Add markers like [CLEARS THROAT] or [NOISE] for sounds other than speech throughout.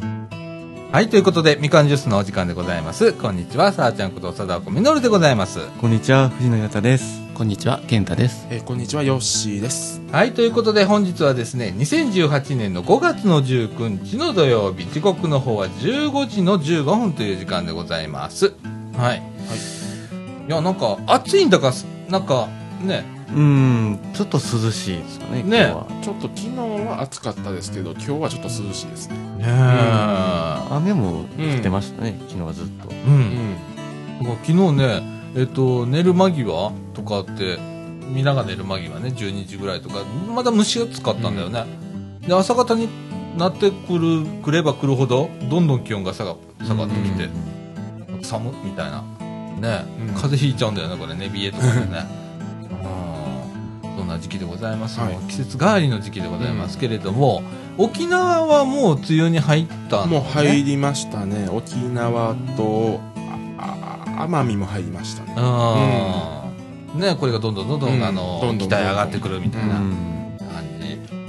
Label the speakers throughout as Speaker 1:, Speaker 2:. Speaker 1: はい、ということで、みかんジュースのお時間でございます。こんにちは、さあちゃんこと、貞子みのるでございます。
Speaker 2: こんにちは、藤野たです。
Speaker 3: こんにちは、健太です。
Speaker 4: えーこんにちは、ヨッシーです。
Speaker 1: はい、ということで、本日はですね、2018年の5月の19日の土曜日、時刻の方は15時の15分という時間でございます。はい。い、や、なんか、暑いんだか、なんか、ね、
Speaker 2: うーん、ちょっと涼しいですかね、
Speaker 1: ね
Speaker 2: 今日は。
Speaker 4: ちょっと昨日は暑かったですけど、今日はちょっと涼しいですね。
Speaker 1: ねえ
Speaker 2: 雨も降ってましたね、昨日はずっと。
Speaker 1: う。
Speaker 4: うんん。
Speaker 1: 僕昨日ね、えっと、寝る間際とかって、みんなが寝る間際ね、12時ぐらいとか、まだ虫が暑かったんだよね。で、朝方になってくる、くれば来るほど、どんどん気温が下が下がってきて、寒っみたいな。ね、
Speaker 4: うん
Speaker 1: 風邪ひいちゃうんだよね、これね、冷えとかで
Speaker 4: [LAUGHS]
Speaker 1: ね。うんそんな時期でございます、
Speaker 4: はい
Speaker 1: 季節変わりの時期でございますけれども、沖縄はもう梅雨に入ったんだ
Speaker 4: もう
Speaker 1: よね。
Speaker 4: 入りましたね。沖縄と、ああ奄美も入りましたね。
Speaker 1: うん、ねこれがどんどんどんどん、
Speaker 4: うん
Speaker 1: あの
Speaker 4: どんどんどんどん
Speaker 1: 北へ上がってくるみたいな
Speaker 4: う
Speaker 1: 感
Speaker 2: ん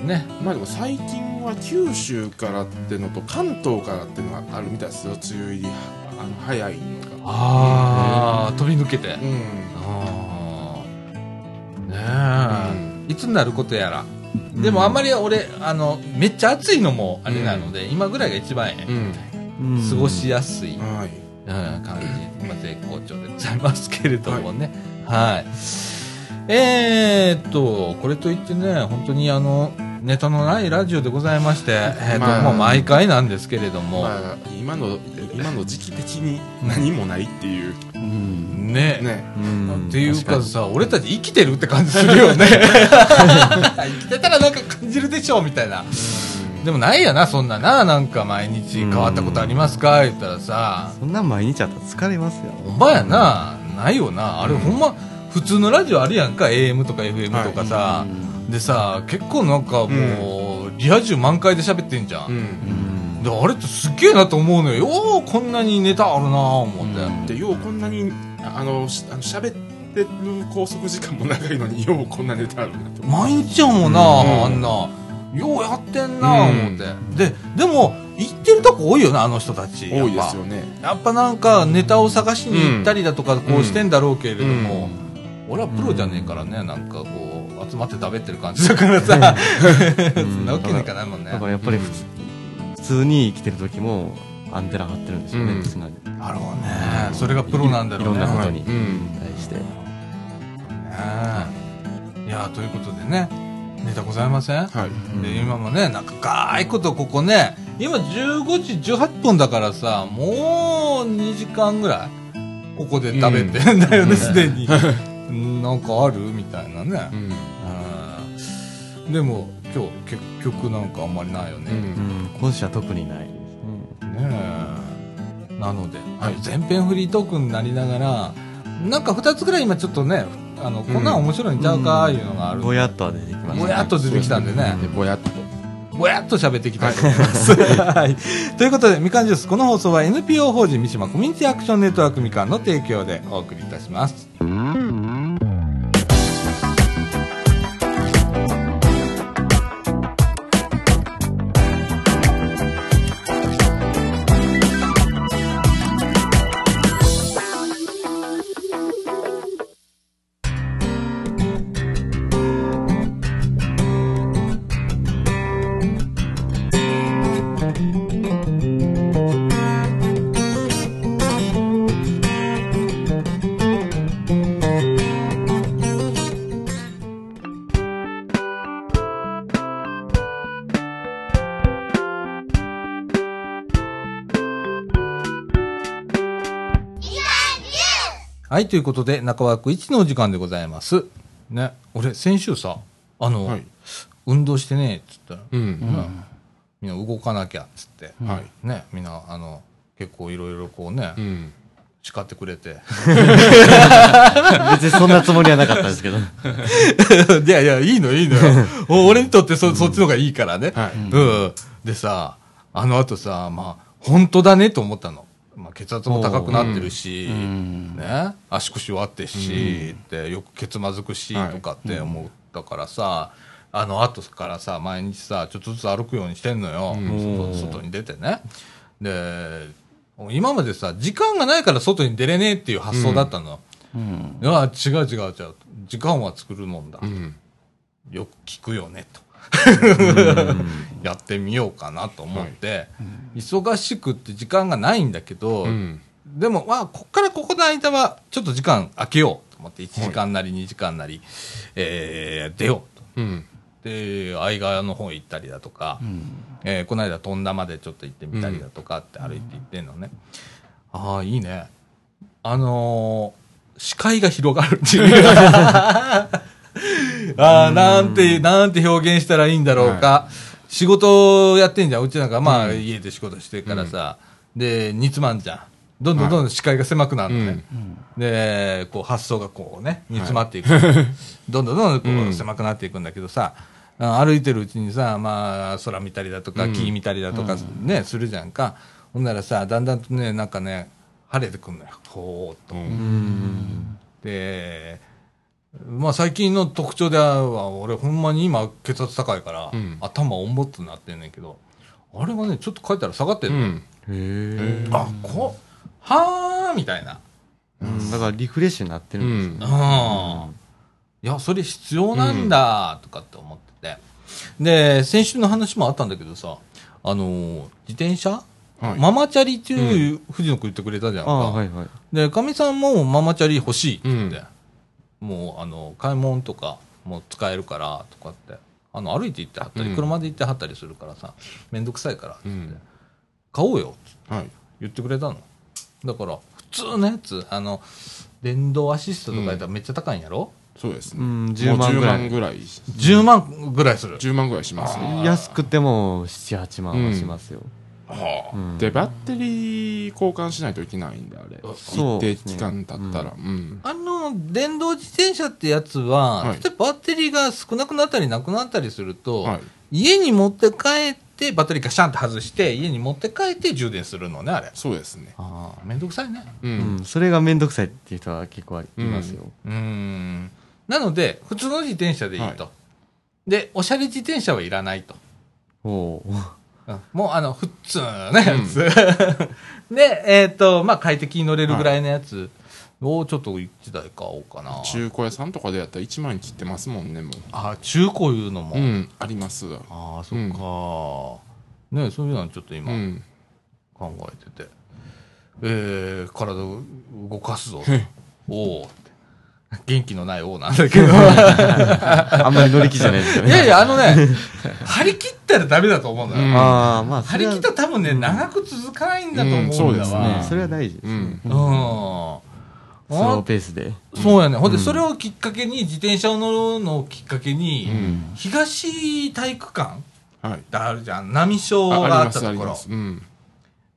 Speaker 1: じ、ね
Speaker 4: まあでも最近は九州からってのと関東からってのがあるみたいですよ。梅雨入り、あの、早いのが。
Speaker 1: ああ、飛び抜けて、
Speaker 4: うん。
Speaker 1: ああねえ、いつになることやら
Speaker 2: うん
Speaker 1: でもあんまり俺あのめっちゃ暑いのもあれなので、今ぐらいが一番ええ
Speaker 4: うん。
Speaker 2: うん
Speaker 1: 過ごしやすい、
Speaker 4: はい。
Speaker 1: うん、感じ、まあ、絶好調でございますけれどもね。はい。えーっと、これといってね、本当にあの、ネタのないラジオでございまして、えーっと、
Speaker 4: まあ
Speaker 1: もう毎回なんですけれども、
Speaker 4: まあ、今の、今の時期的に何もないっていう。
Speaker 3: うん。
Speaker 1: ね
Speaker 4: ね。
Speaker 2: うん
Speaker 1: っていうか
Speaker 2: 確
Speaker 1: さ、俺たち生きてるって感じする [LAUGHS] よね。生きてたらなんか感じるでしょ、みたいな。でもないやな、そんなな、なんか毎日変わったことありますか言ったらさ、
Speaker 2: そんなん毎日あったら疲れますよ。
Speaker 1: ほんまやな、ないよな、あれ、ほんま、普通のラジオあるやんか、AM とか FM とかさ、でさ、結構なんかもう、リア充満開で喋ってんじゃん。
Speaker 4: うん。
Speaker 1: で、あれってすっげえなと思うのよ。ようこんなにネタあるなぁ思って。
Speaker 4: でようこんなにああのしあの喋ってる拘束時間も長いのに [LAUGHS] ようこんなネタあるなと
Speaker 1: 毎日やもんなあ、
Speaker 4: うん
Speaker 1: あんな。ようやってんなぁ思って、で、でも、行ってるとこ多いよな、あの人たち。
Speaker 4: 多いで
Speaker 1: やっ
Speaker 4: す
Speaker 1: ぱ
Speaker 4: よね
Speaker 1: やっぱなんかネタを探しに行ったりだとかこうしてんだろうけれども、
Speaker 4: う
Speaker 1: 俺はプロじゃねえからね、なんかこう集まって食べってる感じだからさ、
Speaker 2: う
Speaker 1: そん
Speaker 2: ん
Speaker 1: なわけにいかないもんね
Speaker 2: だからやっぱり普通,、普通に生きてる時もアンテナ張ってるんですよね、
Speaker 4: うん
Speaker 2: 常に
Speaker 1: あろうねそれがプロなんだろうね
Speaker 2: いろんなことに
Speaker 4: うん
Speaker 2: 対して。
Speaker 1: ねいやということでねネタございません、
Speaker 4: はい
Speaker 1: で今もねなんか長いことここね今15時18分だからさもう2時間ぐらいここで食べてんだよねすで、になんかあるみたいなね、
Speaker 4: うん
Speaker 1: うんでも今日結局なんかあんまりないよね、
Speaker 4: うん
Speaker 2: うん、今週は特にないです
Speaker 1: ね
Speaker 2: ね。
Speaker 1: えなので、
Speaker 4: はい
Speaker 1: 前編フリートークになりながらなんか2つぐらい今ちょっとねあのこんなん面白いんちゃうかいうのがある、
Speaker 2: ぼやっとは出てきました、
Speaker 1: ぼやっと出てきたんでね
Speaker 4: でぼやっと
Speaker 1: ぼやっと喋っていきたいと思います。 [LAUGHS] はい。ということで、みかんジュース、この放送は NPO 法人三島コミュニティアクションネットワークみかんの提供でお送りいたします。はい、ということで、中枠1のお時間でございます。ね、俺、先週さ、あの、
Speaker 4: はい
Speaker 1: 運動してね、つったら、
Speaker 4: うん
Speaker 1: みんな動かなきゃ、つって、
Speaker 4: はい
Speaker 1: ね、みんな、あの、結構いろいろこうね、
Speaker 4: うん
Speaker 1: 叱ってくれて。
Speaker 2: 別にそんなつもりはなかったん
Speaker 1: [LAUGHS]
Speaker 2: ですけど。
Speaker 1: いやいや、いいのいい
Speaker 3: [LAUGHS]
Speaker 1: のよ。お俺にとってそそっちの方がいいからね。
Speaker 4: はい
Speaker 1: うん。でさ、あの後さ、まあ、本当だねと思ったの。まあ、血圧も高くなってるし、
Speaker 3: ん
Speaker 1: ね、足腰弱ってし、ってよくケツまずくし、とかって思ったからさ、あの後からさ、毎日さ、ちょっとずつ歩くようにしてんのよ。
Speaker 2: ん
Speaker 1: 外外に出てね。で、今までさ、時間がないから外に出れねえっていう発想だったの。
Speaker 3: うん。
Speaker 1: いや、違う違う違う。時間は作るもんだ。
Speaker 4: うん。
Speaker 1: よく聞くよね、と。 [LAUGHS] やってみようかなと思って、忙しくって時間がないんだけど、
Speaker 4: うん。
Speaker 1: でも、まあ、こっからここの間は、ちょっと時間空けようと思って、1時間なり2時間なり、えー出ようと。
Speaker 4: うん。
Speaker 1: で、愛川の方行ったりだとか、えーこの間、飛んだまでちょっと行ってみたりだとかって歩いて行ってんのね。ああ、いいね。あのー視界が広がるっていう。 [LAUGHS] ああ、なんて、なんて表現したらいいんだろうか。仕事やってんじゃん。うちなんか、まあ、家で仕事してからさ、で、煮詰まんじゃん。どんどんどんどん視界が狭くなるのね。で、こう、発想がこうね、煮詰まって [LAUGHS] いく。どんどんどんどんこう狭くなっていくんだけどさ、あ歩いてるうちにさ、まあ、空見たりだとか、木見たりだとか、ね、するじゃんか。ほんならさ、だんだんとね、なんかね、晴れてくんのよ。ほーっと。で、まあ最近の特徴では、俺ほんまに今血圧高いから、
Speaker 4: うん
Speaker 1: 頭おんぼっとなってんねんけど、あれがね、ちょっと書いたら下がって
Speaker 4: うん
Speaker 1: の、
Speaker 4: ん。
Speaker 2: へえ。
Speaker 1: あ、こう、はーみたいな。
Speaker 2: うんだからリフレッシュになってるんですね。
Speaker 1: うん。いや、それ必要なんだ、とかって思ってて。で、先週の話もあったんだけどさ、あのー自転車、
Speaker 4: はい
Speaker 1: ママチャリっていう、藤野くん言ってくれたじゃんか。
Speaker 2: ああー、はいはい。
Speaker 1: で、かみさんもママチャリ欲しいって言って、もう、あの、買い物とかも使えるから、とかって、あの、歩いて行ってはったり、
Speaker 4: うん
Speaker 1: 車で行ってはったりするからさ、めんどくさいから、って言って
Speaker 4: うん
Speaker 1: 買おうよ、って
Speaker 4: はい。
Speaker 1: 言ってくれたの。だから、普通のやつ、あの、電動アシストとかやったらめっちゃ高いんやろ、
Speaker 4: そうですね。
Speaker 2: う
Speaker 4: も
Speaker 2: ん、
Speaker 4: う
Speaker 2: 10万
Speaker 4: 10
Speaker 2: ぐら
Speaker 4: 万
Speaker 2: い。
Speaker 4: ぐらい。
Speaker 1: ?10 万ぐらいする。
Speaker 4: 10万ぐらいしますね。
Speaker 2: 安くても7、8万はしますよ。
Speaker 4: はあ
Speaker 2: うん
Speaker 4: で、バッテリー交換しないといけないんで、あれ。
Speaker 2: そ
Speaker 4: 一
Speaker 2: うで
Speaker 4: 定
Speaker 2: すね
Speaker 4: 期間経ったら。うん。
Speaker 1: あの、電動自転車ってやつは、
Speaker 4: はい
Speaker 1: 例えばバッテリーが少なくなったりなくなったりすると、
Speaker 4: はい。
Speaker 1: 家に持って帰って、バッテリーガシャンって外して、家に持って帰って充電するのね、あれ。
Speaker 4: そうですね。
Speaker 1: ああ、めんどくさいね。
Speaker 4: う。
Speaker 2: うんん、それがめんどくさいっていう人は結構いますよ。
Speaker 1: うーん。なので、普通の自転車でいいと。
Speaker 4: は
Speaker 1: で、おしゃれ自転車はいらないと。
Speaker 2: おう
Speaker 1: うんもう、あの、普通のやつ。 [LAUGHS] で、えっ、と、まあ、快適に乗れるぐらいのやつをちょっと1台買おうかな。
Speaker 4: 中古屋さんとかでやったら1万切ってますもんね、も
Speaker 1: あ、中古いうのも。
Speaker 4: う。うん。あります。
Speaker 1: ああ、そっか、ねそういうのはちょっと
Speaker 4: う
Speaker 1: 今、
Speaker 4: ん。
Speaker 1: 考えてて、えー、体を動かすぞ [LAUGHS] おお元気のない王なんだ
Speaker 4: [LAUGHS]
Speaker 1: けど
Speaker 2: [LAUGHS] あんまり乗り気じゃないですよ
Speaker 1: い
Speaker 2: ね。
Speaker 1: やいやあのね張り切ったらダメだと思うんだよ、
Speaker 4: うん
Speaker 2: ああ、まあ、
Speaker 1: 張
Speaker 2: そ
Speaker 1: り
Speaker 2: れは
Speaker 1: 切ったら多分ね、長く続かないんだと思うんだわ、
Speaker 4: うんそうですね
Speaker 2: それは大事です
Speaker 4: う
Speaker 2: ね
Speaker 4: ん。。
Speaker 1: うん
Speaker 2: スロー
Speaker 1: あ
Speaker 2: ペースで。
Speaker 1: そうやね、ほんでそれをきっかけに自転車を乗るのをきっかけに、
Speaker 4: うん
Speaker 1: 東体育館
Speaker 4: は
Speaker 1: っ
Speaker 4: い。
Speaker 1: てあるじゃん波小
Speaker 4: あ
Speaker 1: があ
Speaker 4: あり
Speaker 1: っ
Speaker 4: ま
Speaker 1: た
Speaker 4: す、あ
Speaker 1: と
Speaker 4: り
Speaker 1: こ
Speaker 4: ま
Speaker 1: ろ
Speaker 4: す。うん。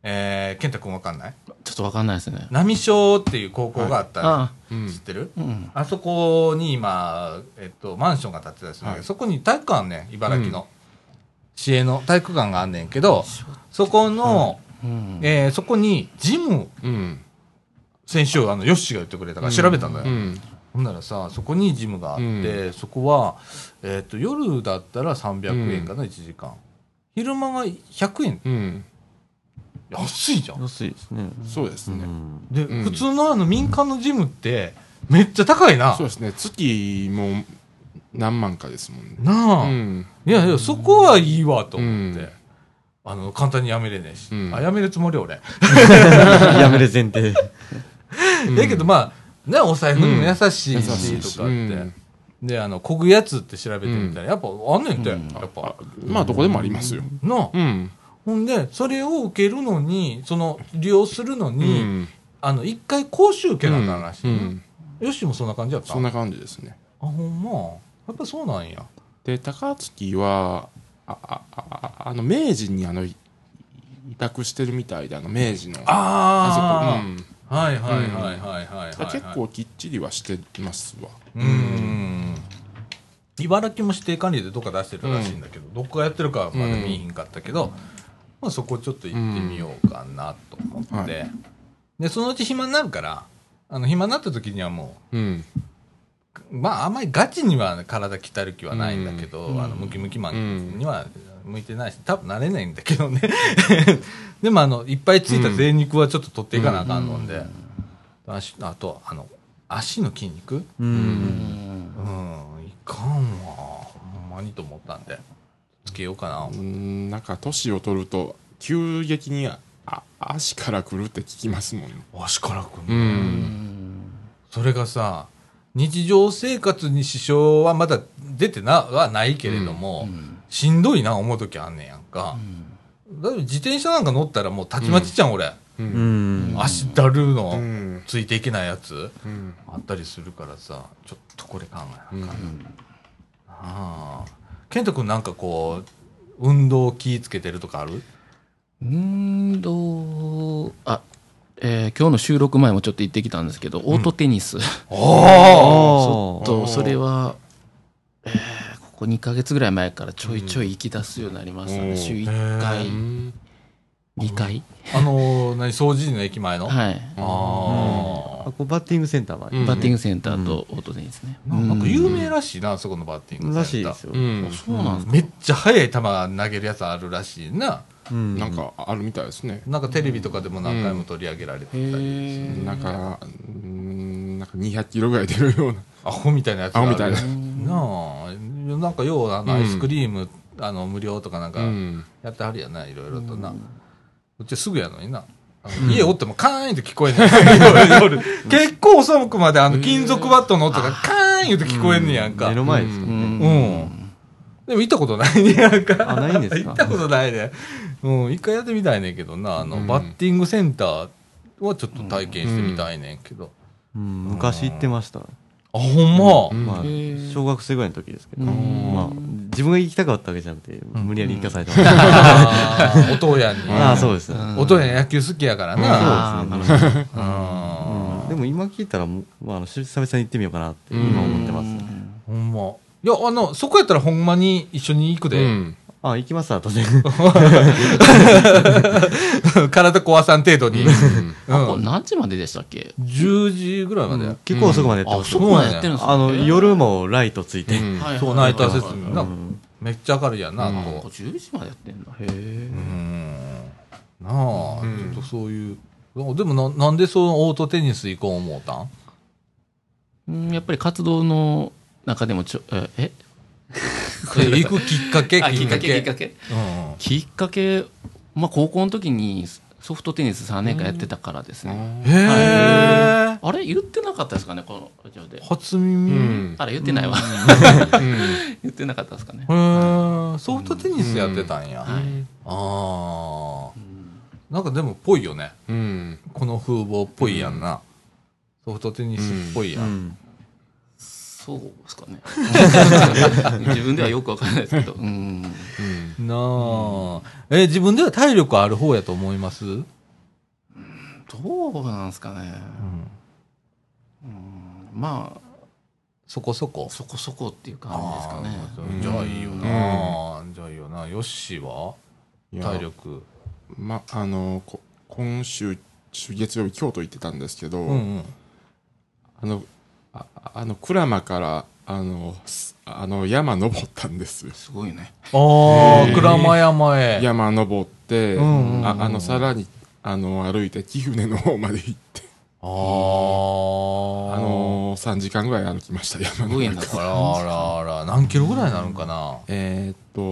Speaker 1: えー、健太君わかんない
Speaker 3: ちょっとわかんないですね。
Speaker 1: 波小っていう高校があった、
Speaker 3: あ
Speaker 4: うん
Speaker 1: 知ってる、
Speaker 3: あ、うん。
Speaker 1: あそこに今、えっと、マンションが建ってたりするんだけど、
Speaker 4: はい
Speaker 1: そこに体育館ね、茨城の、市営の体育館があんねんけど、そこの、
Speaker 3: うん。
Speaker 1: えーそこにジム、
Speaker 4: うん。
Speaker 1: 先週、あの、ヨッシーが言ってくれたから調べたんだよ。
Speaker 4: うん。
Speaker 1: ほんならさ、そこにジムがあって、
Speaker 4: う
Speaker 1: そこは、えっと、夜だったら300円かな、1時間。昼間が100円。
Speaker 4: うん。
Speaker 1: 安いじゃん。
Speaker 2: 安いですね。
Speaker 4: そうです
Speaker 2: う
Speaker 4: ね。
Speaker 2: ん。
Speaker 1: で、
Speaker 4: うん
Speaker 1: 普通のあの民間のジムって、めっちゃ高いな
Speaker 4: そう。ですね。月も何万かですもんね。
Speaker 1: なあ。
Speaker 4: うん。
Speaker 1: いやいや、そこはいいわと思って。
Speaker 4: うん
Speaker 1: あの、簡単にやめれねえし。
Speaker 4: うん
Speaker 1: あ、やめるつもり俺。
Speaker 2: やめる前提。
Speaker 4: ん
Speaker 1: だけどまあ、ね、お財布にも優しい
Speaker 4: 優しい
Speaker 1: し、
Speaker 4: し
Speaker 1: とかって
Speaker 4: う。
Speaker 1: で、あの、こぐやつって調べてみたら、やっぱあんねんて。や
Speaker 3: うん
Speaker 1: っ
Speaker 4: あ
Speaker 1: ぱ。
Speaker 4: まあ、どこでもありますよ。
Speaker 1: なあ
Speaker 4: うん。
Speaker 1: ほんで、それを受けるのに、その、利用するの
Speaker 4: う
Speaker 1: に、
Speaker 4: ん。
Speaker 1: あの、一回講習受けなあかんらし
Speaker 4: う
Speaker 1: い
Speaker 4: ん。
Speaker 1: な。よしもそんな感じやった
Speaker 4: そんな感じですね。
Speaker 1: あ、ほんま。やっぱそうなんや。
Speaker 4: で、高槻は、あ、あ、あ、あの、明治にあの、い委託してるみたいで、あの、明治の。
Speaker 1: あ
Speaker 4: あそこ。うん。
Speaker 1: あ。はいはいはいはいはいはいはい。
Speaker 4: 結構きっちりはしてますわ。
Speaker 1: うーん茨城も指定管理でどっか出してるらしいんだけど、どこがやってるかはまだ見えへんかったけど、まあ、そこちょっと行ってみようかなと思って、
Speaker 4: うんはい
Speaker 1: でそのうち暇になるからあの暇になった時にはも
Speaker 4: うん。
Speaker 1: うまああんまりガチには体鍛える気はないんだけど、あのムキムキマンには向いてないし、多分慣れないんだけどね。 [LAUGHS] でも、あの、いっぱいついた贅肉はちょっと取っていかなあかんので。足あと、あの、足の筋肉
Speaker 2: うん。
Speaker 1: うん、いかんわ。ほんまにと思ったんで。つけようかな。
Speaker 4: うんなんか年を取ると急激にあ足からくるって聞きますもんね
Speaker 1: 足からくん
Speaker 4: う
Speaker 1: の
Speaker 4: ん
Speaker 1: それがさ、日常生活に支障はまだ出てな、はないけれども、しんどいな思う時あんねやんか。だって自転車なんか乗ったらもうたちまちじゃん、俺。
Speaker 4: う
Speaker 2: うんん。
Speaker 1: 足だるの、
Speaker 4: うん
Speaker 1: ついていけないやつ
Speaker 4: うん
Speaker 1: あったりするからさ、ちょっとこれ考えなあかん
Speaker 4: う
Speaker 1: な。
Speaker 4: ん
Speaker 1: あー健太くんなんかこう、運動気ぃつけてるとかある
Speaker 3: 運動、あ、えー今日の収録前もちょっと行ってきたんですけど、オートテニス。
Speaker 1: あ
Speaker 2: おー
Speaker 3: と、それは、えーここ2ヶ月ぐらい前からちょいちょい行き出すようになりましたね。
Speaker 4: うん
Speaker 3: 週1
Speaker 1: へ
Speaker 3: 回
Speaker 1: ー、
Speaker 3: 2回。
Speaker 1: あのー、何、掃除時の駅前の
Speaker 3: はい。
Speaker 1: あ
Speaker 2: あこうバッティングセンターまで。
Speaker 4: うん
Speaker 3: バッティングセンターとオートテニスね。
Speaker 1: あ、なんか有名らしいな、そこのバッティングセンター。
Speaker 2: らしいですよ。
Speaker 4: うん
Speaker 3: そうなんですか
Speaker 1: めっちゃ速い球投げるやつあるらしいな。
Speaker 2: うん
Speaker 4: なんかあるみたいですね
Speaker 1: なんかテレビとかでも何回も取り上げられてたり、
Speaker 3: へ
Speaker 4: なんかうんなんか200キロぐらい出るような
Speaker 1: アホみたいなやつがあ
Speaker 4: ア
Speaker 1: る
Speaker 4: ホみたいな
Speaker 1: なあ、なんかようあのアイスクリーム、あの無料とかなんか
Speaker 4: うん
Speaker 1: やってはるやな、いろいろとな。うちすぐやのにな。あの家おってもカーンって聞こえない。夜結構遅くまであの金属バットの音がカーン言うて聞こえんねやんか。
Speaker 2: 目の前ですか
Speaker 4: う
Speaker 3: う
Speaker 2: ら
Speaker 1: う
Speaker 2: ね。
Speaker 1: んん。でも行ったことないねやんか。
Speaker 2: あないんですか
Speaker 1: 行ったことないね。うん、一回やってみたいねんけどな、あの、
Speaker 4: うん
Speaker 1: バッティングセンターはちょっと体験してみたいねんけど。
Speaker 2: うん昔行ってました。
Speaker 1: あ、ほんま、
Speaker 4: うん
Speaker 2: まあ
Speaker 3: へー
Speaker 2: 小学生ぐらいの時ですけど。
Speaker 3: うん
Speaker 2: まあ自分が行きたかったわけじゃなくて、無理やり行かされた。
Speaker 1: あー [LAUGHS] お父やんに。
Speaker 2: [LAUGHS] ああ、そうです。うん
Speaker 1: お父やん野球好きやからな。
Speaker 3: あーなるほ
Speaker 1: うん
Speaker 2: でも今聞いたら、もうまああの久々に行ってみようかなって今思ってますね。
Speaker 1: ほんま。いや、あの、そこやったらほんまに一緒に行く
Speaker 4: う
Speaker 1: で。
Speaker 4: ん
Speaker 2: あ、行きます、後で。
Speaker 1: [LAUGHS] 体壊さん程度に。うん
Speaker 3: これ何時まででしたっけ
Speaker 1: 10時ぐらいまで。
Speaker 2: 結構遅くまでやって
Speaker 3: あ、
Speaker 2: ます
Speaker 3: そ。こまでやってるんですね
Speaker 2: あの、夜もライトついて。
Speaker 4: うん
Speaker 3: はい
Speaker 1: そう、ナイター説
Speaker 3: はい
Speaker 1: 明
Speaker 3: はい
Speaker 1: な
Speaker 2: う。ん
Speaker 1: めっちゃ明るいやんな、
Speaker 4: うん
Speaker 1: こう
Speaker 3: あ10時までやってんだ。へえ
Speaker 1: う。んなあ、
Speaker 4: うん
Speaker 1: ちょっとそういう。でもな、なんでそのオートテニス行こう思うた
Speaker 3: [LAUGHS]
Speaker 1: ん
Speaker 3: うん、やっぱり活動の中でもちょ、ええ
Speaker 1: え行くきっかけ
Speaker 3: あきっかけ、き
Speaker 1: け。
Speaker 3: っかけ。
Speaker 1: うんうん
Speaker 3: きっかけ、まあ、高校の時にソフトテニス3年間やってたからですね。
Speaker 1: へえ。
Speaker 3: あれ言ってなかったですかね、このラジオで。
Speaker 1: 初
Speaker 4: う
Speaker 1: 耳。へ
Speaker 4: ん
Speaker 3: あら、言ってないわ。
Speaker 4: うん
Speaker 3: [LAUGHS] 言ってなかったですかね。
Speaker 1: え。ソフトテニスやってたんや。
Speaker 3: はい
Speaker 1: ああ。なんかでもぽいよね。
Speaker 4: うん
Speaker 1: この風貌っぽいやんな。ソフトテニスっぽいや。
Speaker 2: うんん
Speaker 3: そうですかね。自分ではよくわからないですけど。うん。
Speaker 4: うん
Speaker 1: なあ。え、自分では体力ある方やと思います
Speaker 3: どうなんですかね。まあ、
Speaker 1: そこそこ。
Speaker 3: そこそこっていう感じで
Speaker 1: あ
Speaker 3: すか
Speaker 1: あ
Speaker 3: ね。
Speaker 1: じゃあいいよな、じゃあいいよなヨッシーはい
Speaker 4: や
Speaker 1: 体力
Speaker 4: まあのこ今週月曜日京都行ってたんですけど、
Speaker 1: うんうん
Speaker 4: あのああの鞍馬からあのすあの山登ったんですよ
Speaker 3: すごいね。
Speaker 1: ああ鞍馬山へ
Speaker 4: 山登って、
Speaker 1: んうんうん
Speaker 4: ああのさらにあの歩いて貴船の方まで行って
Speaker 1: ああ
Speaker 4: あの3時間ぐらい歩きました山
Speaker 3: す
Speaker 4: の
Speaker 3: ごいん
Speaker 4: 中
Speaker 3: だ
Speaker 1: あ
Speaker 3: から。
Speaker 1: らあらあら何キロぐらいになるんかな、
Speaker 4: えーっと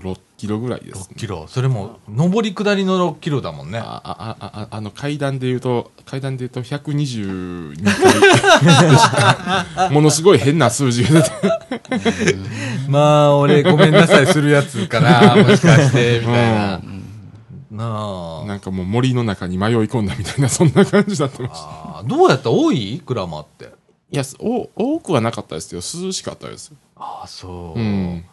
Speaker 4: 6キロぐらいです
Speaker 1: 6
Speaker 4: ね
Speaker 1: キロそれも上り下りの6キロだもんね
Speaker 4: あああああの階段で言うと階段で言うと122回で
Speaker 1: [LAUGHS]
Speaker 4: したものすごい変な数字が出て
Speaker 1: まあ俺ごめんなさいするやつか [LAUGHS] なもしかしてみたいな、なあ
Speaker 4: なんかもう森の中に迷い込んだみたいな、そんな感じだったました。
Speaker 1: あーどうやった多い鞍馬って
Speaker 4: いや、お多くはなかったですけど、涼しかったです。
Speaker 1: ああそう、
Speaker 4: う
Speaker 1: い
Speaker 4: ん。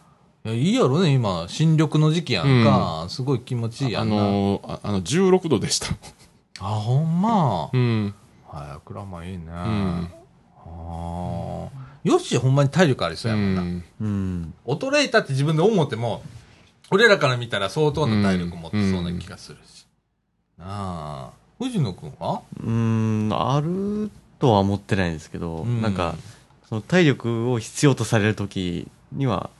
Speaker 1: やいいやろね今新緑の時期やんか、すごい気持ちいいや
Speaker 4: あ
Speaker 1: んな
Speaker 4: のーああの、16度でした。
Speaker 1: あ、ほんま。
Speaker 4: うん。
Speaker 1: はい、クラマいいね。
Speaker 4: うん
Speaker 1: ああ。よし、ほんまに体力ありそう
Speaker 4: う
Speaker 1: やもんな。
Speaker 4: ん。
Speaker 2: うん。
Speaker 1: 衰えたって自分で思っても、俺らから見たら相当な体力持ってそうな気がするし。なあ。藤野くんは
Speaker 2: うん、あるとは思ってないんですけど、
Speaker 1: うん
Speaker 2: なんか、その体力を必要とされる時には、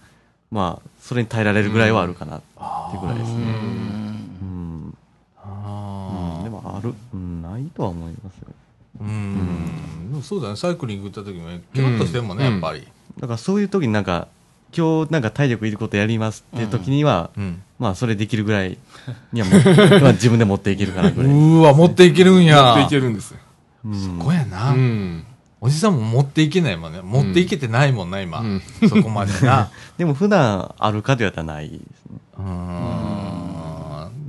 Speaker 2: まあそれに耐えられるぐらいはあるかなってぐらいです
Speaker 3: う
Speaker 2: ね。う
Speaker 3: ん
Speaker 2: ん
Speaker 1: あ
Speaker 2: うんでもある、うん、ないとは思いますよ
Speaker 1: ーうんでもそうだねサイクリング行った時もケロッとしてんもんね、
Speaker 4: うん
Speaker 1: やっぱり、
Speaker 2: だからそういう時になんか今日なんか体力いることやりますっていう時には、
Speaker 1: うん
Speaker 2: まあそれできるぐらいにはもう [LAUGHS] まあ自分で持っていけるかな
Speaker 1: う
Speaker 2: ぐらい、
Speaker 1: ーわ持っていけるんや
Speaker 4: 持っていけるんですよ
Speaker 2: うん
Speaker 1: そこやな、
Speaker 4: うん
Speaker 1: おじさんも持っていけないもんね持っていけてないもんな、今、
Speaker 4: うん
Speaker 1: そこまで
Speaker 4: [LAUGHS]
Speaker 1: な
Speaker 2: でも普段あるかとやったらないですね
Speaker 1: うーん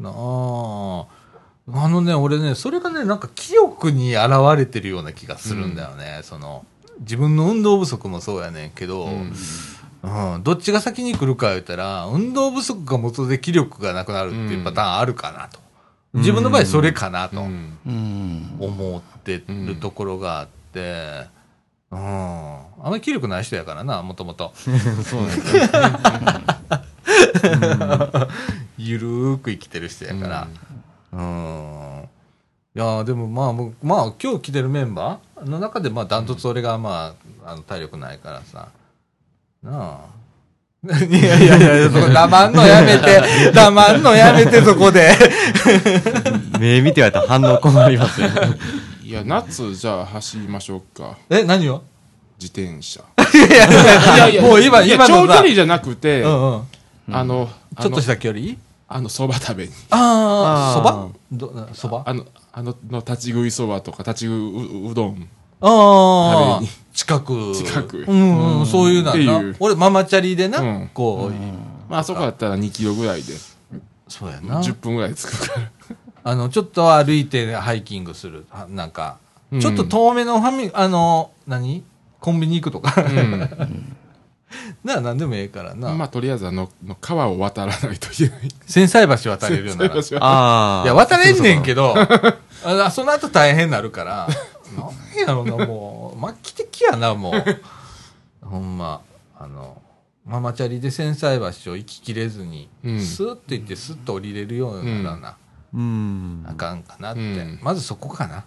Speaker 1: なああのね俺ねそれがねなんか記憶に現れてるような気がするんだよね、その自分の運動不足もそうやねんけど、
Speaker 4: うん
Speaker 1: うん、どっちが先に来るか言ったら、運動不足が元で気力がなくなるっていうパターンあるかなと。
Speaker 2: うん
Speaker 1: 自分の場合それかなと
Speaker 4: うん
Speaker 3: うん
Speaker 1: 思ってるところがあって、うん。あんまり気力ない人やからな、もともと。
Speaker 2: そうなんですよ
Speaker 1: ゆるーく生きてる人やから。うん。いやーでもまあ、もうまあ今日来てるメンバーの中で、まあダントツ俺がまあ、あの体力ないからさ。なあ。いやいやいや、そこ黙んのやめて、黙んのやめて、そこで。
Speaker 2: 目見てやったら反応困りますよ
Speaker 4: いや夏じゃあ走りましょうか
Speaker 1: え、何を
Speaker 4: 自転車
Speaker 1: いやいやいやもう今、
Speaker 4: いや
Speaker 1: 今
Speaker 4: 長
Speaker 1: の
Speaker 4: 距
Speaker 1: さ、
Speaker 4: 離じゃなくて、
Speaker 1: うんうん、
Speaker 4: あの
Speaker 1: ちょっとしたた距離
Speaker 4: あのそば食べに
Speaker 1: ああ
Speaker 2: あ
Speaker 1: ー、そばどそばあ
Speaker 4: あのあのの立ち食いそばとか立ち食いううどん
Speaker 1: あ
Speaker 4: 食べに
Speaker 1: ー、近く。
Speaker 4: 近く
Speaker 1: うん、うん、そういうな
Speaker 4: って
Speaker 1: ん
Speaker 4: い
Speaker 1: な
Speaker 4: う。
Speaker 1: 俺、ママチャリでな、
Speaker 4: うん
Speaker 1: こう、
Speaker 4: まああそこだったら2キロぐらいで
Speaker 1: そうやな。
Speaker 4: 10分ぐらいで着くから
Speaker 1: あの、ちょっと歩いてハイキングする。はなんか、
Speaker 4: うん
Speaker 1: ちょっと遠めのファミ、あの、何コンビニ行くとか。 [LAUGHS] なあ、なんでもええからな。
Speaker 4: まあとりあえずあのの川を渡らないといけない
Speaker 1: 繊細橋渡れるようになら。
Speaker 4: [LAUGHS] 私は
Speaker 2: [LAUGHS] ああ
Speaker 1: いや、渡れんねん
Speaker 2: ど
Speaker 1: けど、あその後大変なるから、なんやろな、もう、末期的やな、もう。ほんま、あの、ママチャリで繊細橋を行ききれずに、
Speaker 4: うん
Speaker 1: スーッと行ってスッと降りれるようにならな、
Speaker 2: うん
Speaker 1: あかんかなって、
Speaker 4: うん
Speaker 1: まずそこかな。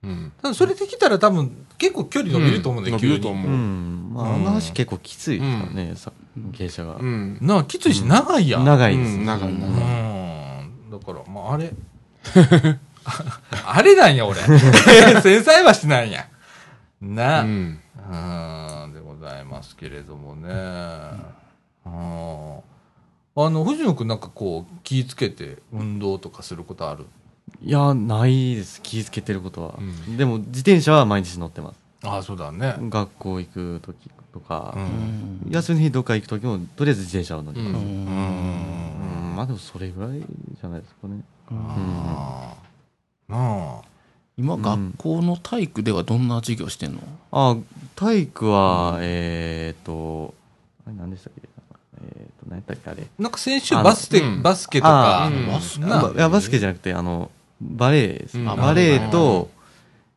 Speaker 4: うん
Speaker 1: ただそれできたら多分、結構距離伸びると思うね、
Speaker 4: 伸
Speaker 1: 急
Speaker 4: び
Speaker 1: に
Speaker 4: ると思
Speaker 2: う
Speaker 4: う、
Speaker 2: んまあ、あの橋結構きついですからね、さ傾斜が、
Speaker 4: うん
Speaker 1: なあ、きついし、長いやん。
Speaker 2: 長いです、
Speaker 4: うん長い長い
Speaker 1: うんだから、まあ、あれ。 [LAUGHS] ああれなんや、俺。 [LAUGHS] 繊細橋なんや。なあ。
Speaker 4: うん
Speaker 1: うんでございますけれどもね。うんあの、藤野くんなんかこう、気ぃつけて運動とかすることある
Speaker 2: いやないです気ぃつけてることは、
Speaker 4: うん
Speaker 2: でも自転車は毎日乗ってます
Speaker 1: ああ、そうだね。
Speaker 2: 学校行く時とか
Speaker 1: う、ん。
Speaker 2: 休みの日どっか行く時もとりあえず自転車を乗り
Speaker 4: う
Speaker 2: ます、
Speaker 4: ん
Speaker 1: う。
Speaker 2: うんんまあでもそれぐらいじゃないですかね
Speaker 1: ああ。なあ。
Speaker 3: 今学校の体育ではどんな授業してんの
Speaker 2: あ体育は、えーっとあれ何でしたっけえーっと何やったっけあれ
Speaker 1: なんか先週バスケ、
Speaker 4: あのうん
Speaker 1: バスケとか
Speaker 4: あ、ーうん
Speaker 1: バ
Speaker 4: バ
Speaker 1: ス
Speaker 4: ス
Speaker 1: ケ
Speaker 2: あ
Speaker 1: な
Speaker 2: ばいやバスケじゃなくてあのバレーです、
Speaker 4: うん
Speaker 2: あバレーと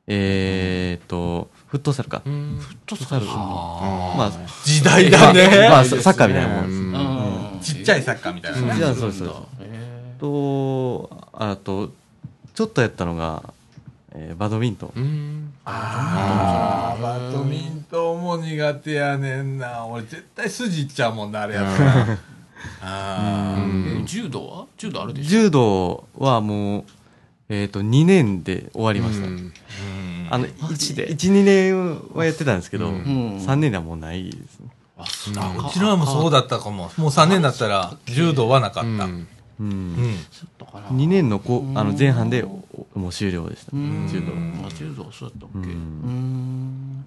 Speaker 2: えーっとフットサルか、
Speaker 4: うん
Speaker 2: フットサル
Speaker 1: あー
Speaker 2: まあ
Speaker 1: 時代
Speaker 2: [LAUGHS]
Speaker 1: だ
Speaker 2: まあ
Speaker 1: ね。
Speaker 2: ササッカーみたいなもんです、
Speaker 4: うん
Speaker 1: ちっちゃいサッカーみたいな
Speaker 3: [LAUGHS]
Speaker 1: ね。
Speaker 2: じゃあそうですそうですとあとちょっとやったのが、えーバドミントン
Speaker 4: うん
Speaker 1: あーバドミントンも苦手やねんな俺絶対筋いっちゃうもんなあれやつなあー
Speaker 4: うん
Speaker 3: 柔道は柔道あるでしょ
Speaker 2: 柔道はもう、えー、と2年で終わりました、
Speaker 4: うん
Speaker 1: うん
Speaker 2: あの
Speaker 3: マジで
Speaker 2: 12年はやってたんですけど、
Speaker 4: うん
Speaker 2: 3年ではもうないですね
Speaker 3: あそう
Speaker 1: うちらもそうだったかももう3年だったら柔道はなかった、うんう
Speaker 2: う、
Speaker 1: んん
Speaker 3: だから
Speaker 2: 2年のこあの
Speaker 3: うん
Speaker 2: 前半でおもう終了でした、
Speaker 3: うん
Speaker 2: 柔道、
Speaker 3: あ柔道そうだったっけ
Speaker 2: う
Speaker 3: うんん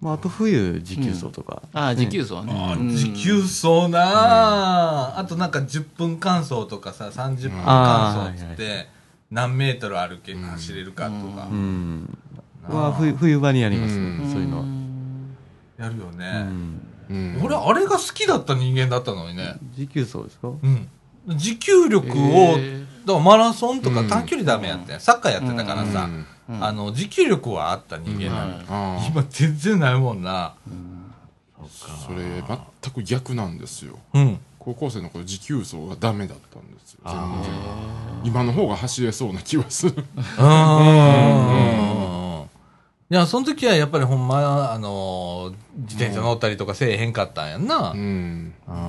Speaker 2: まあ、あと冬持久走とか、
Speaker 3: あ持久走はねうん
Speaker 1: 持久走なあ、あとなんか10分間走とかさ30分間走っつっ
Speaker 2: あー
Speaker 1: て何メートル歩け、走れるかとか、
Speaker 2: うん
Speaker 1: なあ
Speaker 2: は冬冬場にやりますね、
Speaker 4: うん
Speaker 2: そういうのは、
Speaker 1: やるよ
Speaker 2: う
Speaker 1: ね、
Speaker 2: ん、
Speaker 4: うん
Speaker 1: 俺あれが好きだった人間だったのにね、
Speaker 2: 持久走ですか
Speaker 1: うん、持久力を、
Speaker 3: へ
Speaker 1: だからマラソンとか
Speaker 4: うん
Speaker 1: 短距離ダメやってん、サッカーやってたからさ、
Speaker 4: うん
Speaker 3: うん
Speaker 1: あの持久力はあった人間なの、
Speaker 3: うん
Speaker 4: あー
Speaker 1: 今全然ないもんな
Speaker 4: それ全く逆なんですよ
Speaker 1: うん
Speaker 4: 高校生の頃持久走がダメだったんですよ
Speaker 1: あ
Speaker 4: 全然今の方が走れそうな気はする
Speaker 1: うんいやその時はやっぱりほんまあの自転車乗ったりとかせえへんかったんやんな、
Speaker 4: うん
Speaker 1: うん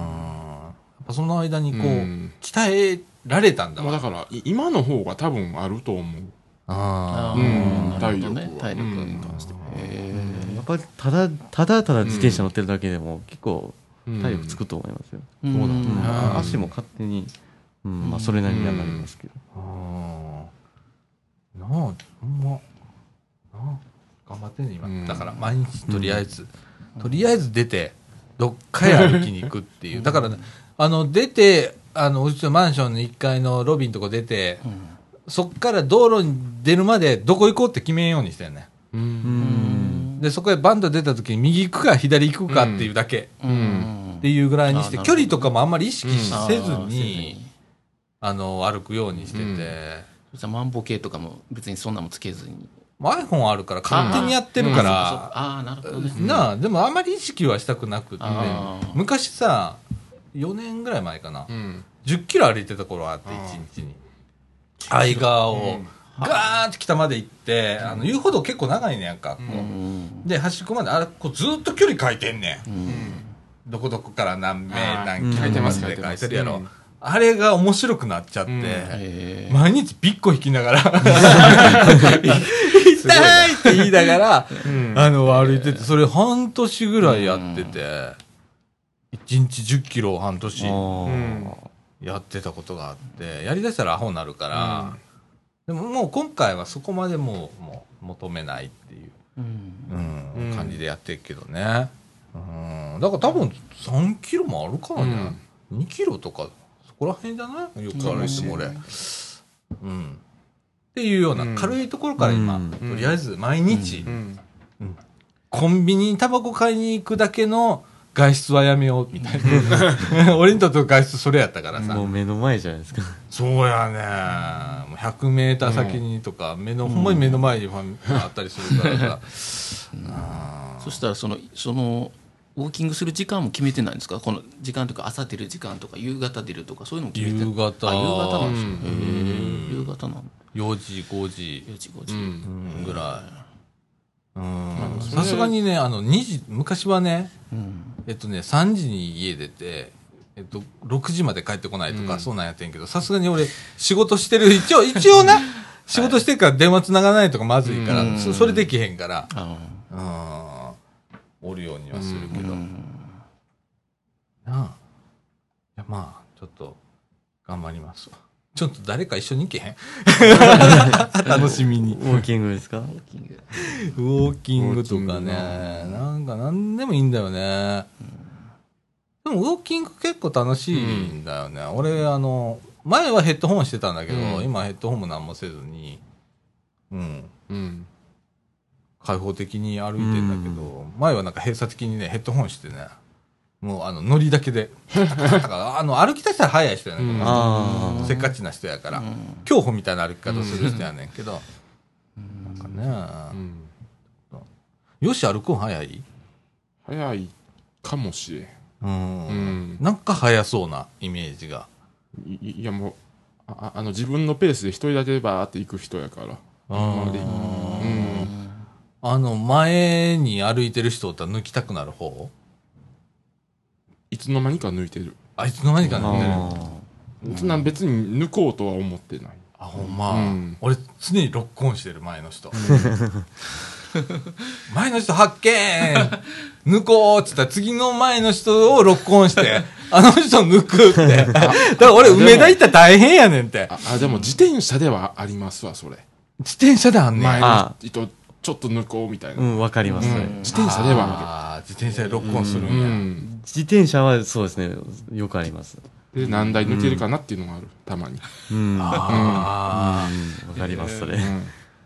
Speaker 1: その間にこう、
Speaker 4: うん
Speaker 1: 鍛えられたんだ
Speaker 4: まあ
Speaker 1: わ。
Speaker 4: だからい今の方が多分あると思う
Speaker 1: あ
Speaker 3: あ
Speaker 1: あ。
Speaker 4: うん
Speaker 3: ーなるほどね体
Speaker 4: 体力
Speaker 3: 力
Speaker 4: は
Speaker 3: に関してはへ
Speaker 2: やっぱりただただただ自転車乗ってるだけでも結構体力つくと思いますよ、
Speaker 3: え
Speaker 1: そうだね
Speaker 2: うん
Speaker 1: うん
Speaker 2: 足も勝手に、うんまあ、それなりにはなりますけど、
Speaker 1: あーなあ、ほんま。なあ頑張ってんね、今。
Speaker 4: うん
Speaker 1: だから、毎日とりあえず、とりあえず出て、どっかへ歩きに行くっていう。だからね、あの、出て、あの、うちのマンションの1階のロビーのとこ出て、そっから道路に出るまで、どこ行こうって決めんようにしてんね。
Speaker 4: う
Speaker 2: うんん
Speaker 1: で、そこへバンと出た時に、右行くか左行くかっていうだけ。っていうぐらいにして、
Speaker 3: あーなるほ
Speaker 1: 距
Speaker 3: ど
Speaker 1: 離とかもあんまり意識
Speaker 4: うん
Speaker 1: せずに、あの、歩くようにしてて、
Speaker 4: うん
Speaker 3: そしたらマンボ系とかも別にそんなもつけずに
Speaker 1: もう iPhone あるから勝手にやってるか、
Speaker 3: そうからああなるほどね
Speaker 1: なあ、でもあんまり意識はしたくなくって
Speaker 3: あー、
Speaker 1: 昔さ、4年ぐらい前かな、
Speaker 4: うん
Speaker 1: 10キロ歩いてた頃あって、
Speaker 4: あー
Speaker 1: 1日に。愛川
Speaker 4: う
Speaker 1: を
Speaker 4: ん、
Speaker 1: ガーって北まで行って、あの、遊歩道結構長いねやんか。
Speaker 4: う
Speaker 1: こ
Speaker 3: うんん
Speaker 1: うで、端っこまで、あれ、こうずっと距離書いてんねん。
Speaker 4: うん
Speaker 1: どこどこから何名
Speaker 4: あー
Speaker 1: 何キロ
Speaker 2: 書いてます
Speaker 1: まで
Speaker 4: 書いてます
Speaker 1: 書いてるやろ、
Speaker 4: うん
Speaker 1: あれが面白くなっちゃって、
Speaker 4: うん
Speaker 3: へー
Speaker 1: 毎日ビッコ引きながら痛いって言いながら
Speaker 4: うん
Speaker 1: あの歩いててそれ半年ぐらいやってて、1日1 0キロを半
Speaker 2: あ
Speaker 1: 年
Speaker 2: ー
Speaker 4: うん
Speaker 1: やってたことがあってやりだしたらアホになるから、でももう今回はそこまでもうもう求めないっていう
Speaker 3: うん
Speaker 1: うん
Speaker 4: うん
Speaker 1: 感じでやってるけどね、うん、だから多分3キロもあるからね、2キロとかそこら辺じゃないよく歩いても俺、うん、っていうよう
Speaker 4: うん
Speaker 1: な軽いところから今、
Speaker 2: うん
Speaker 1: とりあえず毎日、
Speaker 4: うん
Speaker 1: コンビニにタバコ買いに行くだけの外出はやめようみたいな [LAUGHS] 俺にとっての外出それやったからさ、
Speaker 2: もう目の前じゃないですか
Speaker 1: そうやね。もう100メーター先にとか、目の、ほんまに目の前にファンがあったりするからさ。あ
Speaker 3: そしたらそのそのウォーキングする時間も決めてないんですかこの時間とか朝出る時間とか夕方出るとかそういうのも
Speaker 1: ー
Speaker 3: 決めて
Speaker 1: 夕方、
Speaker 3: あ夕方なんです
Speaker 4: う
Speaker 3: ねへー夕方なの
Speaker 1: 4時、5時
Speaker 3: 4時5
Speaker 4: う
Speaker 3: 時
Speaker 4: ん
Speaker 1: ぐらい。うん
Speaker 4: あそれ
Speaker 1: さすがにね、あの、2時、昔はね、
Speaker 3: うん
Speaker 1: えっとね、3時に家出て、えっと、6時まで帰ってこないとか、
Speaker 4: うん
Speaker 1: そうなんやってんけど、さすがに俺、仕事してる、一応、一応な、仕事してるから電話繋がないとかまずいから、
Speaker 3: うん
Speaker 1: そそれできへんから、
Speaker 3: あ
Speaker 1: うん、おるようにはするけ
Speaker 3: ー
Speaker 1: ど、
Speaker 3: うん
Speaker 1: なあ。いや、まあ、ちょっと、頑張りますわ。ちょっと誰か一緒に行けへん [LAUGHS] 楽しみに。
Speaker 2: ウォーキングですか
Speaker 3: ウォーキング
Speaker 1: ウォーキングとか
Speaker 4: ウォーキング
Speaker 1: ね。
Speaker 4: な
Speaker 1: なんか何でもいいんだよね。でもウォーキング結構楽しいんだよね。俺、あの、前はヘッドホンしてたんだけど、
Speaker 4: うん
Speaker 1: 今ヘッドホンも何もせずに、うん、
Speaker 4: うん
Speaker 1: 開放的に歩いてんだけど、前はなんか閉鎖的にね、ヘッドホンしてね、もうあの、ノリだけで。だから、 [LAUGHS] あの、歩き出したら早い人やね、
Speaker 4: うん
Speaker 2: ああ
Speaker 1: せっかちな人やから、
Speaker 3: うん
Speaker 1: 競歩みたいな歩き方する人やねんけど、なんか
Speaker 4: う
Speaker 1: ね、
Speaker 4: ん
Speaker 1: よし歩くん早い
Speaker 4: 早いかもしれん
Speaker 1: うん
Speaker 4: うん
Speaker 1: なんか早そうなイメージが。
Speaker 4: いいいやもうああの自分のペースで一人だけバーって行く人やから今までうん
Speaker 1: あの、前に歩いてる人おったら抜きたくなる方
Speaker 4: いつの間にか抜いてる
Speaker 1: あいつの間にか抜いてる。
Speaker 2: あ
Speaker 4: そんなん別に抜こうとは思ってない
Speaker 1: あ、ほんま。
Speaker 4: うん
Speaker 1: 俺、常にロックオンしてる、前の人。 [LAUGHS] 前の人発見抜こうっつったら次の前の人をロックオン
Speaker 4: [LAUGHS]
Speaker 1: して、あの人抜くって。だから俺、梅田行ったら大変やねんって。
Speaker 4: ああでも自転車ではありますわそれ
Speaker 1: 自転車であんねん。
Speaker 4: 前の
Speaker 2: あ
Speaker 4: 人ちょっと抜こうみたい
Speaker 2: ーう
Speaker 4: なん
Speaker 2: わかります、それ
Speaker 4: うん自転車ではあ
Speaker 1: あー自転車でロックオンする
Speaker 4: る
Speaker 1: んや。
Speaker 4: うん
Speaker 2: 自転車はそうですねよくあります
Speaker 4: で何台抜けるかなっていうのがあるたまに
Speaker 2: うんわ
Speaker 1: あー
Speaker 2: かりますそれ、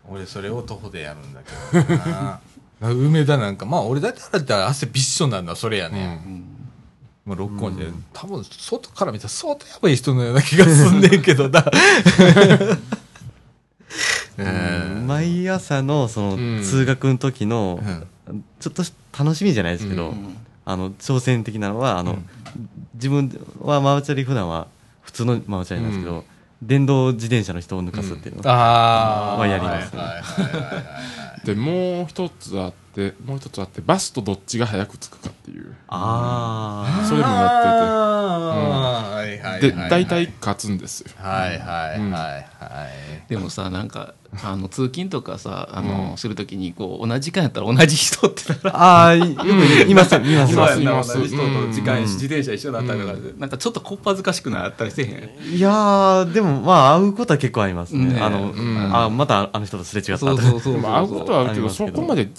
Speaker 1: 俺それを徒歩でやるんだけどな [LAUGHS] 梅田なんかまあ俺だったら汗びっしょになるのはそれや
Speaker 4: う
Speaker 1: ね、
Speaker 4: ん
Speaker 1: もうロックオンで、多分外から見たら相当やばい人のような気がすんねんけどな [LAUGHS] えー
Speaker 2: 毎朝のそ
Speaker 4: うん
Speaker 2: の通学の時の
Speaker 1: うん
Speaker 2: ちょっとし楽しみじゃないですけど、
Speaker 3: ん
Speaker 2: あの挑戦的なのはあの、自分はママチャリ普段は普通のママチャリなんですけど、電動自転車の人を抜かすっていうの、
Speaker 1: あー
Speaker 2: はやりますね
Speaker 1: はいはいはいはい
Speaker 4: でもう一つあっってもう一つあってバスとどっちが早く着くかっていう
Speaker 2: あ
Speaker 4: そういうのもや
Speaker 1: あーはいはい
Speaker 4: っ
Speaker 1: は
Speaker 4: て
Speaker 1: い
Speaker 4: て
Speaker 1: は
Speaker 4: で
Speaker 1: い
Speaker 4: 大体勝つんですよ
Speaker 1: はいはいはいはい
Speaker 3: でもさなん [LAUGHS] かあの通勤とかさあ
Speaker 4: う
Speaker 3: の
Speaker 4: ん
Speaker 3: するときにこう同じ時間やったら同じ人ってな
Speaker 2: あああよく言いますよ言います
Speaker 4: そう
Speaker 2: よ
Speaker 4: やないます
Speaker 3: 同じ人と時
Speaker 2: う
Speaker 3: 間
Speaker 2: ん
Speaker 3: 自転車一緒だったりとかでなんかちょっとこっぱずかしくなったりせえへん
Speaker 2: いやーでもまあ会うことは結構ありますね
Speaker 3: ねえ
Speaker 2: あの、
Speaker 4: うん
Speaker 2: あまたあの人とすれ違った
Speaker 3: そうそうそうそう
Speaker 4: まあ会うことはあるけ
Speaker 2: あり
Speaker 4: ど
Speaker 2: ます
Speaker 4: そ
Speaker 2: けど
Speaker 4: こまで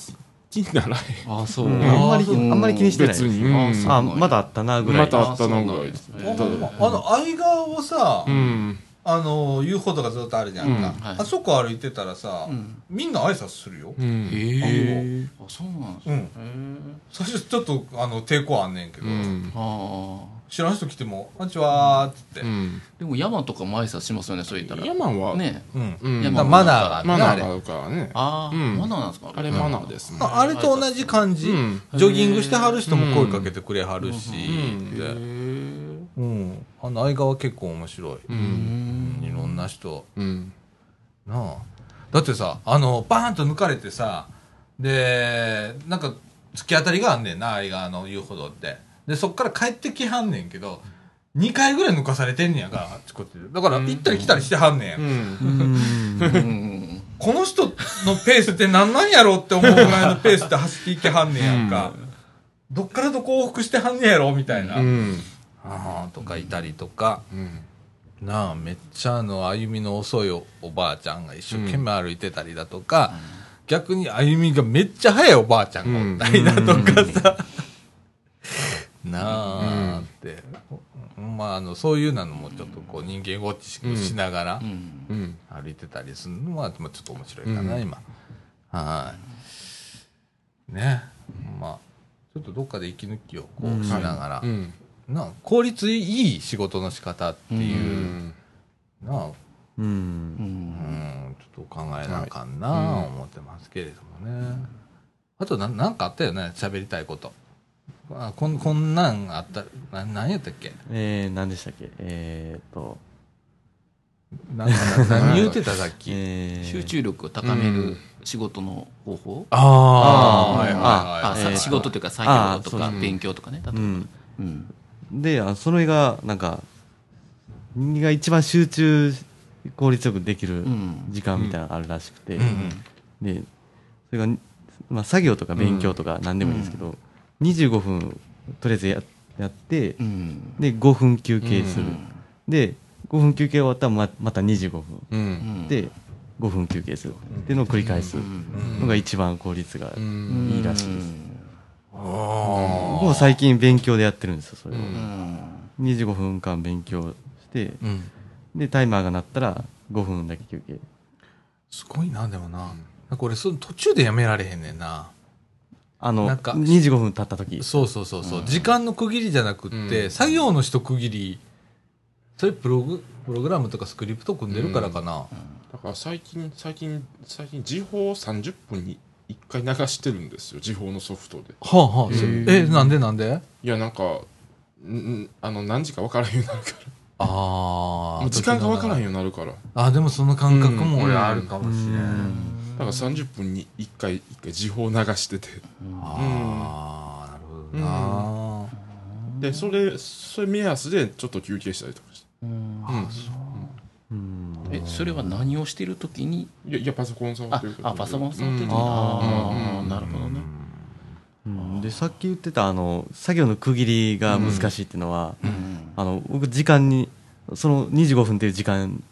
Speaker 4: 気にならへん
Speaker 3: あそう
Speaker 2: うんあんまり
Speaker 3: う
Speaker 2: あんまり気にしてない
Speaker 4: 別に、うん
Speaker 3: あそ
Speaker 2: [LAUGHS]
Speaker 3: う
Speaker 2: あまだあったなぐらい
Speaker 4: また会ったのぐらい
Speaker 1: あほんまあの相川をさ、
Speaker 4: うん
Speaker 1: あの遊歩とかずっとあるじゃんか、
Speaker 4: うん
Speaker 3: はい
Speaker 1: あそこ歩いてたらさ、
Speaker 3: うん
Speaker 1: みんな挨拶するよ、
Speaker 4: うん
Speaker 3: へえあそうなんです
Speaker 1: う
Speaker 3: ね
Speaker 1: ん、
Speaker 3: へえ
Speaker 1: 最初ちょっとあの抵抗あんねんけど、
Speaker 4: うん
Speaker 3: ああ
Speaker 1: 知らん人来ても「こんにちは」っつって、
Speaker 4: うん
Speaker 3: でも山とかも挨拶しますよねそう言ったら
Speaker 4: ヤマンは、
Speaker 3: ねえ
Speaker 1: うん
Speaker 4: うん
Speaker 1: だ
Speaker 3: ヤ
Speaker 1: から
Speaker 3: マ
Speaker 1: マナーがあるね
Speaker 4: マ
Speaker 1: あ
Speaker 4: ナー
Speaker 1: れ
Speaker 4: があるからね
Speaker 3: ああ、
Speaker 4: うん
Speaker 3: マナーなんですか
Speaker 4: あれマナーですね
Speaker 1: まああれと同じ感じ、
Speaker 4: うん
Speaker 1: ジョギングしてはる人も声かけてくれはるし、
Speaker 4: うん
Speaker 1: で
Speaker 3: へ
Speaker 1: うん、あの相川結構面白い、
Speaker 4: う
Speaker 3: え
Speaker 4: ん
Speaker 1: うんいろんな人
Speaker 4: うん
Speaker 1: なあだってさあのバーンと抜かれてさでなんか突き当たりがあんねんな相川の遊歩道ってでそっから帰ってきはんねんけど2回ぐらい抜かされてんねやからあっちこっちでだから
Speaker 4: うん
Speaker 1: 行ったり来たりしてはんねん、
Speaker 4: うん
Speaker 2: うん
Speaker 3: うん
Speaker 1: この人のペースってなんなんやろって思うぐらいのペースで走っていけはんねんやんか、どっからどこ往復してはんねやろみたいな、
Speaker 4: うん
Speaker 1: ああとかいたりとか
Speaker 4: うん
Speaker 1: なあめっちゃあの歩みの遅いおばあちゃんが一生懸命歩いてたりだとか、逆に歩みがめっちゃ速いおばあちゃんがおったりだとかさ、 [LAUGHS] なあって、まああのそういうなのもちょっとこう人間ウォッチししながら
Speaker 3: うん
Speaker 4: うん
Speaker 1: 歩いてたりするのはまあちょっと面白いかな、
Speaker 4: うん
Speaker 1: 今はいねまあちょっとどっかで息抜きをこうしながら、
Speaker 4: うん
Speaker 1: なあ効率いい仕事の仕方っていうう、
Speaker 4: ん
Speaker 1: なあ
Speaker 2: う
Speaker 3: うんん
Speaker 1: うんちょっと考えなあかんな
Speaker 4: はいうん
Speaker 1: 思ってますけれどもね、あとななんかあったよね喋りたいことあこんこんなんあったな何やったっけ
Speaker 2: えー、何でしたっけえー、っと、
Speaker 1: なんかな何言うてたさっき、
Speaker 2: えー、
Speaker 3: 集中力を高める仕事の方法、
Speaker 1: あーはいはい
Speaker 2: あ
Speaker 1: はい
Speaker 3: あさ
Speaker 2: えー
Speaker 3: 仕事というか作業と
Speaker 2: あ
Speaker 3: か
Speaker 2: そう
Speaker 3: 勉強とかねだと
Speaker 2: うん
Speaker 3: うん
Speaker 2: であそれがなんか人間が一番集中効率よくできる
Speaker 3: うん
Speaker 2: 時間みたいなのあるらしくて、
Speaker 1: うん
Speaker 2: でそれが、まあ、作業とか勉強とか何でもいいんですけど、25分とりあえずややって
Speaker 3: うん
Speaker 2: で5分休憩す
Speaker 3: う
Speaker 2: る、
Speaker 3: ん
Speaker 2: で5分休憩終わったらままた25分、
Speaker 4: うん
Speaker 2: で5分休憩するっていうのを繰り返すのが一番効率が、
Speaker 4: うん
Speaker 2: いいらしいです
Speaker 1: あ
Speaker 2: もう最近勉強でやってるんですよそれを、
Speaker 4: うん
Speaker 3: うん
Speaker 2: 25分間勉強して
Speaker 1: ーうん
Speaker 2: でタイマーが鳴ったら5分だけ休憩
Speaker 1: すごいなでもななんか俺その途中でやめられへんねんな
Speaker 2: あの
Speaker 1: なんか
Speaker 2: 25分経った時
Speaker 1: そうそうそうそう、時間の区切りじゃなくって、
Speaker 4: うん
Speaker 1: 作業の一区切りそれプログプログラムとかスクリプト組んでるからかな、
Speaker 4: だから最近最近最近時報を30分に1回流してるんですよ時報のソフトで
Speaker 1: はあはあそえなんでなんで
Speaker 4: いやなんかんんあの何時か分からへんようになるか
Speaker 1: あ
Speaker 4: らも
Speaker 1: あ
Speaker 4: う時間が分からへん
Speaker 1: ん
Speaker 4: ようになるから
Speaker 1: あでもその感覚も俺あるかもしれん、
Speaker 4: だから30分に1回1回時報流してて
Speaker 1: ああなるほどな、
Speaker 4: でそれそれ目安でちょっと休憩したりとかしてうん
Speaker 2: うん
Speaker 3: えそれは何をしてるときに
Speaker 4: いやいやパソコン触っ
Speaker 3: あ
Speaker 4: てる時
Speaker 3: あパソコン触ってる時に
Speaker 4: うん
Speaker 3: ああなるほどね
Speaker 2: うんでさっき言ってたあの作業の区切りが難しいっていうのは、
Speaker 3: うん
Speaker 2: あの僕時間にその25分っていう時間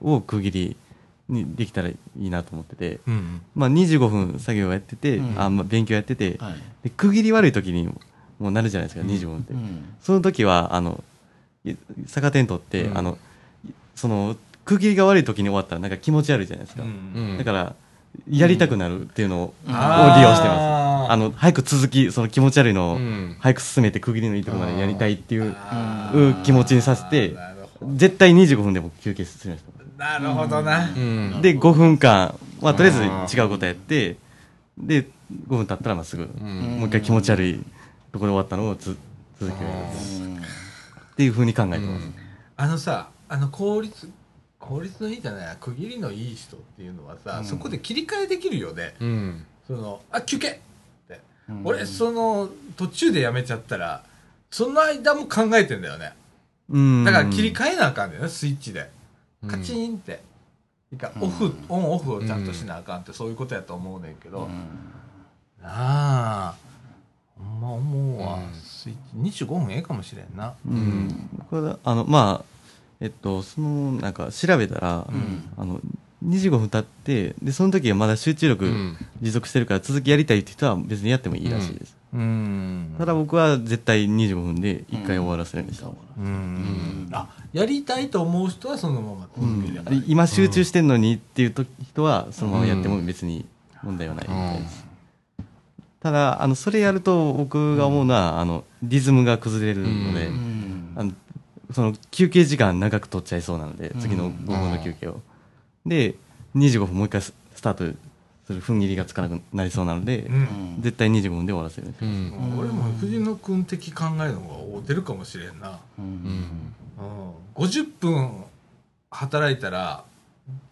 Speaker 2: を区切りにできたらいいなと思ってて、
Speaker 1: うん
Speaker 2: まあ、25分作業やってて、
Speaker 3: うん
Speaker 2: あまあ、勉強やってて、
Speaker 3: はい
Speaker 2: で区切り悪い時にもうなるじゃないですか25分って、
Speaker 3: うん
Speaker 2: その時はあのい逆転取って、
Speaker 4: うん
Speaker 2: あのいその区切りが悪い時に終わったらなんか気持ち悪いじゃないですか、
Speaker 4: うん
Speaker 2: だからやりたくなるっていうのを,、
Speaker 3: う
Speaker 2: を利
Speaker 3: ん
Speaker 2: 用
Speaker 3: あ
Speaker 2: してます
Speaker 1: あ
Speaker 2: あの早く続きその気持ち悪いのを
Speaker 4: うん
Speaker 2: 早く進めて区切りのいいところまでやりたいっていう
Speaker 1: あ
Speaker 2: う気持ちにさせて
Speaker 1: なるほど
Speaker 2: 絶対25分でも休憩するんです
Speaker 1: なるほどな、
Speaker 4: うん
Speaker 2: で5分間、まあ、とりあえず違うことやってで5分経ったらまあすぐ、
Speaker 4: うん
Speaker 2: もう一回気持ち悪いところで終わったのをつ続けるっていうふうに考えてます、
Speaker 1: あのさあの効率効率のいいじゃない区切りのいい人っていうのはさ、
Speaker 3: うん
Speaker 1: そこで切り替えできるよね
Speaker 4: うん
Speaker 1: そのあ休憩俺、その、途中でやめちゃったら、その間も考えてんだよね。
Speaker 2: うん
Speaker 1: だから切り替えなあかんだよね、スイッチで。
Speaker 5: うん
Speaker 1: カチンって。なんかオフ、オンオフをちゃんとしなあかんって、そういうことやと思うねんけど。なあ。ほんま思うわ。
Speaker 5: うん
Speaker 1: スイッチ、25分ええかもしれんな。
Speaker 2: うん、これあのまあえっとそのなんか調べたら、あの25分経ってでその時はまだ集中
Speaker 5: う
Speaker 2: 力
Speaker 5: ん
Speaker 2: 持続してるから続きやりたいって人は別にやってもいいらしいです、
Speaker 1: うん。
Speaker 2: ただ僕は絶対25分で1回終わらせるんでした、
Speaker 1: うん、あ、やりたいと思う人はそのまま続ければいい。
Speaker 2: 今集中してんのにっていうと人はそのままやっても別に問題はないみたいです、ただあのそれやると僕が思うのは、あのリズムが崩れるので、
Speaker 5: う
Speaker 2: あのその休憩時間長く取っちゃいそうなので次の5分の休憩を、で25分もう一回ススタートする踏ん切りがつかなくなりそうなので、
Speaker 1: うん。
Speaker 2: 絶対25分で終わらせる、
Speaker 5: うん
Speaker 1: 俺も藤野君的考えの方が合うてるかもしれんな。
Speaker 5: うん
Speaker 1: うん、50分働いたら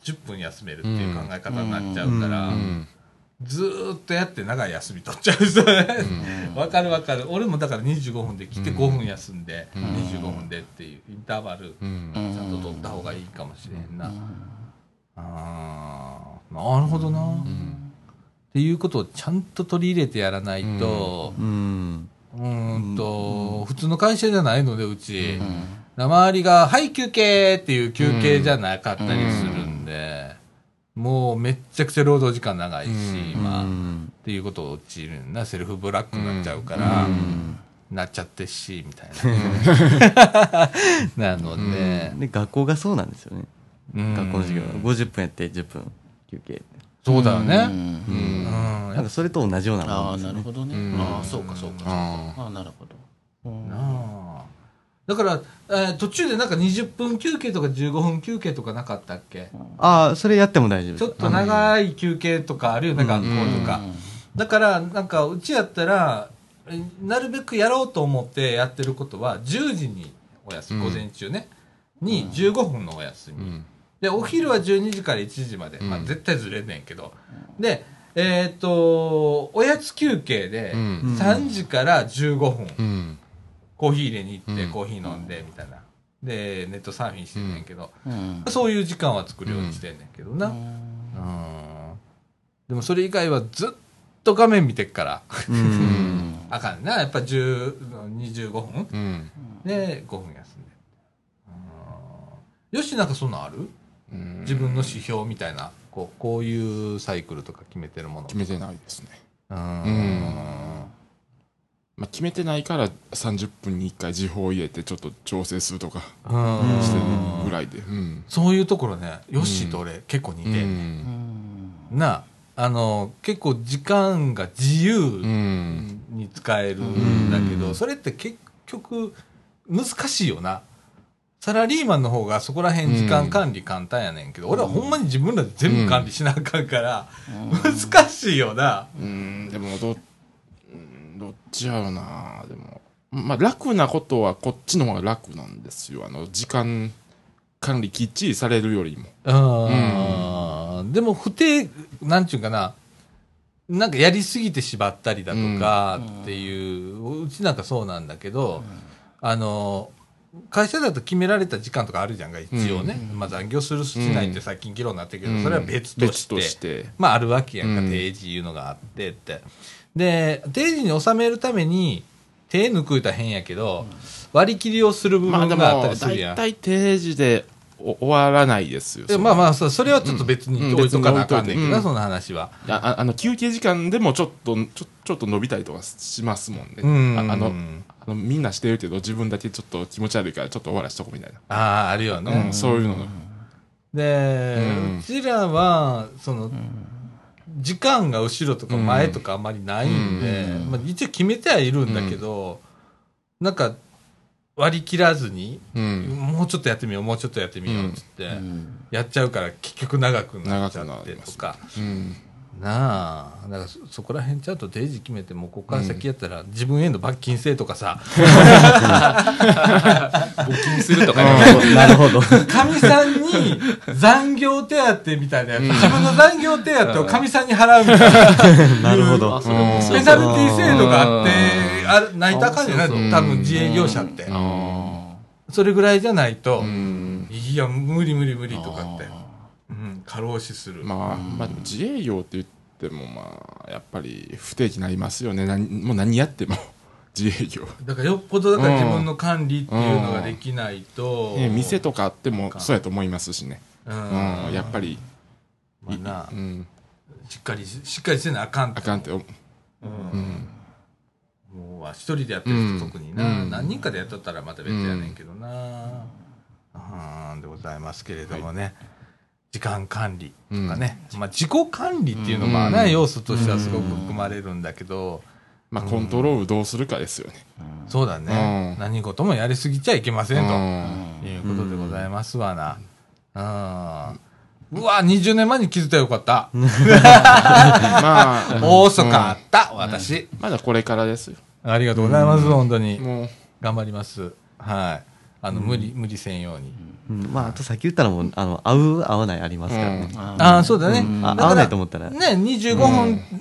Speaker 1: 10分休めるっていう考え方になっちゃうから、
Speaker 5: うん
Speaker 1: ずーっとやって長い休み取っちゃう人ねわ、かるわかる俺もだから25分で来て
Speaker 5: うん
Speaker 1: 5分休んで、
Speaker 5: うん
Speaker 1: 25分でっていうインターバル
Speaker 5: うん
Speaker 1: ちゃんと取った方がいいかもしれんな、あーなるほどな、っていうことをちゃんと取り入れてやらないと、
Speaker 2: うん
Speaker 1: うーんと、普通の会社じゃないので、うち。周りが、はい、休憩っていう休憩じゃなかったりするんで、もうめっちゃくちゃ労働時間長いし、
Speaker 5: うん
Speaker 1: 今、
Speaker 2: う
Speaker 1: っ
Speaker 2: ん
Speaker 1: ていうことを陥るんだ。セルフブラックになっちゃうから、なっちゃってし、みたい [LAUGHS] な。なので、
Speaker 2: で学校がそうなんですよね、
Speaker 1: うん
Speaker 2: 学校の授業が50分やって10分休憩
Speaker 1: そうだよね。
Speaker 5: う
Speaker 1: う
Speaker 2: うん
Speaker 1: んん、
Speaker 2: なんかそれと同じような
Speaker 3: あ
Speaker 2: も
Speaker 3: あ
Speaker 2: んです
Speaker 3: な
Speaker 2: よ
Speaker 3: る
Speaker 2: ね
Speaker 3: ほどね、
Speaker 5: うん
Speaker 3: ああそうかそうかそうか
Speaker 5: あ
Speaker 3: ああなるほどうん
Speaker 1: なあだから、えー途中でなんか20分休憩とか15分休憩とかなかったっけ
Speaker 2: ああそれやっても大丈夫
Speaker 1: ち
Speaker 2: です
Speaker 1: ょっと長い休憩とかあるよね、学校とか。だから、なんか、うちやったら、えなるべくやろうと思ってやってることは、10時にお休み、
Speaker 5: うん
Speaker 1: 午前中ね、に15分のお休み。で、お昼は12時から1時まで。まあ、
Speaker 5: うん
Speaker 1: 絶対ずれんねんけど。で、えっ、と、おやつ休憩で、
Speaker 5: うん
Speaker 1: 3時から15分、
Speaker 5: うん
Speaker 1: コーヒー入れに行って、
Speaker 5: うん
Speaker 1: コーヒー飲んで、みたいな。で、ネットサーフィンしてんねんけど、
Speaker 3: うん
Speaker 1: そういう時間は作るようにしてんねんけどな。うんでもそれ以外はずっと画面見てっから。
Speaker 2: うん
Speaker 1: あかんな。やっぱ10 25分
Speaker 5: うん
Speaker 1: で5分休んで。うんよし、なんかそんなんある自分の指標みたいな。こうこういうサイクルとか決めてるもの。
Speaker 4: 決めてないですね、
Speaker 1: うん
Speaker 5: うん
Speaker 4: まあ、決めてないから30分に1回時報を入れてちょっと調整するとか
Speaker 1: うん
Speaker 4: してるぐらいで、
Speaker 5: うん
Speaker 1: そういうところね、よしと俺結構似てんねん。なあ、あの、結構時間が自由
Speaker 5: うん
Speaker 1: に使えるんだけど、それって結局難しいよな。サラリーマンの方がそこら辺時間管理簡単やねんけど、俺はほんまに自分らで全部管理しなあかんから、難しいよな。
Speaker 4: うんでもどうんどっちやろうなでもまあ楽なことはこっちの方が楽なんですよあの時間管理きっちりされるよりも
Speaker 1: うん。でも不定、なんちゅうかな、なんかやりすぎてしまったりだとかっていう、うちなんかそうなんだけど、あの、会社だと決められた時間とかあるじゃんか、一応ね。まあ残業するしないって最近議論になってるけど、それは別として。
Speaker 4: 別として
Speaker 1: まああるわけやんか、
Speaker 5: うん
Speaker 1: 定時いうのがあってって。で、定時に収めるために、手抜くいたら変やけど、割り切りをする部
Speaker 4: まあ
Speaker 1: 分
Speaker 4: で
Speaker 1: があっ
Speaker 4: も
Speaker 1: たりするや
Speaker 4: 大
Speaker 1: ん。
Speaker 4: 体定時でお終わらないですよ
Speaker 1: で
Speaker 4: その
Speaker 1: まあまあそうそれはちょっと別に
Speaker 4: うん
Speaker 1: 置いとかなあかんねんけどな、
Speaker 4: うん
Speaker 1: その話は。
Speaker 4: いやああの休憩時間でもちょっとちょちょっと伸びたりとかしますもんね、
Speaker 1: うん
Speaker 4: ああのあのみんなしてるけど自分だけちょっと気持ち悪いからちょっと終わらしとこうみたいな、
Speaker 1: ああ、あるよ
Speaker 4: うん
Speaker 1: ね。
Speaker 4: そういうのが
Speaker 1: で、
Speaker 5: うん
Speaker 1: うちらは、その、時間が後ろとか前とかあんまりないんで、まあ、一応決めてはいるんだけど、なんか割り切らずに、
Speaker 5: うん
Speaker 1: もうちょっとやってみよう、もうちょっとやってみようっつって、
Speaker 3: うん
Speaker 1: やっちゃうから結局長くなっちゃ
Speaker 4: 長
Speaker 1: っ
Speaker 4: くな
Speaker 1: て
Speaker 4: りま
Speaker 1: と
Speaker 4: す
Speaker 1: か。
Speaker 5: うん
Speaker 1: なあ、だからそそこら辺ちゃんと定時決めて、もうここから先やったら自分への罰金制とかさ、
Speaker 5: 募金するとか
Speaker 2: なるほど
Speaker 1: かみさんにに残業手当みたいなやつ、自分の残業手当をかみさんに払うみたいな、
Speaker 2: なるほど
Speaker 3: あ。それもそう
Speaker 1: ペナルティ制度があって、あれ泣いたかんじゃない
Speaker 4: うん
Speaker 1: 多分自営業者って。
Speaker 4: あ
Speaker 1: それぐらいじゃないと
Speaker 4: ーう、ん
Speaker 1: いや、無理無理無理とかって
Speaker 3: あ、
Speaker 1: うん、過労死する。
Speaker 4: まあ、まあ、でも自営業って言っても、まあ、やっぱり不定期になりますよね。何もう何やっても、 [LAUGHS] 自営業。
Speaker 1: だからよっぽどだから自分の管理っていうのができないと、
Speaker 4: ね、店とかあっても、そうやと思いますしね。
Speaker 1: うん、
Speaker 4: うん、やっぱり、
Speaker 1: まあな
Speaker 4: うん、
Speaker 1: しっかりししっかりせなあかん
Speaker 4: あかんって思う。うん。
Speaker 1: もうは一人でやってる人、
Speaker 4: うん
Speaker 1: 特にな、
Speaker 4: うん
Speaker 1: 何人かでやっとったらまた別やねんけどな、うん、でございますけれどもね、時間管理とかね、まあ、自己管理っていうのがね、
Speaker 4: うん
Speaker 1: 要素としてはすごく含まれるんだけど、
Speaker 4: まあ、コントロールどうするかですよね。
Speaker 1: そうだね、
Speaker 4: うん
Speaker 1: 何事もやりすぎちゃいけませんと。
Speaker 4: うん
Speaker 1: いうことでございますわな。うん。うわ、20年前に気づいたらよかった。
Speaker 4: [LAUGHS] まあ、
Speaker 1: 大遅かった、私。
Speaker 4: まだこれからですよ。
Speaker 1: ありがとうございます、本当に。
Speaker 4: もう、
Speaker 1: 頑張ります。はい。あの、無理、無理せんように。
Speaker 2: うんまあ、あとさっき言ったらもう、あの、合う、合わないありますからね。
Speaker 1: ああ、そうだね。だか
Speaker 2: あ
Speaker 1: ら
Speaker 2: 合わないと思ったら。
Speaker 1: ね、25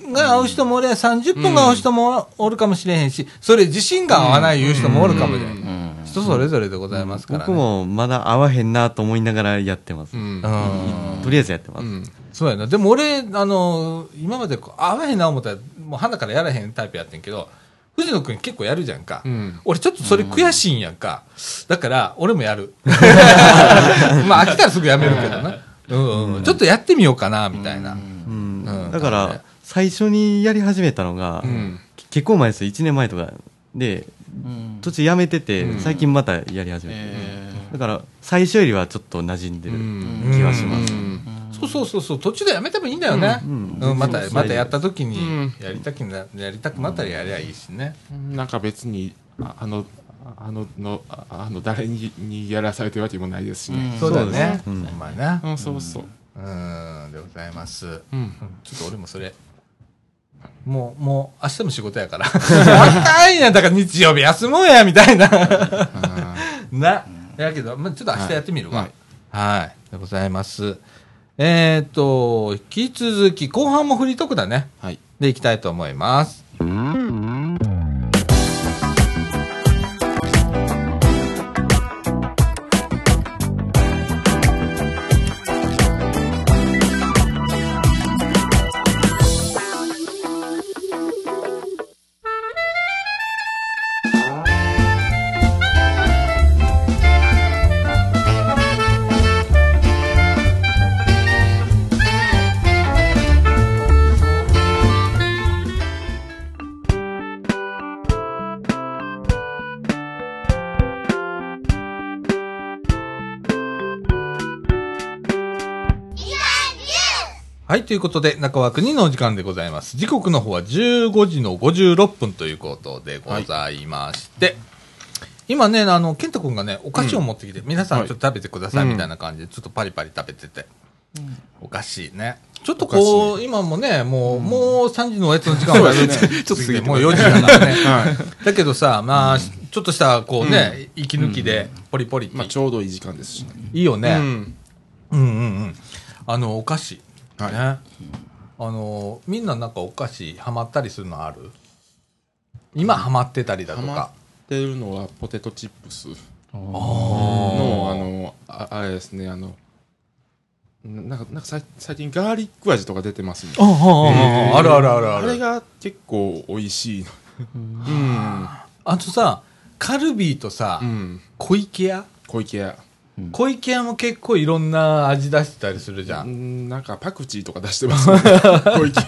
Speaker 1: 分が合う人もおれ、30分が合う人もおるかもしれへんし、それ自信が合わないいう人もおるかもしれ
Speaker 4: うん
Speaker 1: ん。人それぞれでございますから
Speaker 2: 僕
Speaker 1: ね。
Speaker 2: もまだ合わへんなと思いながらやってます。
Speaker 4: うん
Speaker 1: う。ん。
Speaker 2: とりあえずやってます。
Speaker 4: うん。
Speaker 1: そうやな。でも俺、あの、今までこう合わへんな思ったら、もう鼻からやらへんタイプやってんけど、藤野くん結構やるじゃんか。
Speaker 4: うん
Speaker 1: 俺ちょっとそれ悔しいんやんか。だから、俺もや
Speaker 2: [LAUGHS]
Speaker 1: る。まあ、飽きたらすぐやめるけどな。うんうん、ちょっとやってみようかな、みたいな。
Speaker 2: うん
Speaker 1: うん
Speaker 2: だから、
Speaker 1: だね
Speaker 2: 最初にやり始めたのが、
Speaker 4: うん
Speaker 2: け結構前ですよ1年前とかで
Speaker 3: うん
Speaker 2: 途中やめてて、
Speaker 4: うん
Speaker 2: 最近またやり始めて、
Speaker 3: え
Speaker 2: だから最初よりはちょっと馴染んで
Speaker 4: う
Speaker 2: る、
Speaker 4: ん。。
Speaker 1: 気が
Speaker 2: します
Speaker 1: そうそうそうそう、途中でやめてもいいんだよね。う
Speaker 2: うんんうん
Speaker 1: また
Speaker 2: そう、そう
Speaker 1: またやった時に
Speaker 4: うん、
Speaker 1: やりたくな、やりたくなったらやりゃいいしね。
Speaker 4: なんか別に、ああの、あの、のああの誰ににやらされてるわけでもないですしね。
Speaker 1: そうだね。
Speaker 2: そうですね
Speaker 1: ほんまあな
Speaker 4: う。ん、そうそう。
Speaker 1: うん、でございます。
Speaker 4: うん。
Speaker 1: ちょっと俺もそれ。もう、もう、明日も仕事やから。若いやん、だから日曜日休もうや、みたいな。な。やけど、まあ、ちょっと明日やってみるわ。は
Speaker 4: はいい。
Speaker 1: でございます。えっ、と、引き続き、後半もフリートークだね。
Speaker 4: はい。
Speaker 1: で、いきたいと思います。はい、ということで、中川国のお時間でございます。時刻の方は15時の56分ということでございまして、今ね、あの、健太君がね、お菓子を持ってきて、皆さんちょっと食べてくださいみたいな感じで、ちょっとパリパリ食べてて、お菓子ね。ちょっとこう、今もね、もう、もう3時のおやつの時間は、ね、 [LAUGHS] ちょっと過ぎて、もう4時だからね。だけどさ、まあ、ちょっとした、こうね、息抜きで、ポリポリって、
Speaker 4: まあ、ちょうどいい時間ですしね。
Speaker 1: いいよね。
Speaker 4: うん。
Speaker 1: うんうんうん。あの、お菓子。
Speaker 4: はい
Speaker 1: ね。あの、みんななんかお菓子ハマったりするのある今ハマってたりだ
Speaker 4: ハ
Speaker 1: と
Speaker 4: マっ
Speaker 1: か。
Speaker 4: てるのはポテトチップスの、あの、ああれですね、あの、ななんか、なんかさい最近ガーリック味とか出てますね。
Speaker 1: あああるあるあるあ
Speaker 4: あれ
Speaker 1: る。
Speaker 4: が結構美味しいの。うん。
Speaker 1: あとさ、カルビーとさ
Speaker 4: う、ん。
Speaker 1: 小池屋
Speaker 4: 小池屋。
Speaker 1: 小池屋も結構いろんな味出してたりするじゃ。
Speaker 4: うんんなんかパクチーとか出してます [LAUGHS] ね。小池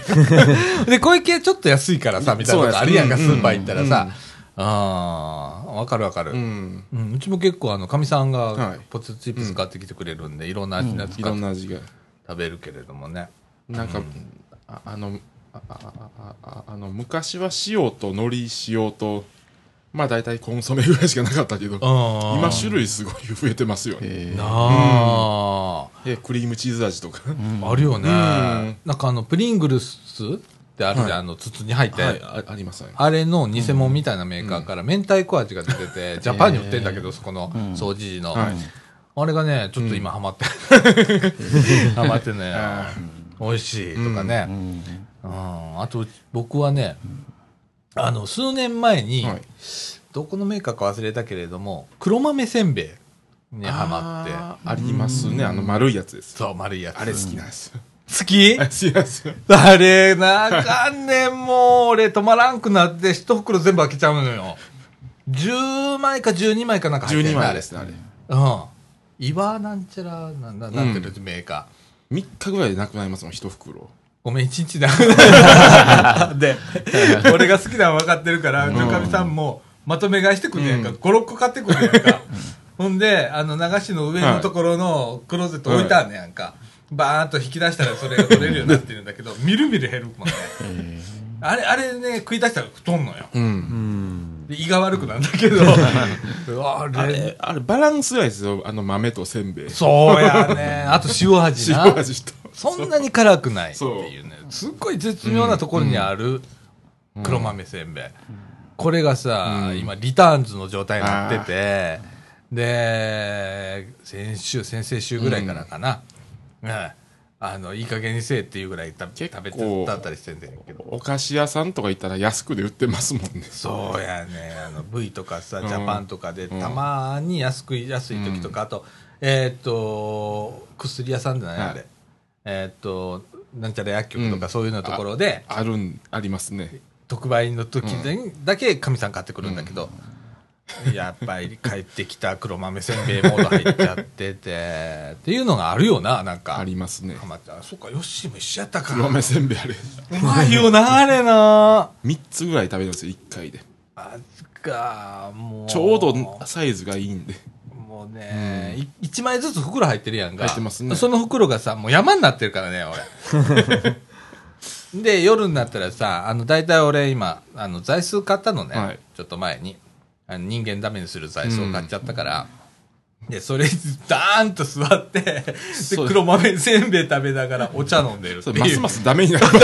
Speaker 1: で、小池屋ちょっと安いからさ、みたいなことあるやんか、ス
Speaker 4: そうです
Speaker 1: ーパー行ったらさ。ああ、わかるわかる。
Speaker 4: 屋。うん。
Speaker 1: うん、うちも結構あの、かみさん
Speaker 4: は
Speaker 1: が
Speaker 4: い
Speaker 1: ポテトチップス買ってきてくれるんで、いろんな味のやつ
Speaker 4: い
Speaker 1: 買
Speaker 4: ろ
Speaker 1: っ
Speaker 4: ん
Speaker 1: て
Speaker 4: な味が。
Speaker 1: 食べるけれどもね。
Speaker 4: なんか、ああの、あああああの昔は塩と海苔塩とまあ大体コンソメぐらいしかなかったけど
Speaker 1: 今
Speaker 4: 今種類すごい増えてますよね
Speaker 1: なあ、
Speaker 4: えクリームチーズ味とか、
Speaker 1: あるよね、
Speaker 4: ん
Speaker 1: なんかあのプリングルスってあるじゃん、あの筒に入って、
Speaker 4: はいあありますね
Speaker 1: あれの偽物みたいなメーカーから明太子味が出てて、ジャパンに売ってんだけど、そこの総知事の、
Speaker 4: はい
Speaker 1: あれがね、ちょっと今ハマって、
Speaker 4: [LAUGHS]
Speaker 1: ハマってね、美味しいとかね。うんあと、僕はね、あの、数年前に、
Speaker 4: はい
Speaker 1: どこのメーカーか忘れたけれども、黒豆せんべいにハマって、
Speaker 4: あーありますねあの丸いやつです
Speaker 1: そう、丸いやつ。
Speaker 4: あれ好きなんです
Speaker 1: 好き
Speaker 4: [LAUGHS] 好きなんですよ
Speaker 1: あれ、なあかんねん、もう、俺、止まらんくなって、一袋全部開けちゃうのよ。10枚か12枚かなんか入って
Speaker 4: 12
Speaker 1: んだ
Speaker 4: 枚ですねあれ
Speaker 1: うん。岩なんちゃら、なんななんていうのメーカー。
Speaker 4: 3日ぐらいでなくなりますもん一袋
Speaker 1: ごめん、一日だ。 [LAUGHS] で、 [LAUGHS] 俺が好きなの分かってるから、女将さんもまとめ買いしてくんねやんか。
Speaker 4: うん
Speaker 1: 5、6個買ってくんねやんか。ほんで、あの、流しの上のところのクローゼット置いたんねやんか。バーンと引き出したらそれが取れるようになってるんだけど、みるみる減るもんね。あれ、あれね、食い出したら太んのよ。
Speaker 4: うん
Speaker 2: うん。
Speaker 1: で胃が悪くなんだけ [LAUGHS] ど。あ
Speaker 4: あれあれバランスがいいですよあの豆とせんべい
Speaker 1: そうや
Speaker 4: [LAUGHS]
Speaker 1: ね。あと塩味な。
Speaker 4: 塩味と
Speaker 1: そんなに辛くないって
Speaker 4: そう
Speaker 1: いうね。すっごい絶妙なところにある黒豆せんべい。これがさ、
Speaker 4: うん
Speaker 1: 今、リターンズの状態になってて、で、先週、先々週ぐらいからかな。うんあの、いい加減にせえっていうぐらいた食
Speaker 4: 結構
Speaker 1: べてたったりしてんだけど。
Speaker 4: お菓子屋さんとか行ったら安くで売ってますもんね
Speaker 1: そうやね。あの、V とかさ、
Speaker 4: うん
Speaker 1: ジャパンとかで、
Speaker 4: うん
Speaker 1: たまに安く、安い時とか、あと、えーっと、薬屋さんじゃない
Speaker 4: はい
Speaker 1: あれ。えーっと、なんちゃら薬局とかそういうようなところで、
Speaker 4: あるんありますね
Speaker 1: 特売の時にだけかみさん買ってくるんだけど、やっぱり帰ってきた黒豆せんべいモード入っちゃって
Speaker 4: [LAUGHS]
Speaker 1: て、っていうのがあるよな、なんか。
Speaker 4: ありますね
Speaker 1: ハマってあそっか、ヨッシーも一緒やったか。
Speaker 4: 黒豆せんべいあれ
Speaker 1: うまいよな、あれな。
Speaker 4: 3つぐらい食べるんですよ1回で
Speaker 1: あっか、もう。
Speaker 4: ちょうどサイズがいいんで
Speaker 1: もうね、い一1枚ずつ袋入ってるやんか。
Speaker 4: 入ってますね
Speaker 1: その袋がさ、もう山になってるからね、
Speaker 4: [LAUGHS]
Speaker 1: 俺。で、夜になったらさ、あの、大体俺今、あの、座椅子買ったのね、
Speaker 4: はい
Speaker 1: ちょっと前に。あの人間ダメにする座椅子を買っちゃったから。で、それにダーンと座って、で
Speaker 4: そう
Speaker 1: 黒豆せんべい食べながらお茶飲んでるって
Speaker 4: そ
Speaker 1: いう。
Speaker 4: れますますダメになります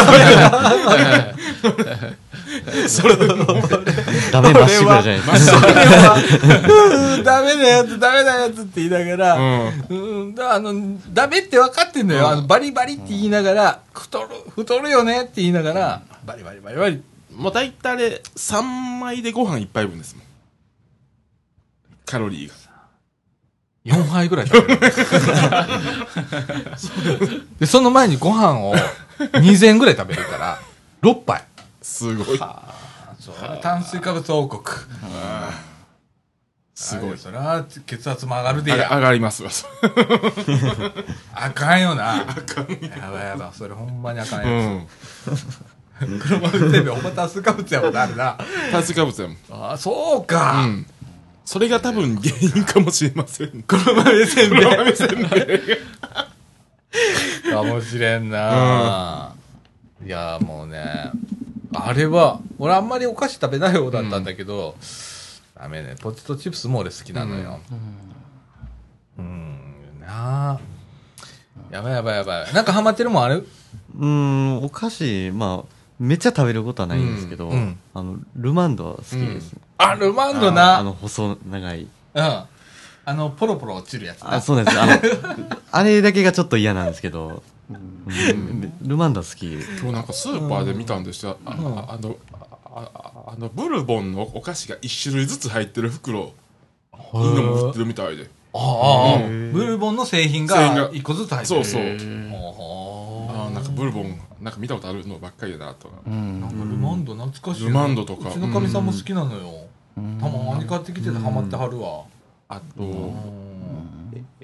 Speaker 2: ダメまっしぐらじゃないですか。
Speaker 1: それは、うん [LAUGHS] ダメなやつ、ダメなやつって言いながら、うん、だあの、ダメって分かってんのよ。あのバリバリって言いながら、太る、太るよねって言いながら、バリバリバリバリ。
Speaker 4: もう大体あれ3枚でご飯一杯分ですもんカロリーが
Speaker 1: 4杯ぐらい食べる。 [LAUGHS] で、その前にご飯を2膳ぐらい食べるから、6杯。
Speaker 4: すごい
Speaker 1: そう炭水化物王国。
Speaker 4: すごい
Speaker 1: それは血圧も上がるで
Speaker 4: あれ
Speaker 1: や。
Speaker 4: 上がりますわそれ
Speaker 1: あかんよな。やばいやばい。それほんまにあかんやつ。
Speaker 4: うん
Speaker 1: 黒豆せんべい、おば炭水化物やもんな、あるな。
Speaker 4: 炭水化物やもん
Speaker 1: あそうか。
Speaker 4: うんそれが多分原因かもしれません
Speaker 1: 黒豆せんべい。
Speaker 4: せんべい
Speaker 1: かもしれんな、いや、もうね。あれは、俺あんまりお菓子食べない方だったんだけど、ダメね。ポテトチップスも俺好きなのよ。うん、なあ。やばいやばいやばい。なんかハマってるもんある
Speaker 2: うん、お菓子、まあ、めっちゃ食べることはないんですけど、
Speaker 1: うんうん
Speaker 2: あの、ルマンドは好きです。
Speaker 1: あ、ルマンド
Speaker 2: あの、
Speaker 1: な。
Speaker 2: 細長い。
Speaker 1: うん。あの、ポロポロ落ちるやつ
Speaker 2: あ、
Speaker 1: な。
Speaker 2: そうなんです。あの、 [LAUGHS] あれだけがちょっと嫌なんですけど、うんルマンドは好き。
Speaker 4: 今日なんかスーパーで見たんですよ、あああのあああのブルボンのお菓子が1種類ずつ入ってる袋いいのも売ってるみたいで
Speaker 1: ああああ、
Speaker 4: う
Speaker 1: ブルボンの製品
Speaker 4: 製品
Speaker 1: が
Speaker 4: が
Speaker 1: 一個ずつ入って
Speaker 4: そ
Speaker 1: る。
Speaker 4: うそう
Speaker 1: ほうほう
Speaker 4: あーなんかブルボンなんか見たことあるのばっかりだなと
Speaker 3: うん
Speaker 1: なんかルマンド懐かしいな
Speaker 4: ルマンドとか
Speaker 1: うちのかみさんも好きなのよたまに買ってきててハマってはるわ
Speaker 4: あと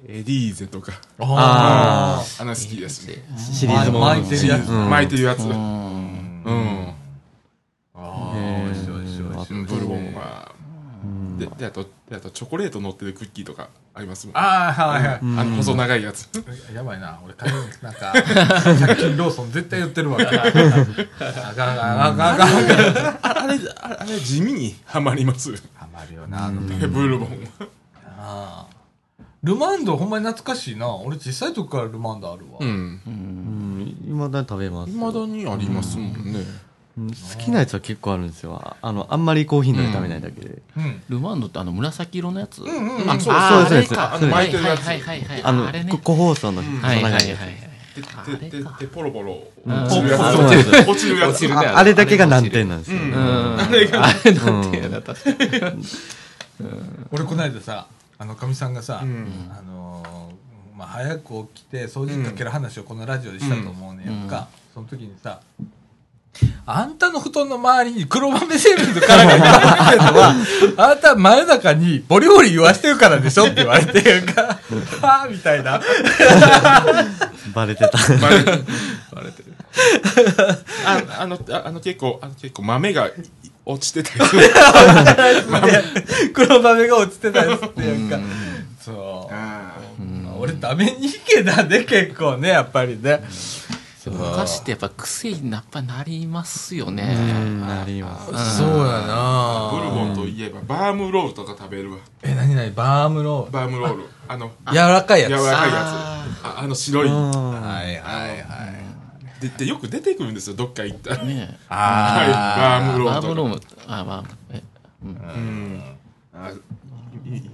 Speaker 4: エリーゼとか
Speaker 2: あ
Speaker 1: ー
Speaker 4: あの好きですね
Speaker 2: シリーズも。
Speaker 1: 巻いてるやつ
Speaker 2: うん
Speaker 4: 巻いてるやつ
Speaker 3: う
Speaker 4: うん
Speaker 3: ん
Speaker 1: あ
Speaker 2: へ
Speaker 1: ー
Speaker 2: ー
Speaker 1: 美味しい美味しい美味し
Speaker 4: う
Speaker 1: い
Speaker 4: んブルボンはでであとであとチョコレート乗ってるクッキーとかありますもん
Speaker 1: ああはいは
Speaker 4: あの細長いやつ
Speaker 1: いやばいな俺多分なんか100均ローソン絶対言ってるわあかんあかんあかんあかんあかん
Speaker 4: ああれああれ地味にはまります
Speaker 1: ハマるよなあの時
Speaker 4: ブルボン
Speaker 1: な
Speaker 4: は
Speaker 1: ルマンドほんまに懐かしいな俺小さい時からルマンドあるわ
Speaker 4: うん
Speaker 2: うん、未だに食べます。
Speaker 4: いまだにありますもんね
Speaker 2: うん好きなやつは結構あるんですよあのあんまりコーヒーの食べないだけで、
Speaker 1: うん。
Speaker 3: ルマンドってあの紫色のやつ、
Speaker 4: う
Speaker 3: は
Speaker 4: んうん、あ、そう
Speaker 2: あーそ
Speaker 4: そう
Speaker 2: う
Speaker 4: で
Speaker 2: です
Speaker 4: す。
Speaker 2: そうです
Speaker 4: あの、
Speaker 3: いは
Speaker 4: 巻い
Speaker 3: い
Speaker 4: てるやつ。
Speaker 3: はいはいはい
Speaker 2: あの
Speaker 3: あれね
Speaker 2: こ個包装の
Speaker 3: はいはい
Speaker 2: の
Speaker 3: はい
Speaker 2: やつ
Speaker 3: はい
Speaker 4: て
Speaker 3: あれ
Speaker 4: てて
Speaker 3: か
Speaker 4: てポロポロ
Speaker 3: ん
Speaker 4: 落ちるやつ
Speaker 2: そうなんです
Speaker 4: 落ちるやつ
Speaker 3: 落ちるね
Speaker 2: ああれだけが難点なんですよ、
Speaker 4: うん
Speaker 3: うんあ
Speaker 4: れ
Speaker 3: れ
Speaker 4: が
Speaker 3: なんてやな確かに
Speaker 1: 俺この間さあのかみさんがさ、
Speaker 4: うん
Speaker 1: あのーまあ、早く起きて掃除にかける話をこのラジオでしたと思うねやんか、その時にさあんたの布団の周りに黒豆成分の殻がいっぱいあるのは、あんたは真夜中にボリボリ言わしてるからでしょって言われてやん [LAUGHS] か、はあみたいな。
Speaker 2: バレてた
Speaker 4: バレてる。ああの、ああの結構、あの結構豆がい落ちてたりする。
Speaker 1: 黒豆が落ちてたやつってやんか。そう。まあ俺ダメにいけだね、結構ね、やっぱりね。そう
Speaker 3: お菓子ってやっぱ癖にやっぱなりますよね
Speaker 2: うんなります
Speaker 1: そうやな
Speaker 4: ブルボンといえば、バームロールとか食べるわ。
Speaker 1: え、なになにバームロール。
Speaker 4: バームロール。あの、
Speaker 1: 柔らかいやつ。
Speaker 4: 柔らかいやつ。
Speaker 3: あ
Speaker 4: ああの白い。
Speaker 2: あ
Speaker 1: はいはいはい。
Speaker 4: で、でよく出てくるんですよ、どっか行ったら。
Speaker 3: ね
Speaker 4: はい、バームロール
Speaker 3: バー
Speaker 4: とか。
Speaker 3: ムロームあまあえ
Speaker 4: うん。あいいい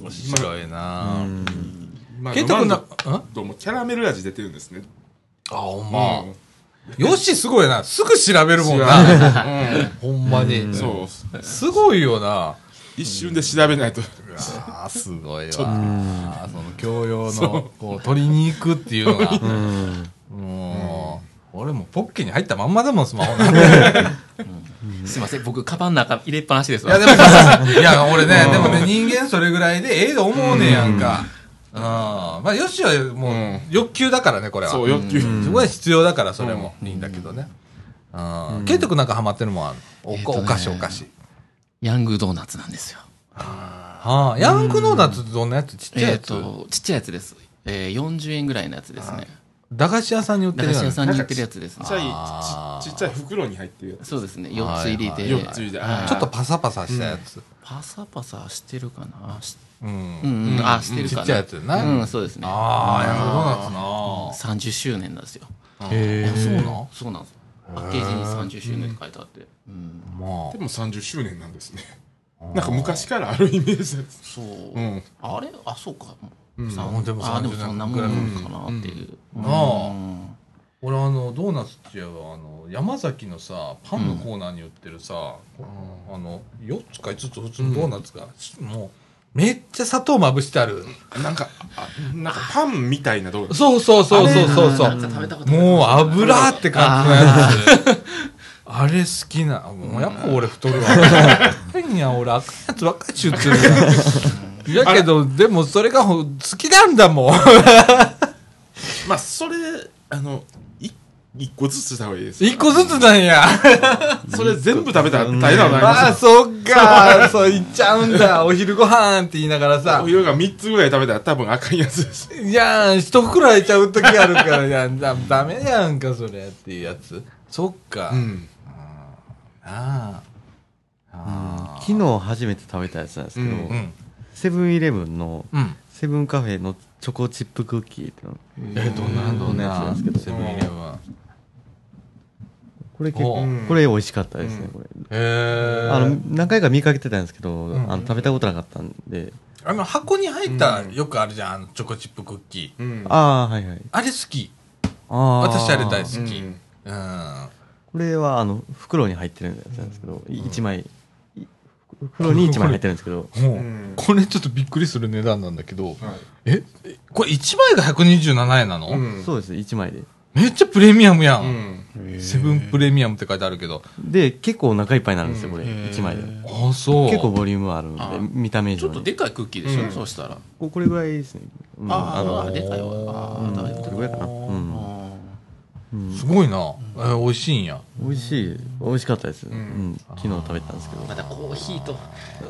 Speaker 1: 面白いな
Speaker 2: ーうん
Speaker 4: まあ
Speaker 1: ケンタ君な、ん
Speaker 4: ロマンドどうもキャラメル味出てるんですね。
Speaker 1: あ、ほん
Speaker 4: あ
Speaker 1: ま。よっしーすごいな。すぐ調べるもんな。 [LAUGHS] ほんまに。
Speaker 4: そう。
Speaker 1: すごいよな。
Speaker 4: 一瞬で調べないと。
Speaker 1: ああ、すごいわ。あーその教養の、こう、取りに行くっていうのが。もう、俺もうポッケに入ったまんまだもん、スマホなんて。
Speaker 3: すいません僕カバンの中入れっぱなしです
Speaker 1: いや、
Speaker 3: わ
Speaker 1: でもさ、
Speaker 3: [LAUGHS]
Speaker 1: いや、俺ね、でもね、人間それぐらいでええと思うねやんか。うん。まあ、よしはもう、欲求だからね、これは。
Speaker 4: そう、欲求。
Speaker 1: すごい必要だから、それも。いいんだけどね。うん。ケイト君なんかハマってるもんあんのお
Speaker 3: えっ
Speaker 1: か、
Speaker 3: とね
Speaker 1: お菓子、お菓子。
Speaker 3: ヤングドーナツなんですよ
Speaker 1: はあ、ヤングノーナッツってどんなやつちっちゃい
Speaker 3: えっ
Speaker 1: やつ
Speaker 3: とちっちゃいやつですえー40円ぐらいのやつですね
Speaker 1: 駄菓子屋さんに売って
Speaker 3: 駄
Speaker 1: る
Speaker 3: 菓
Speaker 1: や
Speaker 3: 子屋
Speaker 1: つ。
Speaker 3: さんに売ってるやつです
Speaker 4: ち
Speaker 3: ね
Speaker 4: っちゃ
Speaker 1: あー
Speaker 4: いち、ちっちゃい袋に入ってるやつ。
Speaker 3: そうですね4つ入り
Speaker 1: はい
Speaker 3: で
Speaker 1: はい
Speaker 4: 4つ入りで
Speaker 3: はい
Speaker 1: ちょっとパサパサしたやつ。
Speaker 3: パサパサしてるかなし
Speaker 1: う。
Speaker 3: うんんうんあしてるか
Speaker 1: ち
Speaker 3: な
Speaker 1: っちゃいやつやな。
Speaker 3: うんそうですね
Speaker 1: ああ、ヤングノーナッツな。
Speaker 3: 30周年なんですよ
Speaker 1: えそうなの
Speaker 3: そうなんですよパッケージに30周年って書いてあってうん
Speaker 1: ま
Speaker 4: でも30周年なんですね。なんか昔からあるイメージです。
Speaker 3: そう
Speaker 4: うん。
Speaker 3: あれあそうかさ
Speaker 1: もうでも
Speaker 3: あでも
Speaker 1: 30
Speaker 3: そんなもんかなっていう
Speaker 1: うん
Speaker 3: うん
Speaker 1: 俺あのドーナツっていうのはあの山崎のさパンのコーナーに売ってるさ、あの4つか5つ普通のドーナツが、もうめっちゃ砂糖まぶしてある
Speaker 4: なんか、あなんかパンみたいな動画。
Speaker 1: そうそうそうそうそうそ
Speaker 3: なんか食べたこ
Speaker 1: う
Speaker 3: とない
Speaker 1: もう油って感じのやつあれ好きなもうやっぱ俺
Speaker 3: [LAUGHS]
Speaker 1: 太るわ何や俺赤いやつばっかり中ってるやんだけどでもそれがほん好きなんだもん [LAUGHS]
Speaker 4: まあ、それ、あの、い一個ずつ食べた方がいいです。
Speaker 1: 一個ずつなんや
Speaker 4: それ全部食べたら大変なことになり
Speaker 1: ああ、
Speaker 4: ますよ。
Speaker 1: そっ
Speaker 4: [LAUGHS]
Speaker 1: か。そう言っちゃうんだ。お昼ご飯って言いながらさ
Speaker 4: お。昼が3つぐらい食べたら多分赤いやつです。
Speaker 1: いやん、一袋開いちゃう時あるから、やん、だダメやんか、それっていうやつ。そっか。
Speaker 4: うん。
Speaker 1: ああ。あ
Speaker 2: 昨日初めて食べたやつなんですけど、
Speaker 4: うん
Speaker 1: あ。うん。
Speaker 2: セブンイレブンの
Speaker 1: うん。
Speaker 2: セブンカフェのチョコチップクッキーっていうの
Speaker 1: え、どんな、どんなやつですけど。
Speaker 4: セブンイレブン
Speaker 2: これ結構、
Speaker 1: お
Speaker 4: う
Speaker 2: これ美味しかったですね、
Speaker 4: うん
Speaker 2: これ
Speaker 1: へえ。
Speaker 2: あの何回か見かけてたんですけど、
Speaker 1: ん
Speaker 2: あの食べたことなかったんで、
Speaker 1: あの、箱に入った、よくあるじゃん、あのチョコチップクッキー。
Speaker 4: うん。
Speaker 2: ああはいはい
Speaker 1: あれ好き。
Speaker 2: ああ
Speaker 1: 私あれ大好き。
Speaker 4: う
Speaker 1: うんん。
Speaker 2: これはあの袋に入ってるやつなんですけど、一1枚い袋に1枚入ってるんですけど
Speaker 1: もう
Speaker 4: うん
Speaker 1: これちょっとびっくりする値段なんだけど、
Speaker 4: はい
Speaker 1: え、えこれ1枚が127円なの、
Speaker 4: うん
Speaker 2: そうです1枚で
Speaker 1: めっちゃプレミアムや。
Speaker 4: うんん。
Speaker 1: セブンプレミアムって書いてあるけど。
Speaker 2: で結構お腹いっぱいになるんですよこれ
Speaker 3: へー
Speaker 2: 1枚で
Speaker 1: あ、そう。
Speaker 2: 結構ボリュームあるんで
Speaker 3: あー
Speaker 2: 見た目以
Speaker 3: ちょ
Speaker 2: 上
Speaker 3: っと
Speaker 2: に
Speaker 3: でかいクッキーでしょ、
Speaker 4: うん
Speaker 3: そうしたら。
Speaker 2: ここれぐらいですね、うん
Speaker 3: あ
Speaker 2: の
Speaker 3: あ、でかいわ。あ
Speaker 2: う
Speaker 3: あ、
Speaker 2: ん
Speaker 3: だい
Speaker 2: これ
Speaker 3: ぶ
Speaker 2: ぐらいかな、うん
Speaker 1: すごいな。えー美味しいんや。
Speaker 2: 美味しい美味しかったです、うん昨日食べたんですけ
Speaker 3: またコーヒーと。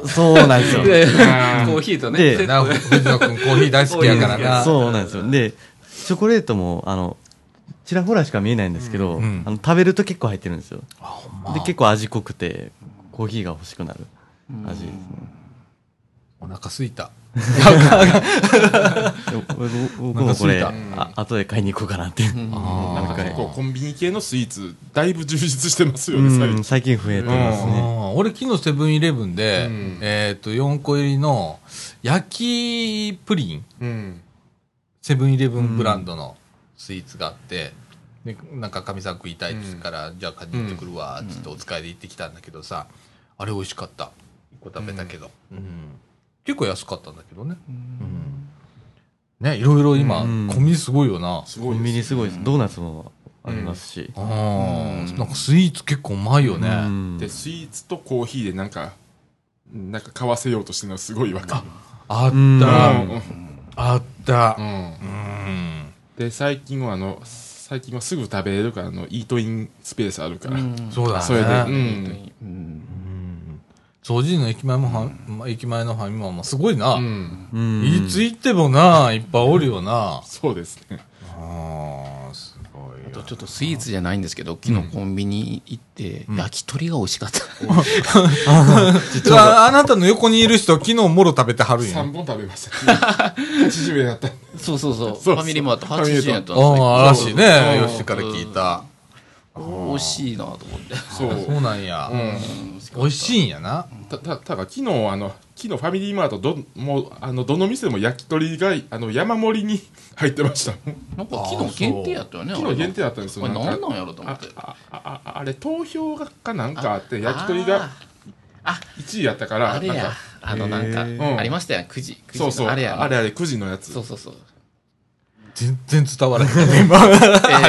Speaker 2: どそうなんですよ
Speaker 3: コーヒーとね。
Speaker 2: で
Speaker 3: セット
Speaker 1: な、藤野くんコーヒー大好きやからな。
Speaker 2: そうなんですよでチョコレートもあのちらほらしか見えないんですけど、
Speaker 1: んうん
Speaker 2: あの食べると結構入ってるんですよ
Speaker 1: あほんま
Speaker 2: で結構味濃くてコーヒーが欲しくなる味ですね、
Speaker 1: あお腹すいた。
Speaker 2: 僕もこれ、
Speaker 1: お腹
Speaker 2: あ後で買いに行こうかなって。
Speaker 1: あ
Speaker 4: なん
Speaker 1: ー
Speaker 4: か結構コンビニ系のスイーツだいぶ充実してますよね最
Speaker 2: うん
Speaker 4: 近
Speaker 2: 最近増えてますね。
Speaker 1: あー俺昨日セブンイレブンで、
Speaker 4: うん
Speaker 1: えっ、と、4個入りの焼きプリン、
Speaker 4: うん
Speaker 1: セブンイレブンブランドのスイーツがあって、でなんかかみさん食いたいっつうから、じゃあ買いに行ってくるわ、つってお使いで行ってきたんだけどさ、あれ美味しかった。1個食べたけど。うん結構安かったんだけどね。うんね、いろいろ今、
Speaker 2: うん
Speaker 1: コンビニすごいよな。
Speaker 4: す
Speaker 2: コ
Speaker 4: ごい
Speaker 2: ン
Speaker 4: で
Speaker 2: ビ
Speaker 4: す
Speaker 2: ニすごいです。ドーナツもありますし。
Speaker 1: あーなんかスイーツ結構うまいよね。
Speaker 2: うん
Speaker 4: でスイーツとコーヒーでなんかなんか買わせようとしてるのすごいわか
Speaker 1: あっ
Speaker 2: うん
Speaker 4: る
Speaker 1: た、
Speaker 4: うん
Speaker 1: あった
Speaker 4: う。ん
Speaker 1: うん
Speaker 4: で最近はあの最近はすぐ食べれるからあのイートインスペースあるから、
Speaker 1: そうだね。
Speaker 4: それで、うん
Speaker 3: ん
Speaker 1: 掃除の駅前もは、まあ駅前のファミマもすごいな。
Speaker 4: うん
Speaker 2: うん
Speaker 1: いつ行ってもな、いっぱいおるよな。
Speaker 4: そうですね
Speaker 1: ああ、すごい
Speaker 3: あとちょっとスイーツじゃないんですけど昨日コンビニ行って
Speaker 1: うん
Speaker 3: 焼き鳥が美味しかった、
Speaker 1: [LAUGHS] 実はああなたの横にいる人、昨日もろ食べてはるんや。
Speaker 4: 3本食べました、80円だった
Speaker 3: そうそうそう
Speaker 4: [LAUGHS] そう
Speaker 3: [LAUGHS] ファミリーマート
Speaker 4: ファミリーマ
Speaker 3: 80円や
Speaker 4: ート
Speaker 3: ったんです
Speaker 1: ああ、らしいね。
Speaker 4: うん
Speaker 1: 吉から聞いた。
Speaker 3: 美味しいなと思って
Speaker 4: そう、
Speaker 1: そうなんや。
Speaker 4: う
Speaker 1: 美味しいんやな。
Speaker 4: ん、たたただ昨日あの昨日ファミリーマートどもうあのどの店でも焼き鳥があの山盛りに入ってました
Speaker 3: なんか昨日限定やったよね
Speaker 4: 昨日限定
Speaker 3: や
Speaker 4: だったんですよ
Speaker 3: これ
Speaker 4: か
Speaker 3: 何なんやろと思
Speaker 4: あ
Speaker 3: って
Speaker 4: ああああれ投票がかなんかあって焼き鳥が1位やったか
Speaker 3: あ
Speaker 4: ら
Speaker 3: ーあれ
Speaker 4: なん
Speaker 3: や
Speaker 4: か
Speaker 3: あのなんか、
Speaker 4: ん
Speaker 3: ありましたよね9時9時
Speaker 4: そうそう
Speaker 3: あ
Speaker 4: あ
Speaker 3: れ
Speaker 4: れ
Speaker 3: や
Speaker 4: あれあれ9時のやつ
Speaker 3: そうそうそう
Speaker 1: 全然伝わらへん。今 [LAUGHS] あ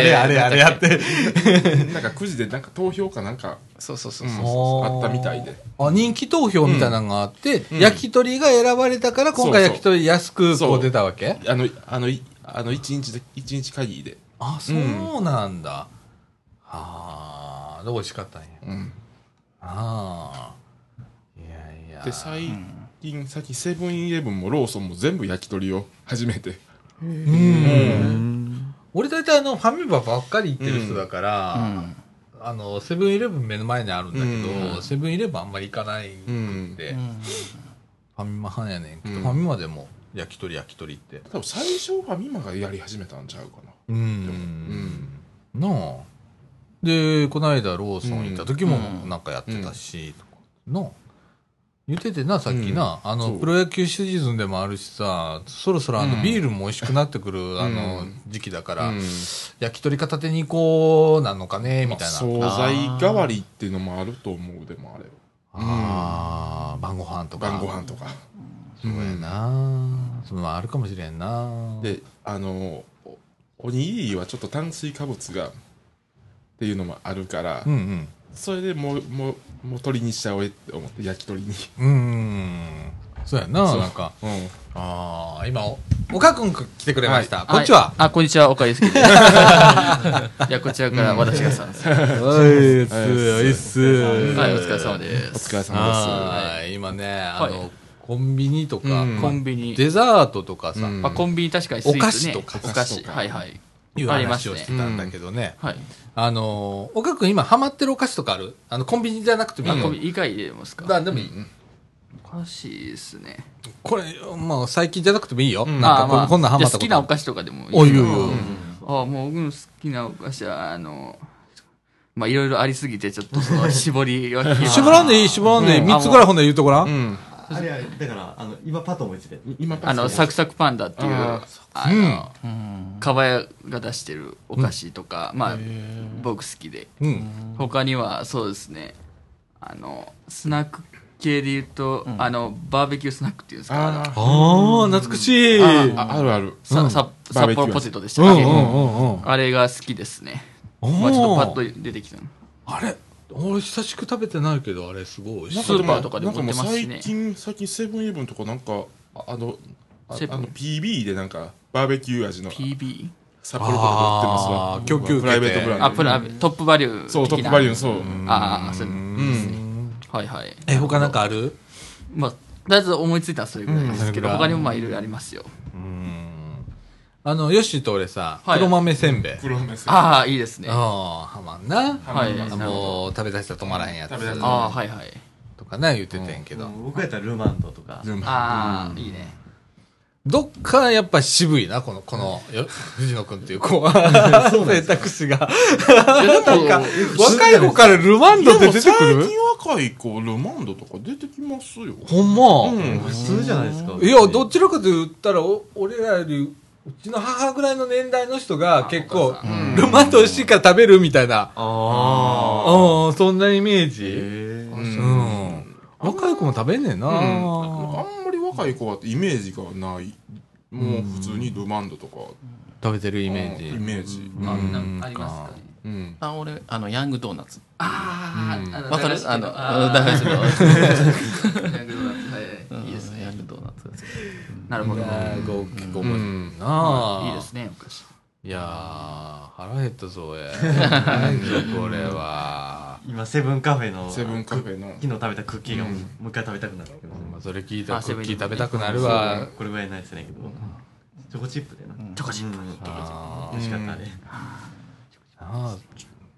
Speaker 1: れあれあれやって。
Speaker 4: [LAUGHS] なんか9時でなんか投票かなんか
Speaker 3: そうそうそう
Speaker 4: うん
Speaker 3: そう
Speaker 4: あったみたいで。
Speaker 1: あ、人気投票みたいなのがあって、
Speaker 4: うん
Speaker 1: 焼き鳥が選ばれたから、今回焼き鳥安くこう出たわけ
Speaker 4: あのあのいあの1日で一日限りで、
Speaker 1: あ、そうなんだ。ああ、で、美味しかったんや。
Speaker 4: うん、
Speaker 1: ああ。いやいや。
Speaker 4: で最近最近セブンイレブンもローソンも全部焼き鳥を始めて
Speaker 1: う。
Speaker 4: う
Speaker 2: う
Speaker 4: ん
Speaker 2: ん
Speaker 1: 俺大体あの、ファミマばっかり行ってる人だか
Speaker 3: う
Speaker 1: ら、
Speaker 3: ん
Speaker 1: あの、セブンイレブン目の前にあるんだけ
Speaker 4: う
Speaker 1: ど、セブンイレブンあんまり行かない
Speaker 4: うんん
Speaker 1: で、
Speaker 3: う
Speaker 1: フ
Speaker 3: ん
Speaker 1: ァミマ派やねんけど、
Speaker 4: うん
Speaker 1: ファミマでも焼き鳥焼き鳥って。
Speaker 4: 多分最初ファミマがやり始めたんちゃうか
Speaker 1: う
Speaker 4: な
Speaker 1: ん。なあ。で、この間ローソン行った時も
Speaker 3: うん
Speaker 1: なんかやってたし、とかなあ。言っててな、さっきな、あ
Speaker 4: そ
Speaker 1: の、
Speaker 4: う
Speaker 1: プロ野球シーズンでもあるしさ、そろそろあ
Speaker 4: う
Speaker 1: の、
Speaker 4: ん
Speaker 1: ビールも美味しくなってくる、あ
Speaker 4: う
Speaker 1: の
Speaker 4: ん、
Speaker 1: 時期だから、
Speaker 4: うん
Speaker 1: 焼き鳥片手にこう、なのかね、みたいな。
Speaker 4: 惣菜代わりっていうのもあると思うでもあれ
Speaker 1: ああ、晩ご飯とか。
Speaker 4: 晩ご飯とか
Speaker 1: そうやな。そのあるかもしれんな。
Speaker 4: であのおおにぎりはちょっと炭水化物がっていうのもあるから、
Speaker 1: うんうん。
Speaker 4: それでもうもうもう鶏にしちゃおうと思って焼き鳥に
Speaker 1: うんうん。そうやな、
Speaker 4: そう
Speaker 1: なんか。
Speaker 4: うん
Speaker 1: ああ、今、お岡くんが来てくれました。こんにちは。
Speaker 3: あこんにちは岡井祐介ですいやこちらから私がさんですはい
Speaker 1: はい、っす、
Speaker 4: はい
Speaker 1: いっす。
Speaker 3: お疲れ様で
Speaker 4: お
Speaker 3: す
Speaker 4: 疲れ様
Speaker 1: あー今ね、あの、
Speaker 5: はい
Speaker 1: コンビニとか、
Speaker 4: うん
Speaker 5: コンビニ、
Speaker 1: デザートとかさ、
Speaker 4: うん
Speaker 5: まあ、コンビニ確かにスイーツ、ね、
Speaker 1: お菓子とか
Speaker 5: お菓
Speaker 4: お菓子
Speaker 5: 子
Speaker 4: とか
Speaker 5: はいはい
Speaker 1: いう
Speaker 5: あります
Speaker 1: 話
Speaker 5: ね
Speaker 1: をしてたんだけどね。
Speaker 5: はい、
Speaker 1: あの、岡くん今ハマってるお菓子とかあるあの、コンビニじゃなくても
Speaker 5: あ
Speaker 1: いい
Speaker 5: コン
Speaker 1: よ。
Speaker 5: ビニ以外でますか
Speaker 1: だでもいい、
Speaker 5: お菓子ですね
Speaker 1: これ、まあ、最近じゃなくてもいいよ。
Speaker 4: ん
Speaker 1: なんかこ、
Speaker 5: まあ、
Speaker 1: こんなんハ
Speaker 5: じ
Speaker 1: マ
Speaker 5: ゃあ
Speaker 1: った
Speaker 5: 好
Speaker 1: こ
Speaker 5: き
Speaker 1: と
Speaker 5: な
Speaker 1: あ
Speaker 5: お
Speaker 1: る。
Speaker 5: 菓子とかでもい
Speaker 1: おいよいよ
Speaker 5: あもう僕の好きなお菓子はあのまあいろいろありすぎてちょっとその絞りは
Speaker 1: 絞らんでいい、絞らんでいい。
Speaker 5: うん
Speaker 1: 3つぐらいほんで言うとごら。
Speaker 4: うんん
Speaker 2: あれはだから、あの、今パッと思いついて。
Speaker 4: 今パ
Speaker 5: あのサ
Speaker 4: ク
Speaker 5: クサクパンダっていう
Speaker 4: あ
Speaker 5: あの、かばやが出してるお菓子とか、まあ僕好きで
Speaker 1: うん。
Speaker 5: 他にはそうですねあのスナック系で言うと、あのバーベキュースナックっていうんですかあの
Speaker 4: あ
Speaker 1: ああ、懐かしい。
Speaker 4: ーああるある
Speaker 5: さ、さ
Speaker 4: バーベキュー
Speaker 5: 札幌ポテトでし
Speaker 1: う
Speaker 5: た
Speaker 1: ん
Speaker 5: っ
Speaker 1: う
Speaker 5: け、
Speaker 1: んうんうん。
Speaker 5: あれが好きですね
Speaker 1: おー
Speaker 5: まあちょっとパッと出てきたの
Speaker 1: あれ俺久しく食べてないけど、あれすごい美味しい。
Speaker 5: スーパーとかでも売ってますし
Speaker 4: なんかもう
Speaker 5: ね
Speaker 4: 最近最近セブンイレブンとかなんかああのあ
Speaker 5: セブン
Speaker 4: あの PB でなんかバーベキュー味の
Speaker 5: PB
Speaker 4: 札幌とか売ってます
Speaker 1: あ
Speaker 4: わ
Speaker 1: ー供給受けて
Speaker 4: プライベートブランド
Speaker 5: あプラトップバリュー
Speaker 4: そうトッ
Speaker 5: 的
Speaker 4: プ
Speaker 5: な
Speaker 4: バリューそう
Speaker 5: ああそう
Speaker 4: うん
Speaker 5: はいはい
Speaker 1: え、他なんかある
Speaker 5: まあとりあえず思いついたらそれぐらいですけど、
Speaker 1: うん
Speaker 5: 他にもまあいろいろありますよ
Speaker 1: あの、ヨッシーと俺さ、
Speaker 5: はい
Speaker 1: 黒豆せんべい。
Speaker 4: 黒目線
Speaker 5: ああいいですね
Speaker 1: ああ、はまんな。
Speaker 5: はいなるほど
Speaker 1: もう食べ出したら止まらへんやつ
Speaker 4: 食べ出したら
Speaker 5: ああはいはい
Speaker 1: とかね、言っててんけど。
Speaker 2: 僕やったらルマンドとか
Speaker 4: ルーム
Speaker 5: ああ、いいね。
Speaker 1: どっかやっぱ渋いな、この、この、 [LAUGHS] よ藤野くんっていう子は。 [LAUGHS] 選択肢が。
Speaker 4: いやでも
Speaker 1: なんか若い子からルマンドって出てく
Speaker 4: でも最
Speaker 1: る
Speaker 4: 近若い子、ルマンドとか出てきますよ。
Speaker 1: ほんま。
Speaker 4: うん
Speaker 2: 普通じゃないですか
Speaker 1: いや、どちらかと言ったら、お俺らより、うちの母ぐらいの年代の人が結構、ルマンドしか食べるみたいな。
Speaker 2: ああ
Speaker 1: うん、そんなイメージ。
Speaker 4: う。
Speaker 1: うんん。若い子も食べんねんな。
Speaker 4: あんまり若い子はイメージがない。もう普通にルマンドとか、
Speaker 1: 食べてるイ
Speaker 4: イ
Speaker 1: メー
Speaker 4: イ
Speaker 1: ジ。
Speaker 4: メージ。
Speaker 5: あ
Speaker 1: うん
Speaker 5: なんかありますかね。
Speaker 4: うん。
Speaker 3: あ俺あのヤングドーナツ
Speaker 5: あーあの、
Speaker 3: わかるあのあの
Speaker 5: ダ
Speaker 3: ダ
Speaker 5: メ
Speaker 3: メ
Speaker 5: で
Speaker 3: ですす
Speaker 5: よ
Speaker 3: よ
Speaker 5: はい
Speaker 3: うん
Speaker 5: はいいいですね
Speaker 3: ヤングドーナツ
Speaker 5: なるほど。
Speaker 1: ねご結構覚えてるなあ
Speaker 5: いいですね、昔。
Speaker 1: いやー、腹減ったぞ、
Speaker 5: [LAUGHS]
Speaker 1: 俺。何だこれは。
Speaker 2: 今セブンカフェの
Speaker 4: セブンカフェの
Speaker 2: 昨日食べたクッキーがもうもう一回食べたくなるけど、
Speaker 1: まあそれ聞いたら
Speaker 5: あ
Speaker 1: ク
Speaker 5: セブ
Speaker 1: ッ
Speaker 5: ン
Speaker 1: キー食べたくな
Speaker 5: あ
Speaker 1: るわ。
Speaker 2: これぐらいないですねけどチョコチップでな、チョコチップ、うん、
Speaker 1: あ
Speaker 2: 美味しかったね、
Speaker 1: ーあー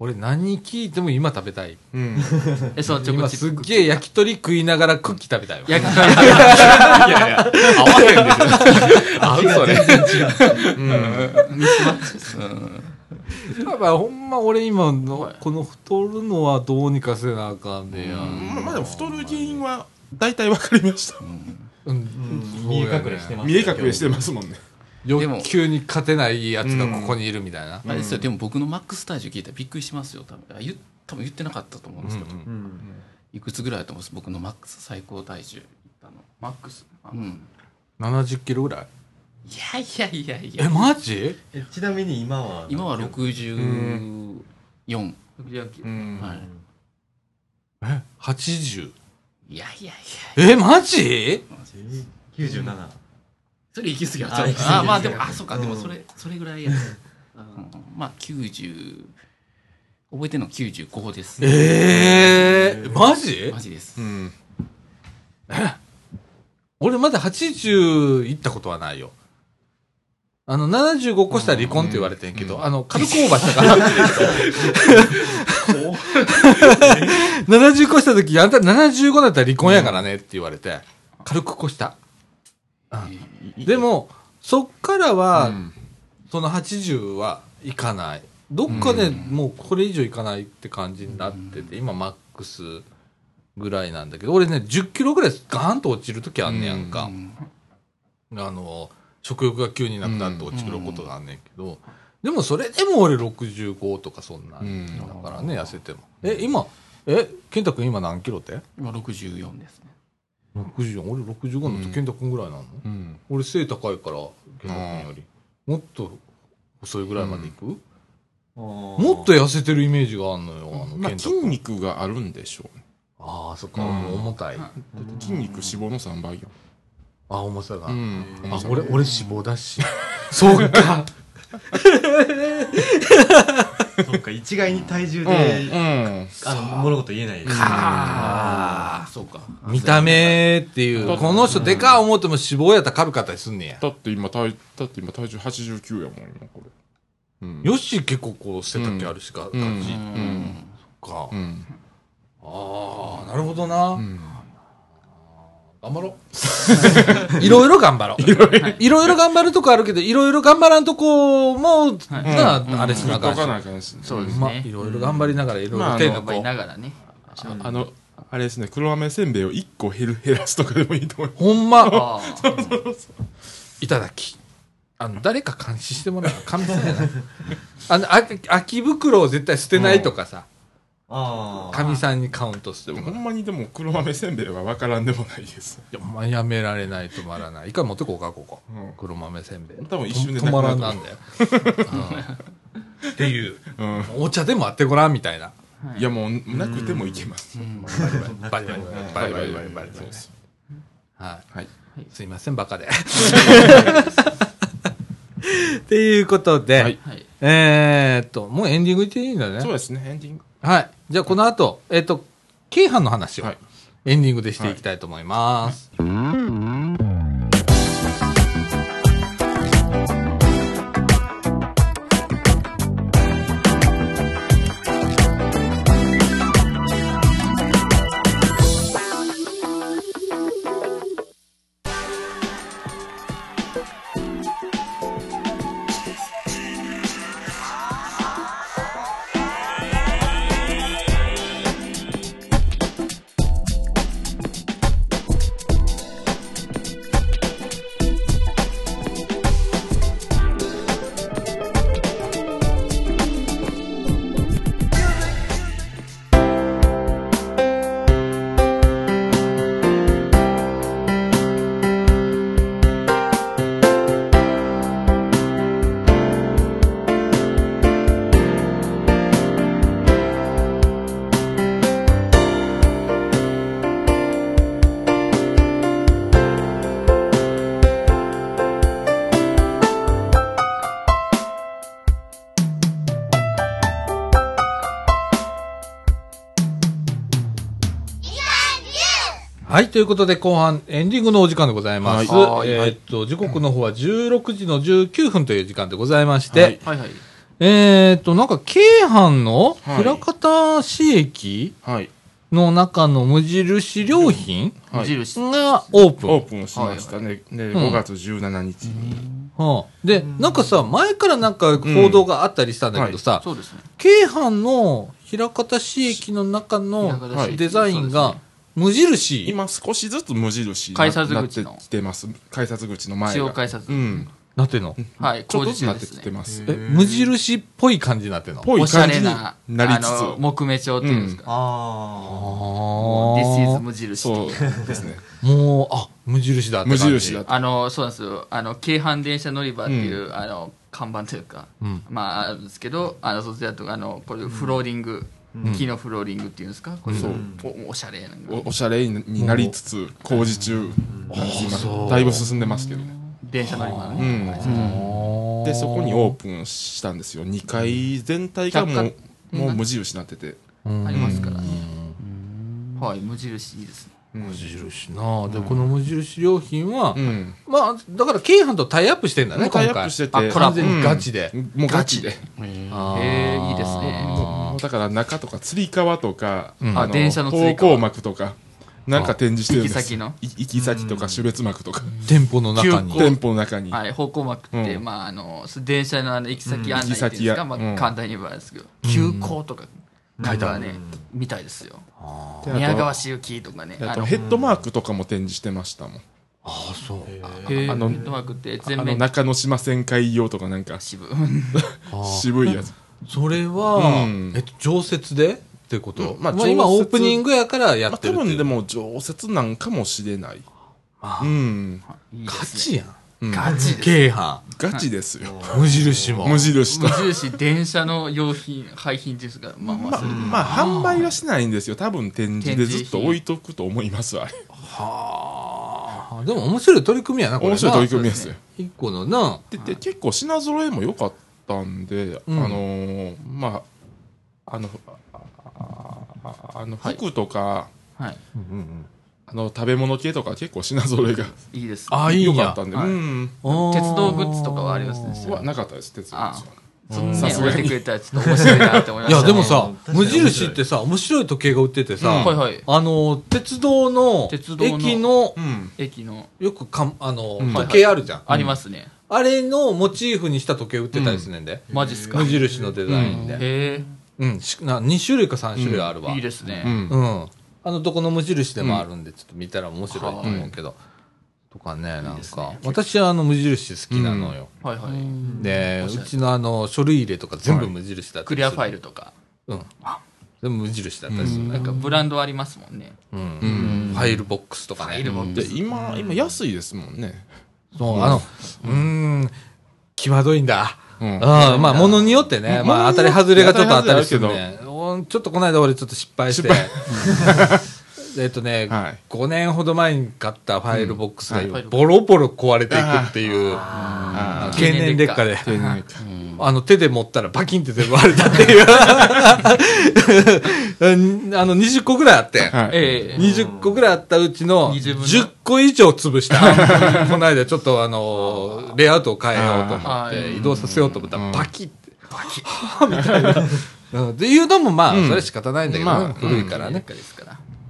Speaker 1: 俺何聞いても今食べたい。
Speaker 4: うん。
Speaker 5: え、そう、チョコ
Speaker 1: 今
Speaker 5: チッ
Speaker 1: すっ
Speaker 5: プ。
Speaker 1: げえ焼き鳥食いながらクッキー食べたいわ。
Speaker 5: 焼き鳥。
Speaker 4: いやいや、合わへんでしょ。
Speaker 3: あそれ
Speaker 1: やばいほんま俺今の、この太るのはどうにかせなあかんねや。
Speaker 4: ままあでも太る原因は大体わかりました。
Speaker 1: うん
Speaker 2: 見え隠れしてます
Speaker 4: 見え隠れして
Speaker 2: ま
Speaker 4: ますもんね。
Speaker 1: 欲求に勝てないやつがここにいるみたいな。
Speaker 3: あれですよでも僕のマックス体重聞いたらびっくりしますよ多分あ言っ多分言ってなかったと思うんですけど、
Speaker 1: うん
Speaker 2: す、うん、
Speaker 3: いくつぐらいだと思います僕のマックス最高体重いったの
Speaker 5: マックス。
Speaker 3: うん
Speaker 1: 70キロぐらい
Speaker 3: いやいやいやいや
Speaker 1: え、マジ
Speaker 2: えちなみに今は
Speaker 3: 今は64、
Speaker 4: うん
Speaker 3: は
Speaker 1: え ?80?
Speaker 3: い、いやいやいや
Speaker 1: え、マジ
Speaker 2: 97、
Speaker 3: それ行き過ぎは
Speaker 2: あ
Speaker 3: ちょっ
Speaker 2: 行き過ぎで
Speaker 3: と
Speaker 2: すね
Speaker 3: あ [LAUGHS] まあでもあそうか、
Speaker 2: うん
Speaker 3: でもそれそれぐら [LAUGHS] いやうんまあ90覚えてるの95です
Speaker 1: ええマジ
Speaker 3: マジです、
Speaker 4: うん。
Speaker 1: 俺まだ80行ったことはないよ。あの、75越したら離婚って言われてんけど、あの、軽くオーバーしたから。70越した時、あんた75だったら離婚やからねって言われて、軽く越した。うんでも、そっからは、その80は行かない。どっかでもうこれ以上行かないって感じになってて、今マックスぐらいなんだけど、俺ね、10キロぐらいガーンと落ちる時あんねやんか。
Speaker 3: うん
Speaker 1: あの食欲が急になくなって落ちくることがあんねんけど、でもそれでも俺65とかそんなん、
Speaker 4: うん
Speaker 1: だからね痩せてもえ今え健太君今何キロって
Speaker 3: 今64ですね
Speaker 1: ?60 俺65のと健太君ぐらいなの、
Speaker 4: うん。
Speaker 1: 俺背高いから健太君よりもっと細いぐらいまでいく、も
Speaker 2: も
Speaker 1: っと痩せてるイメージがあんのよあの
Speaker 4: まあ
Speaker 1: 健太
Speaker 4: 筋
Speaker 1: 君、
Speaker 4: 肉があるんでしょうね。
Speaker 1: ああそっか、
Speaker 4: うん
Speaker 1: 重たい、
Speaker 5: うん
Speaker 1: あ
Speaker 4: だって筋肉脂肪の3倍や
Speaker 1: あ重さが、
Speaker 4: ん
Speaker 1: あ俺俺脂肪だし
Speaker 4: [LAUGHS]
Speaker 1: そうか
Speaker 2: そうか一概に体重
Speaker 4: うん。
Speaker 2: で、
Speaker 4: うん
Speaker 2: あの物事言えないです
Speaker 3: ああそうか
Speaker 1: 見た目っていう、この人でかい思うても脂肪やったら軽かったりすんねや。
Speaker 4: だって今体、だって今体重89やもん、今これ。うん。
Speaker 1: よし、結構こう、背丈あるしか、
Speaker 4: うん
Speaker 1: 感じ
Speaker 3: うん
Speaker 1: か
Speaker 4: う。ん。
Speaker 1: ああ、なるほどな。
Speaker 4: ん
Speaker 1: 頑張ろう。いろいろ頑張ろう。いろいろ頑張るとこあるけど、いろいろ頑張らんとこも、なあ、あれしなあ
Speaker 4: 動
Speaker 1: かんし
Speaker 4: かなあかんし。
Speaker 5: そうです
Speaker 1: まあ、
Speaker 5: ね
Speaker 1: い。ろいろ頑張りながら、いろいろ
Speaker 4: まああの
Speaker 1: 手
Speaker 5: や
Speaker 1: の
Speaker 5: っぱ
Speaker 1: こ
Speaker 5: り
Speaker 1: う。
Speaker 5: ながらね。
Speaker 4: あの、あれですね、黒飴せんべいを1個減る減らすとかでもいいと思います。
Speaker 1: ほんま、
Speaker 5: ああ。
Speaker 1: いただき。あの、誰か監視してもらうの神様やな。あの、あ空き袋を絶対捨てないとかさ。
Speaker 2: あ
Speaker 1: かみさんにカウントして
Speaker 4: でも
Speaker 1: も
Speaker 4: ほ
Speaker 1: ら
Speaker 4: んまにでも黒豆せんべいは分からんでもないです。
Speaker 1: うまあやめられない止まらない一回持ってこうかここ、
Speaker 4: うん
Speaker 1: 黒豆せんべい
Speaker 4: 多分一瞬で
Speaker 1: と止まらんな
Speaker 4: なく
Speaker 1: んだよ、うんっていう
Speaker 4: うん。
Speaker 1: お茶でもあってごらんみたいない
Speaker 4: やもうなくてもいけます。
Speaker 1: バリバリバリバリバリバリ
Speaker 4: そうです
Speaker 1: はい、
Speaker 4: はい。
Speaker 1: すいませんバ
Speaker 4: [LAUGHS]
Speaker 1: カでっていうことで、
Speaker 4: はい
Speaker 5: はい。
Speaker 1: えー、っともうエンディングいっていいんだよ
Speaker 4: そう
Speaker 1: ね
Speaker 4: ですね、エンディング。
Speaker 1: はいじゃあこの後えーっと京阪の話を
Speaker 4: はい
Speaker 1: エンディングでしていきたいと思います、はい、ということで後半エンディングのお時間でございます。
Speaker 5: はい
Speaker 1: え
Speaker 5: は
Speaker 1: ーっと、時刻の方は16時の19分という時間でございまして、
Speaker 4: はい
Speaker 5: はいはい。
Speaker 1: えーっと、なんか京阪の
Speaker 4: はい
Speaker 1: 平方市駅
Speaker 4: はい。
Speaker 1: の中の無印良品
Speaker 4: は
Speaker 5: 無
Speaker 4: い。
Speaker 5: 印。
Speaker 1: がオープン。
Speaker 4: オープンしましたね。で、
Speaker 1: うん
Speaker 4: 5月17日に。
Speaker 1: はあで、なんかさ、前からなんか報道があったりしたんだけどさ、
Speaker 5: そうですね。
Speaker 1: 京阪の平方市駅の中の
Speaker 4: はい
Speaker 1: デザインが無印。
Speaker 4: 今少しずつ無印に
Speaker 5: 改札
Speaker 4: なっ
Speaker 5: 口
Speaker 4: て
Speaker 5: の
Speaker 4: きてます。改札口の前が。
Speaker 5: 地方改札
Speaker 4: う。ん。
Speaker 1: なってんの
Speaker 5: はい、
Speaker 4: ちょっ
Speaker 5: 工
Speaker 4: と
Speaker 5: 事
Speaker 4: ずつなっ
Speaker 5: 中で
Speaker 4: て
Speaker 5: す
Speaker 4: きて
Speaker 5: ね。
Speaker 4: ます。
Speaker 1: え、無印っぽい感じになってんの
Speaker 4: ぽい
Speaker 5: おしゃ
Speaker 4: 感じ
Speaker 5: れ
Speaker 4: に
Speaker 5: な、
Speaker 4: なりつ
Speaker 5: あの、木目調っていうんですか。
Speaker 2: あ
Speaker 1: ああ
Speaker 5: This is 無
Speaker 4: つ。
Speaker 5: 印。
Speaker 4: そうですね。
Speaker 1: もう、あ、無印だって
Speaker 4: 無
Speaker 1: 感じ。
Speaker 4: 印だ。
Speaker 5: あの、そうなんですよ。あの、京阪電車乗り場っていう、あの、看板というか、
Speaker 1: うん
Speaker 5: まあ、あるんですけど、あの、そちらとか、あの、これフローリング、木のフローリングっていうんですか、これ
Speaker 4: そう
Speaker 5: おおしゃれなのが
Speaker 4: おおしゃれになりつつ、工事中なんです
Speaker 1: そ
Speaker 4: 今
Speaker 1: う
Speaker 4: だいぶ進んでますけどね。
Speaker 5: 電車乗り場の
Speaker 4: う
Speaker 5: ね。
Speaker 4: ん。
Speaker 1: あー
Speaker 4: で、そこにオープンしたんですよ。2階全体がも
Speaker 5: 百
Speaker 4: う、
Speaker 5: 貨
Speaker 4: もう無印になってて。
Speaker 1: うん
Speaker 5: ありますからね。はい、無印いいですね。
Speaker 1: 無印なで、この無印良品は
Speaker 4: う、ん。
Speaker 1: まあ、だから、京阪とタイアップしてんだね、
Speaker 4: もう
Speaker 1: 今回。
Speaker 4: タイアップしてて
Speaker 1: あ、完全にガチで。
Speaker 4: もうガチで。
Speaker 1: あー
Speaker 5: へーいいですね
Speaker 4: もうだから中とか、釣り革とか、
Speaker 1: うん
Speaker 5: あ電車の吊り革
Speaker 4: 方向幕とか、なんか展示してるんです
Speaker 5: 行き先の
Speaker 4: い行き先とか、種別幕とか、
Speaker 1: 店舗の中に。
Speaker 5: 急
Speaker 4: 店舗の中に。
Speaker 5: はい、方向幕って、
Speaker 4: うん
Speaker 5: まあ、あの、電車のあの行き先案内っていうんですか、
Speaker 4: うん行き先や
Speaker 5: ま
Speaker 4: う
Speaker 5: あ、
Speaker 4: ん
Speaker 5: 簡単に言えばですけど、急行とか書いたらね、みたいですよ。
Speaker 4: で
Speaker 5: 宮川
Speaker 4: あ
Speaker 5: 周期とかね。
Speaker 4: とあ
Speaker 5: あ
Speaker 4: と
Speaker 5: の
Speaker 4: ヘッドマークとかも展示してましたもん。
Speaker 1: あ、そう。
Speaker 5: へー
Speaker 4: あの
Speaker 5: ヘッドマークって
Speaker 4: あ
Speaker 5: 全
Speaker 4: の
Speaker 5: 面
Speaker 4: 中之島旋回用とかなんか
Speaker 5: 支 [LAUGHS] 部。
Speaker 4: 渋いやつ。
Speaker 1: それは、
Speaker 4: うん
Speaker 1: えっと、常設でってこと、
Speaker 4: うん
Speaker 1: ま
Speaker 4: ま
Speaker 1: あ、
Speaker 4: あ
Speaker 1: 今
Speaker 4: 常
Speaker 1: オ
Speaker 4: 設
Speaker 1: ープニングやからや
Speaker 4: まあ
Speaker 1: って
Speaker 4: 多
Speaker 1: るっていう
Speaker 4: 分でも常設なんかもしれない。うん。
Speaker 5: いいですね
Speaker 1: ガチやん。
Speaker 4: うん
Speaker 5: ガチです。
Speaker 1: 京阪。
Speaker 4: ガチですよ。
Speaker 1: 無印も。
Speaker 4: [LAUGHS] 無印と
Speaker 5: 無。印電車の用品、廃品ですが、まあ
Speaker 4: ま
Speaker 5: まあ
Speaker 4: あ、
Speaker 5: それで、
Speaker 4: まあ、販売はしてないんですよ。多分展示でずっと置いとくと思いますわ。あれ
Speaker 1: はあ。でも面白い取り組みやな、これな。
Speaker 4: [LAUGHS] 面白い取り組みですよ。
Speaker 1: 一個のな。
Speaker 4: でで結構品揃えも良かったんで、
Speaker 1: うん
Speaker 4: あのーまああのああああの
Speaker 5: はい
Speaker 4: 服とか、
Speaker 5: は
Speaker 4: あの食べ物系とか結構品揃えが
Speaker 5: い、いいです。
Speaker 1: あいいんや
Speaker 4: 良かったんで、
Speaker 5: はい
Speaker 4: うん
Speaker 5: 鉄道グッズとかはありますね
Speaker 1: あー
Speaker 4: はなかったです鉄道
Speaker 5: あ
Speaker 4: です
Speaker 5: そんな
Speaker 4: さ
Speaker 5: に
Speaker 4: す
Speaker 5: 置
Speaker 4: が
Speaker 5: い
Speaker 4: に
Speaker 5: てくれたらちょっと面白いなって思いま
Speaker 1: い
Speaker 5: した、ね。
Speaker 1: や、でもさ、
Speaker 2: 確かに
Speaker 1: 無印ってさ、面白い時計が売っててさ、
Speaker 4: うん
Speaker 5: はいはい
Speaker 1: あの、鉄道の、
Speaker 5: 鉄道の
Speaker 1: 駅の
Speaker 4: う、ん
Speaker 5: 駅の、
Speaker 1: よくかん、あの、
Speaker 4: うん
Speaker 1: 時計あるじゃん。
Speaker 5: ありますね。
Speaker 1: あれのモチーフにした時計売ってたりするねんで。
Speaker 5: マジっすか。
Speaker 1: 無
Speaker 5: へ
Speaker 1: 印のデザインで。
Speaker 5: え、
Speaker 1: うん、しな2種類か3種類あるわ、うん、
Speaker 5: いいですね。
Speaker 4: うん
Speaker 1: うん、あのどこの無印でもあるんで、ちょっと見たら面白いと思うけど、とかねなん
Speaker 5: です
Speaker 1: か
Speaker 5: ね
Speaker 1: 私はあの無印好きなのよ、
Speaker 5: はいはい。
Speaker 1: で
Speaker 5: おしゃれ
Speaker 1: うちのあの書類入れとか全部無印だった
Speaker 5: ク
Speaker 1: り
Speaker 5: リ
Speaker 1: する
Speaker 5: アファイルとか、
Speaker 1: うん全部無印だったりする
Speaker 5: なんかブランドありますもんね。
Speaker 1: うん
Speaker 4: ん
Speaker 1: ファイルボックスとかね
Speaker 5: ファイルボッ
Speaker 4: で今今安いですもんね
Speaker 1: そうあのうん際どいんだ
Speaker 4: うん
Speaker 1: うん、まあ、ものによってね、まあ、当たり外れがちょっとあったりするね。おちょっとこの間俺ちょっと失敗して。 [LAUGHS] えっとね、
Speaker 4: はい
Speaker 1: 5年ほど前に買ったファイルボックスが
Speaker 5: うんはい
Speaker 1: ボロボロ壊れていくっていう、
Speaker 4: あ
Speaker 1: 経年劣化で、
Speaker 4: ー天然
Speaker 1: あの手で持ったらバキンって全部割れたっていう。 [LAUGHS] あの、20個ぐらいあって。
Speaker 4: はい
Speaker 5: ええ
Speaker 1: 20個ぐらいあったうちの
Speaker 5: 20分の
Speaker 1: 10個以上潰した。この間ちょっとあの、レイアウトを変えようと思っ
Speaker 5: あ
Speaker 1: て、
Speaker 5: ー
Speaker 1: 移動させようと思った
Speaker 4: う
Speaker 1: ら
Speaker 4: ん
Speaker 1: バキって。バキッ。みたいな。うんっていうのもまあ、
Speaker 4: うん
Speaker 1: それは仕方ないんだけど
Speaker 4: ま
Speaker 1: ね、
Speaker 4: あ
Speaker 1: 古いからね。
Speaker 5: ですか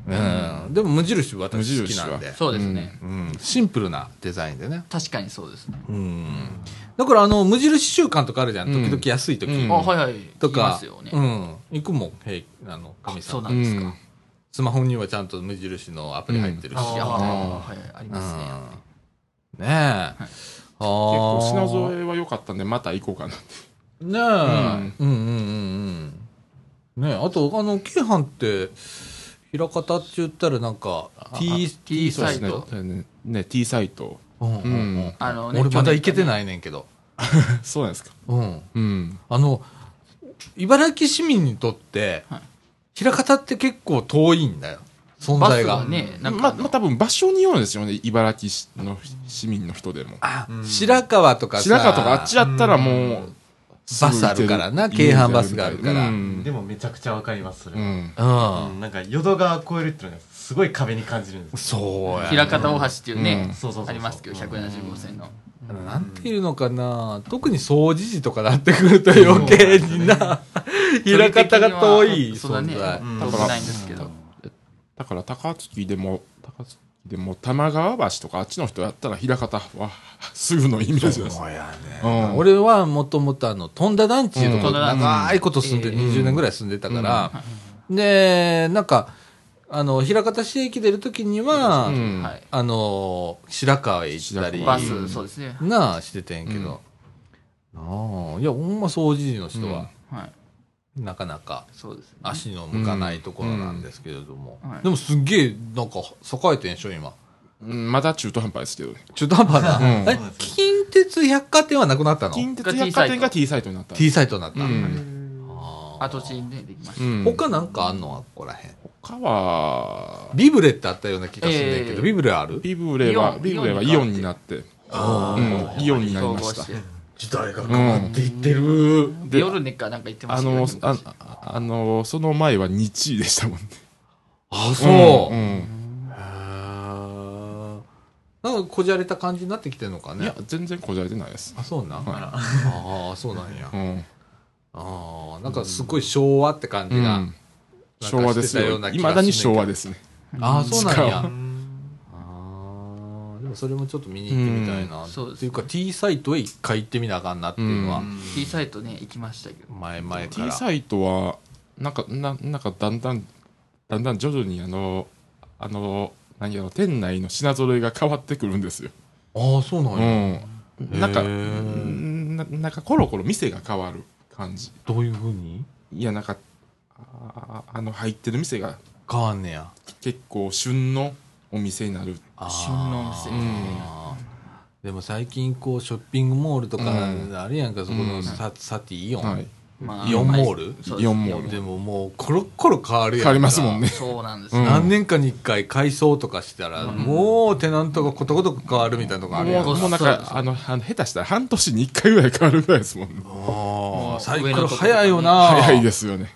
Speaker 5: ら。
Speaker 1: うん。でも無印
Speaker 4: 無
Speaker 1: 私好き
Speaker 4: 印
Speaker 1: な
Speaker 4: は
Speaker 1: んで。
Speaker 5: そうですね。
Speaker 1: うんシンプルなデザインでね。
Speaker 5: 確かにそうですね。
Speaker 1: うん。だからあの、無印週間とかあるじゃん。
Speaker 4: うん
Speaker 1: 時々安い時。
Speaker 4: うん
Speaker 5: あ、はいはい。
Speaker 1: と
Speaker 5: 言いま
Speaker 1: か
Speaker 5: すよ、ね。
Speaker 1: うん。行くもん、へい、あの、かみさ。
Speaker 5: そうんなんですか。
Speaker 4: うん
Speaker 1: スマホにはちゃんと無印のアプリ入ってるし。
Speaker 5: あー
Speaker 4: あ
Speaker 5: はいはい、あり
Speaker 1: う
Speaker 5: ますね。
Speaker 1: んねえ。はあ
Speaker 4: 結
Speaker 1: 構
Speaker 4: 構品揃えは良かったんでまた行こうかなって
Speaker 1: ねえ、うん、うんうんうんねえあとあの京阪って平方って言ったらなんか T, T
Speaker 5: そう
Speaker 1: サイ
Speaker 5: です
Speaker 1: ズ、
Speaker 5: ね
Speaker 4: そうですねね T サイト
Speaker 1: うんうんうん
Speaker 5: あのね
Speaker 1: 俺まだ行けて
Speaker 5: い。
Speaker 1: ないねんけど、
Speaker 4: そうなんですか
Speaker 1: うん、
Speaker 4: うん
Speaker 1: あの茨城市民にとって平方って結構遠いんだよ存
Speaker 5: バ
Speaker 1: 在
Speaker 5: ス
Speaker 1: が、
Speaker 5: がね、なん
Speaker 4: ま
Speaker 5: か
Speaker 4: あ、まあ、多分場所によるんですよね茨城市の市民の人でも
Speaker 1: あ白川とかさ
Speaker 4: 白川とかあっちやったらもうすぐ
Speaker 1: バス
Speaker 4: 行
Speaker 1: あ
Speaker 4: け
Speaker 1: る
Speaker 4: る
Speaker 1: からな京阪バスがあるから
Speaker 4: う
Speaker 2: ー
Speaker 4: ん
Speaker 2: でもめちゃくちゃわかりますそれ
Speaker 4: う
Speaker 2: は
Speaker 4: ん
Speaker 1: うん
Speaker 2: うんなんか淀川越えるってのがすすごい壁に感じるんです
Speaker 1: そうやね
Speaker 5: 平方大橋っていうね、
Speaker 2: そうそうそうそう
Speaker 5: ありますけど175線の、
Speaker 1: なんていうのかな特に総知事とかなってくると余計にな、 [LAUGHS] 開方が遠い
Speaker 5: そんな
Speaker 1: 存
Speaker 5: ね
Speaker 1: 在。
Speaker 5: 遠くないんですけど、
Speaker 4: だから高槻でも高槻でも玉川橋とかあっちの人やったら枚方はすぐのイメージですうん
Speaker 1: 俺はもともとあの、飛んだ団地と
Speaker 4: う
Speaker 1: か
Speaker 4: ん
Speaker 1: 長いこと住んで、
Speaker 5: うん
Speaker 1: 20年ぐらい住んでたから、で、なんか、あの、平方市駅出るときには、
Speaker 4: うん
Speaker 5: はい、
Speaker 1: あの、白川へ行ったり、
Speaker 4: 白
Speaker 5: バスそうですね、
Speaker 1: なあ、しててんけど。ああ、いや、ほんま総知事の人は、
Speaker 5: はい、
Speaker 1: なかなか。
Speaker 5: そうですね
Speaker 1: 足の向かないところなんですけれども、
Speaker 5: うんはい
Speaker 1: でもすっげえなんか栄えてんでしょ今
Speaker 4: うんまだ中途半端ですけどね
Speaker 1: 中途半端な、
Speaker 4: うん
Speaker 1: あれ近鉄百貨店はなくなったの
Speaker 4: 近鉄百貨店が T サイトになったんです
Speaker 1: T サイトになった、
Speaker 4: うん
Speaker 1: あー
Speaker 5: 跡地にねできました、
Speaker 4: うん
Speaker 1: 他なんかあんのあっこらへん
Speaker 4: 他は
Speaker 1: ビブレってあったような気がするんだけど、
Speaker 5: ええ
Speaker 1: ビブレある
Speaker 4: ビブレは
Speaker 5: イオン
Speaker 4: ビブレはイオンになってうんイオンになりました
Speaker 5: て
Speaker 2: 時代が
Speaker 4: うん
Speaker 2: いってる、
Speaker 4: で
Speaker 5: 夜寝かなんか言ってま
Speaker 4: あ
Speaker 5: したよ
Speaker 4: の
Speaker 5: ね
Speaker 4: ああのその前は日位でしたもんね
Speaker 1: あ
Speaker 4: うん
Speaker 1: へ
Speaker 4: うん
Speaker 1: ーなんかこじゃれた感じになってきてんのか
Speaker 4: い
Speaker 1: ね
Speaker 4: や、全然こじゃれてないです。
Speaker 1: あそうなん、
Speaker 4: はい
Speaker 1: ああそうなんや、
Speaker 4: うん。
Speaker 1: ああなんかすごい昭和って感じ
Speaker 4: う
Speaker 1: が、
Speaker 4: ん昭和です
Speaker 1: なんかして
Speaker 4: よ。
Speaker 1: たような気がするねんけ
Speaker 4: い
Speaker 1: ど
Speaker 4: まだに昭和ですね。
Speaker 1: ああそうなんや
Speaker 4: う
Speaker 1: あーでもそれもちょっと見に行ってみたいな、
Speaker 5: うんそうですね
Speaker 1: っていうか T サイトへ一回行ってみなあかんなっていうのは
Speaker 4: う
Speaker 5: T サイトね行きましたけど
Speaker 1: 前々から、
Speaker 4: T サイトは、なんか、ななんかだんだん、だんだん徐々にあの、あの、何やろ、店内の品揃えが変わってくるんですよ。
Speaker 1: ああそうな
Speaker 4: うん
Speaker 1: や、
Speaker 4: ん。なんか、
Speaker 1: へ
Speaker 4: う
Speaker 1: ー
Speaker 4: んななんかコロコロ店が変わる感じ。
Speaker 1: どういうふうに
Speaker 4: いや、なんか、ああの、入ってる店が
Speaker 1: 変わんねや
Speaker 4: 結構旬のお店になる。
Speaker 1: あー
Speaker 5: 旬のお店
Speaker 1: あーでも最近こうショッピングモールとか
Speaker 4: うん
Speaker 1: あるやんか、そこ
Speaker 4: う
Speaker 1: の
Speaker 4: ん
Speaker 1: サ,、サティイオン、
Speaker 4: はい。
Speaker 5: ま
Speaker 1: イオンモール
Speaker 5: そうです
Speaker 4: イオンモール。
Speaker 1: でももうコロッコロ変わるやん
Speaker 4: [LAUGHS] 変
Speaker 1: か
Speaker 4: わりますもんね。
Speaker 5: そうなんですよ、
Speaker 4: うん
Speaker 1: 何年かに1回改装とかしたら、もうテナントがことごとく変わるみたいなとこあるやん
Speaker 4: もう
Speaker 1: か
Speaker 4: もうなんかあのあの下手したら半年に1回ぐらい変わるぐらいですもん、ね、
Speaker 1: あ
Speaker 5: も
Speaker 1: あ
Speaker 5: う
Speaker 1: サイク
Speaker 5: 上の
Speaker 1: ル
Speaker 5: とこ
Speaker 1: 早いよな
Speaker 4: 早いですよね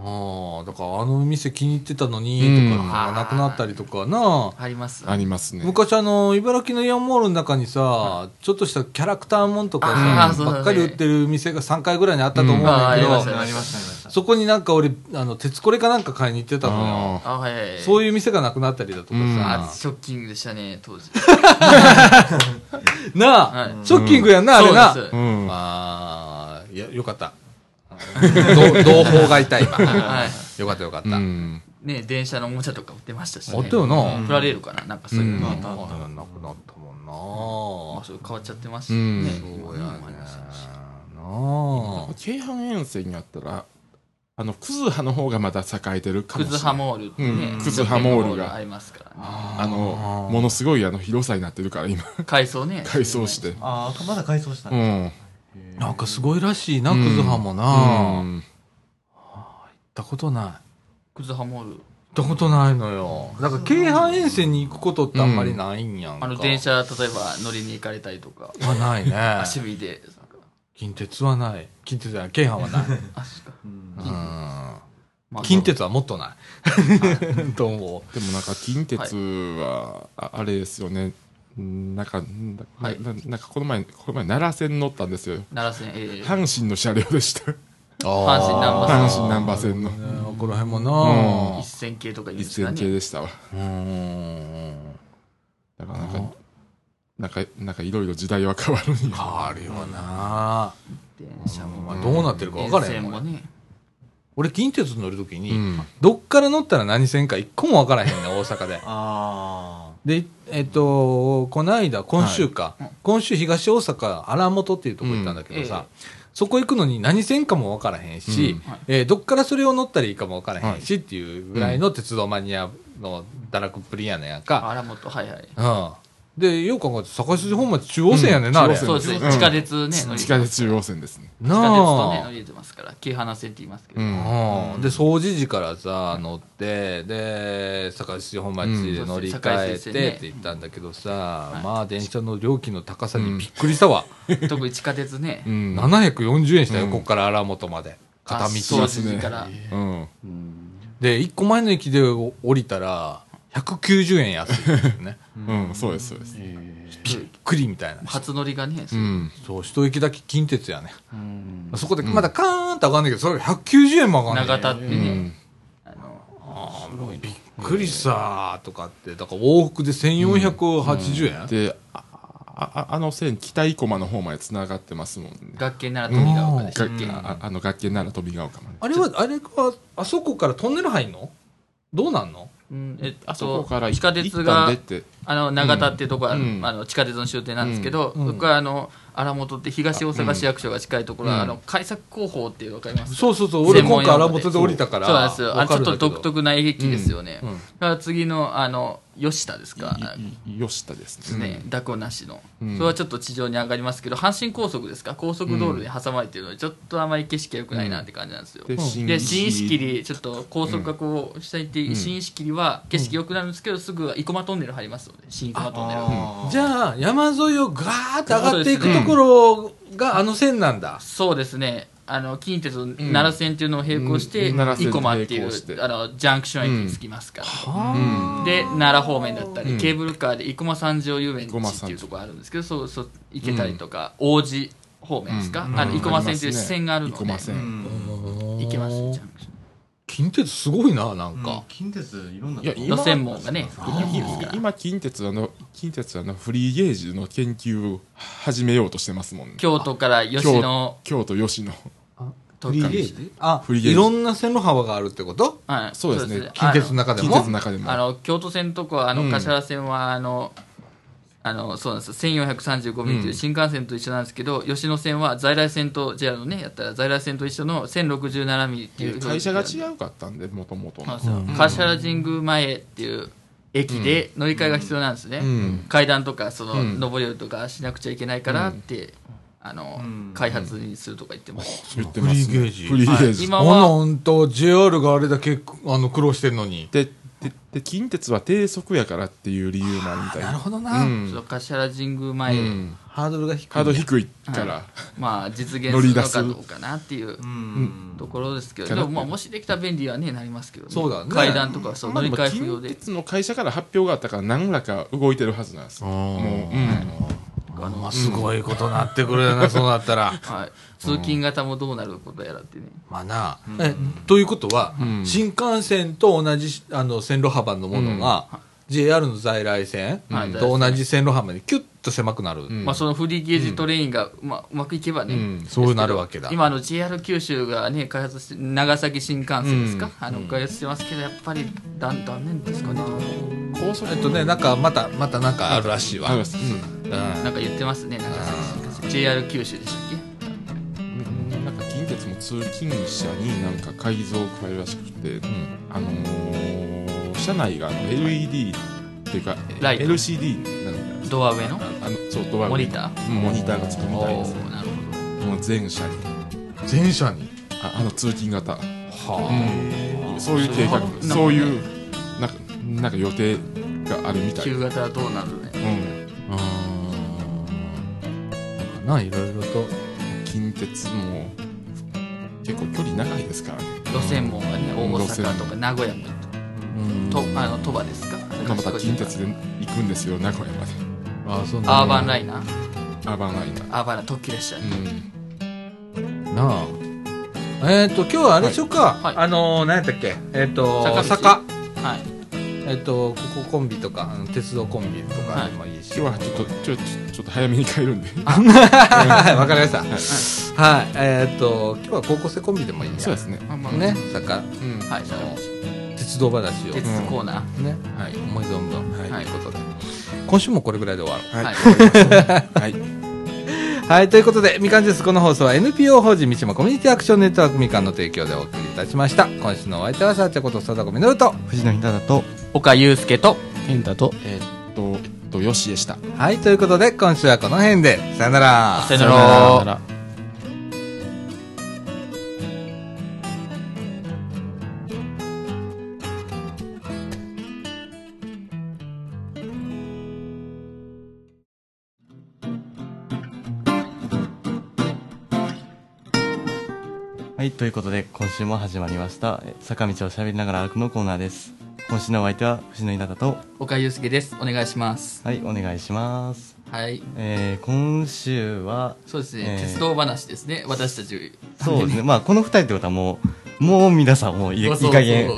Speaker 1: ああだからあの店気に入ってたのに
Speaker 4: うん
Speaker 1: とかなんかなくなったりとかな
Speaker 5: あります
Speaker 4: ありますね
Speaker 1: 昔あの茨城のイオンモールの中にさちょっとしたキャラクターもんとか
Speaker 5: あー
Speaker 1: さ
Speaker 5: そうだね
Speaker 1: ばっかり売ってる店が3階ぐらいにあったと思うん
Speaker 5: うんあー
Speaker 1: だ
Speaker 5: あ
Speaker 1: け
Speaker 5: ります
Speaker 1: ど
Speaker 5: ね
Speaker 2: ありましたありました
Speaker 1: そこになんか俺あの鉄これかなんか買いに行ってたのよ
Speaker 4: あ
Speaker 5: あはい
Speaker 1: そう
Speaker 5: いう
Speaker 1: いう店がなくなったりだとか
Speaker 4: うん
Speaker 5: あ
Speaker 1: さ
Speaker 5: ショッキングでしたね当時
Speaker 1: な
Speaker 5: はい
Speaker 1: あショッキングやんなあれな
Speaker 5: そうです
Speaker 4: ーうん
Speaker 1: あーいやよかった同同胞がいた今
Speaker 5: はい
Speaker 1: よかったよかっ
Speaker 4: う
Speaker 1: た
Speaker 4: ん
Speaker 5: ね電車のおもちゃとか売ってましたし、ね、
Speaker 1: あったよな
Speaker 5: プラレールかななんかそういうの、
Speaker 1: あ
Speaker 5: ねま
Speaker 1: ーなくなったもんな
Speaker 5: あ、そう変わっちゃってますし
Speaker 4: うん
Speaker 5: ね、
Speaker 1: そ
Speaker 5: 今
Speaker 1: うやね
Speaker 5: 今もありますし
Speaker 1: なあ
Speaker 4: 京阪沿線にあったらあのクズハの方がまだ栄えてるか
Speaker 5: ク
Speaker 4: もしれ
Speaker 5: ズ
Speaker 4: ない
Speaker 5: ハモールってね、
Speaker 4: うんクズハモールが
Speaker 5: ショッピングありますから
Speaker 4: あのものすごいあの広さになってるから今
Speaker 5: ね改装ね
Speaker 4: 改装して
Speaker 2: ああまだ改装した
Speaker 4: う
Speaker 2: ね
Speaker 4: ん
Speaker 1: なんかすごいらしいな、
Speaker 4: うん
Speaker 1: クズハもな。
Speaker 4: う
Speaker 1: 行っ
Speaker 4: ん
Speaker 1: たことない。行っ
Speaker 5: クズハモール
Speaker 1: たことないのよ。だから、京阪沿線に行くことってあんまりないんやんか。
Speaker 5: あの電車例えば乗りに行かれたりとか
Speaker 1: はない [LAUGHS] ね。
Speaker 5: 足踏みでなんか
Speaker 1: 近鉄はない。近鉄じゃない。京阪はない。
Speaker 5: 足か、
Speaker 1: うん。
Speaker 5: まあ
Speaker 1: 近鉄はもっとない。 [LAUGHS] と思
Speaker 4: でもなんか近鉄は、ああれですよねうんなんか、な
Speaker 5: はい
Speaker 4: ななんかこの前、この前奈良線乗ったんですよ。
Speaker 5: 奈良線ええ
Speaker 4: 阪神の車両でした。
Speaker 1: う。
Speaker 5: 阪神ナンバー
Speaker 4: 阪神ナンバー線の。
Speaker 1: ねこの辺もな
Speaker 5: 一。線系とか言うんで
Speaker 4: 一
Speaker 5: すか
Speaker 4: 線系
Speaker 5: ね
Speaker 4: でしたわ。
Speaker 1: うん。
Speaker 4: だからなんか、なんか、なんかいろいろ時代は変わるんや。
Speaker 1: 変わるよな。
Speaker 5: 電車も
Speaker 1: まあどうなってるか分から
Speaker 5: 沿
Speaker 1: へん
Speaker 5: 線
Speaker 1: も
Speaker 5: も
Speaker 1: ん。
Speaker 5: ね
Speaker 1: 俺、近鉄乗るとき
Speaker 4: う
Speaker 1: に、
Speaker 4: ん。
Speaker 1: どっから乗ったら何線か一個も分からへんねん、大阪
Speaker 5: [LAUGHS]
Speaker 1: で。
Speaker 2: あ
Speaker 1: で、えっと、この間、今週か、今週東大阪荒本っていうとこ行ったんだけど
Speaker 5: うん
Speaker 1: さ
Speaker 5: え、
Speaker 1: そこ行くのに何線かも分からへんし、
Speaker 4: うん
Speaker 5: はい
Speaker 1: えーどっからそれを乗ったらいいかも分からへんし、っていうぐらいの鉄道マニアの堕落っぷりやねんやんか。
Speaker 5: 荒本はいはい
Speaker 1: うん。で、よう考えて、坂筋本町中央線やねんな、あれ。
Speaker 4: 中
Speaker 5: そう
Speaker 4: 央
Speaker 5: で
Speaker 4: 線
Speaker 5: す
Speaker 4: う
Speaker 5: ね
Speaker 4: ん
Speaker 5: 地下鉄ね乗り
Speaker 4: 地下鉄中央線ですね。
Speaker 5: 地下鉄とね
Speaker 1: な
Speaker 5: 乗
Speaker 1: あ
Speaker 5: り。入れてますから京花線って言いますけ
Speaker 4: う
Speaker 5: ど、
Speaker 4: ん。
Speaker 1: うん、で総除寺からさ乗ってで坂市本町で乗り換えて
Speaker 5: う
Speaker 1: っ
Speaker 5: ん
Speaker 1: て言ったんだけどさ、
Speaker 5: はい
Speaker 1: まあ電車の料金の高さにびっくりしたわ、
Speaker 5: 特に地下鉄ね
Speaker 4: うん。
Speaker 1: 740円したよ、
Speaker 4: うん
Speaker 1: ここから荒本まで片道
Speaker 5: あそう
Speaker 4: で
Speaker 5: ですす
Speaker 4: ね
Speaker 5: ねから
Speaker 4: うん。
Speaker 1: で1個前の駅で降りたら190円安いです
Speaker 5: [LAUGHS]
Speaker 1: よね
Speaker 4: うん、そうです、そうです。
Speaker 1: びっくりみたいな
Speaker 5: 初乗りがね、
Speaker 4: うん。
Speaker 1: そう一駅だけ近鉄やねそこでまだカーンって上がんねんけどそれが190円も上がんね
Speaker 5: 長
Speaker 1: ん
Speaker 5: 田って
Speaker 4: う
Speaker 5: ね、
Speaker 4: ん。
Speaker 5: あの
Speaker 1: びっくりさーとかってだから往復で1480円、
Speaker 4: で、ああああの線、北生駒の方まで繋がってますもんね。
Speaker 5: 学研なら富ヶ丘でしたっけ、
Speaker 4: がああの、学研なら飛びが丘まで。
Speaker 1: あれはあれはあそこからトンネル入んのどうなんの
Speaker 5: うんえっと
Speaker 4: あそこから
Speaker 5: 地下鉄
Speaker 4: 一旦
Speaker 5: が
Speaker 4: 出て、
Speaker 5: あの長田っていうとこは、
Speaker 4: うん
Speaker 5: あの地下鉄の終点なんですけど、
Speaker 1: うん
Speaker 5: そこからあの荒本って東大阪市役所が近いところ、
Speaker 4: うん
Speaker 5: あの改作広報っていうのわかります
Speaker 1: そうそうそう俺今
Speaker 5: 専門用
Speaker 1: 回
Speaker 5: 語
Speaker 1: 荒本で降りたから
Speaker 5: そうなんですよあ
Speaker 1: わ
Speaker 5: ち
Speaker 1: か
Speaker 5: ょ
Speaker 1: るん
Speaker 5: っ
Speaker 1: だ
Speaker 5: と
Speaker 1: けど
Speaker 5: 独特な駅ですよね、
Speaker 1: うんうん
Speaker 5: から次のあの吉田ですか
Speaker 4: いい吉田ですね。
Speaker 5: ね、蛇行なしの、
Speaker 4: うん
Speaker 5: それはちょっと地上に上がりますけど阪神高速ですか高速道路に挟まれてるのでちょっとあまり景色が良くないなって感じなんですよ、
Speaker 4: で、
Speaker 5: で新石切ちょっと高速がこう下行って、新石切は景色良くなるんですけど、すぐは生駒トンネル入りますので新生駒トンネル
Speaker 1: じゃあ山沿いをガーッと上がっていくところがあの線なんだ、
Speaker 5: そうですねあの近鉄の奈良線っていうのを並行して、
Speaker 4: うん奈
Speaker 5: 生
Speaker 4: 良線と
Speaker 5: 駒ってい
Speaker 4: 並行
Speaker 5: う
Speaker 4: して
Speaker 5: あのジャンクション駅に着きますから、
Speaker 4: うん。
Speaker 5: で奈良方面だったり、
Speaker 4: うん
Speaker 5: ケーブルカーで生駒三条遊園
Speaker 4: 生
Speaker 5: 地
Speaker 4: 駒
Speaker 5: っ
Speaker 4: 三条
Speaker 5: ていうところあるんですけどそうそう行けたりとか、王子方面ですか、
Speaker 4: うん
Speaker 5: あの生駒線っていう支線があるので、
Speaker 4: 生駒線。
Speaker 5: 行けますじゃん
Speaker 1: 近鉄すごいななん
Speaker 2: うん
Speaker 1: か、
Speaker 2: 近鉄いろんない
Speaker 4: や今
Speaker 5: 路線網がね
Speaker 4: いい今、近鉄はあの、近鉄はあの、フリーゲージの研究を始めようとしてますもんね。
Speaker 5: 京都から吉野
Speaker 4: 京京都吉野。
Speaker 5: とか
Speaker 1: あ
Speaker 4: フリーゲージ
Speaker 1: いろんな線路幅があるってこと
Speaker 5: はい
Speaker 4: そうですね
Speaker 1: 近鉄の中で
Speaker 4: 近
Speaker 1: も
Speaker 4: 鉄の中でも。
Speaker 5: あの京都線とかあ
Speaker 4: う
Speaker 5: の
Speaker 4: ん
Speaker 5: 柏線はあの、あのそうなんですよ1435便という新幹線と一緒なんですけど、吉野線は在来線と JR のねやったら在来線と一緒の1067ミリっていう
Speaker 4: 会社が違
Speaker 5: う
Speaker 4: うかったんで、もともと。
Speaker 5: 柏原神宮前っていう駅で乗り換えが必要なんですね、
Speaker 4: うん
Speaker 5: 階段とかその、
Speaker 4: ん
Speaker 5: 上り下りとかしなくちゃいけないからって、あの開発にするとか言ってます、
Speaker 4: 言ってますね
Speaker 1: フリーゲージ
Speaker 4: フリーゲージ。
Speaker 5: 今
Speaker 1: あ
Speaker 5: は
Speaker 1: のんと JR があれだけあの苦労してるのに
Speaker 4: で、で、で近鉄は低速やからっていう理由もあるみたいな。
Speaker 1: ほど
Speaker 4: う
Speaker 1: な、
Speaker 5: その
Speaker 4: ん。
Speaker 5: 柏原神宮前、
Speaker 4: うん
Speaker 1: ハードルが低い
Speaker 4: ハードル低いから。
Speaker 5: まあ実現
Speaker 4: 乗
Speaker 5: す
Speaker 4: り
Speaker 5: る
Speaker 4: 出
Speaker 5: の
Speaker 4: す
Speaker 5: かどうかなっていうところですけど、
Speaker 4: うん
Speaker 5: でもまあもしできたら便利はねなりますけど、ね、
Speaker 1: そうだね
Speaker 5: 階段とかそう
Speaker 4: まあで
Speaker 5: 乗
Speaker 4: も
Speaker 5: り換え不要
Speaker 4: 近
Speaker 5: で、
Speaker 4: 鉄の会社から発表があったから何らか動いてるはずなんですよもう、うん
Speaker 1: あのすごいことなってくるよな、そうなったら。
Speaker 5: はい、通勤型もどうなることやらってね、
Speaker 1: まあな、えということは、新幹線と同じあの線路幅のものが、JR の在来線
Speaker 5: はい
Speaker 1: と同じ線路幅にキュッと狭くなる、
Speaker 4: ん
Speaker 5: まあ、そのフリーゲージトレインがうまうまくいけばね、
Speaker 4: うん
Speaker 1: そうなるわけだ。
Speaker 5: 今あの JR 九州がね開発して長崎新幹線ですか、あの開発してますけどやっぱりだんだんねですかね
Speaker 4: 高速
Speaker 1: えっとね、なんかまた、またなんかあるらしいわ。
Speaker 4: あ
Speaker 1: うん
Speaker 4: るんですう
Speaker 5: なんか言ってますね長崎新幹線 JR 九州でしたっけ
Speaker 4: んなんか近鉄も通勤車になんか改造を加えるらしくて、あのー車内があの LED っていうか
Speaker 5: ライト
Speaker 4: LCD なんだ
Speaker 5: ドア上の
Speaker 4: あのちょっとは
Speaker 5: モニター
Speaker 4: うんモニターがつくみ
Speaker 5: お
Speaker 4: たいです
Speaker 5: ーなるほど
Speaker 4: もう全車に
Speaker 1: 前者に。
Speaker 4: ああの通勤型、
Speaker 1: は
Speaker 4: うんそういう計
Speaker 5: な
Speaker 4: 画
Speaker 5: るほど
Speaker 4: そういうなんかなんか予定があるみたい
Speaker 5: 旧型はどうなるのね
Speaker 4: うんあ
Speaker 1: あ、な、いろいろと。
Speaker 4: ー近鉄も結構距離長いですからね
Speaker 5: 路線網がね大
Speaker 4: 路線
Speaker 5: 阪とか名古屋もとあの鳥羽ですか
Speaker 4: また近鉄で行くんですよ名古屋まで
Speaker 1: あそうなんだ
Speaker 5: アーバンライナー
Speaker 4: アーバンライナー
Speaker 5: アーバンライナー特急列車
Speaker 4: うん
Speaker 1: なあ。えっ、と、今日はあれでしょうか、
Speaker 5: はいはい
Speaker 1: あのー、何やったっけえっ、と、
Speaker 5: 坂道
Speaker 1: 坂。
Speaker 5: はい
Speaker 1: えっ、と、ここコンビとか、あの鉄道コンビとか
Speaker 5: はい
Speaker 1: でもいいし。
Speaker 4: 今日はちょっとちょちょちょっと早めに帰るんで
Speaker 1: はい、わかりました。はい、えーっと、今日は高校生コンビでもいいや。
Speaker 4: そうですね
Speaker 5: まあまあ
Speaker 1: ね、坂、
Speaker 4: うん
Speaker 5: はいじゃ
Speaker 1: 鉄道話
Speaker 5: あ
Speaker 1: を。
Speaker 5: 鉄コーナ
Speaker 1: ね、はい、思い存分、
Speaker 4: はい
Speaker 5: はい
Speaker 1: ということで。今週もこれぐらいで終わろ
Speaker 5: ー
Speaker 4: はい
Speaker 5: はい
Speaker 4: はい
Speaker 1: う。はい、ということで、みかんです。この放送は NPO 法人三島コミュニティアクションネットワークみかんの提供でお送りいたしました。今週のお相手は、さあちゃこと、さだこみのると。
Speaker 2: 藤野ひなだと
Speaker 5: 岡祐介と
Speaker 3: 健太と
Speaker 4: えーっとえっとよしでした
Speaker 1: はい、ということで、今週はこの辺で、さよなら。
Speaker 5: さよなら
Speaker 2: はいということで今週も始まりましたえ坂道をしゃべりながら歩くのコーナーです今週のお相手は星野稲田と、
Speaker 5: 岡祐介です。お願いします。
Speaker 2: はい、お願いします。
Speaker 5: はい。
Speaker 2: えー、今週は、
Speaker 5: そうですね、
Speaker 2: えー
Speaker 5: 鉄道話ですね。私たち。
Speaker 2: そうですね、まあ、この二人ってことはもう、もう皆さんもういいい
Speaker 5: ご
Speaker 2: い
Speaker 5: 想像
Speaker 2: 加減
Speaker 5: が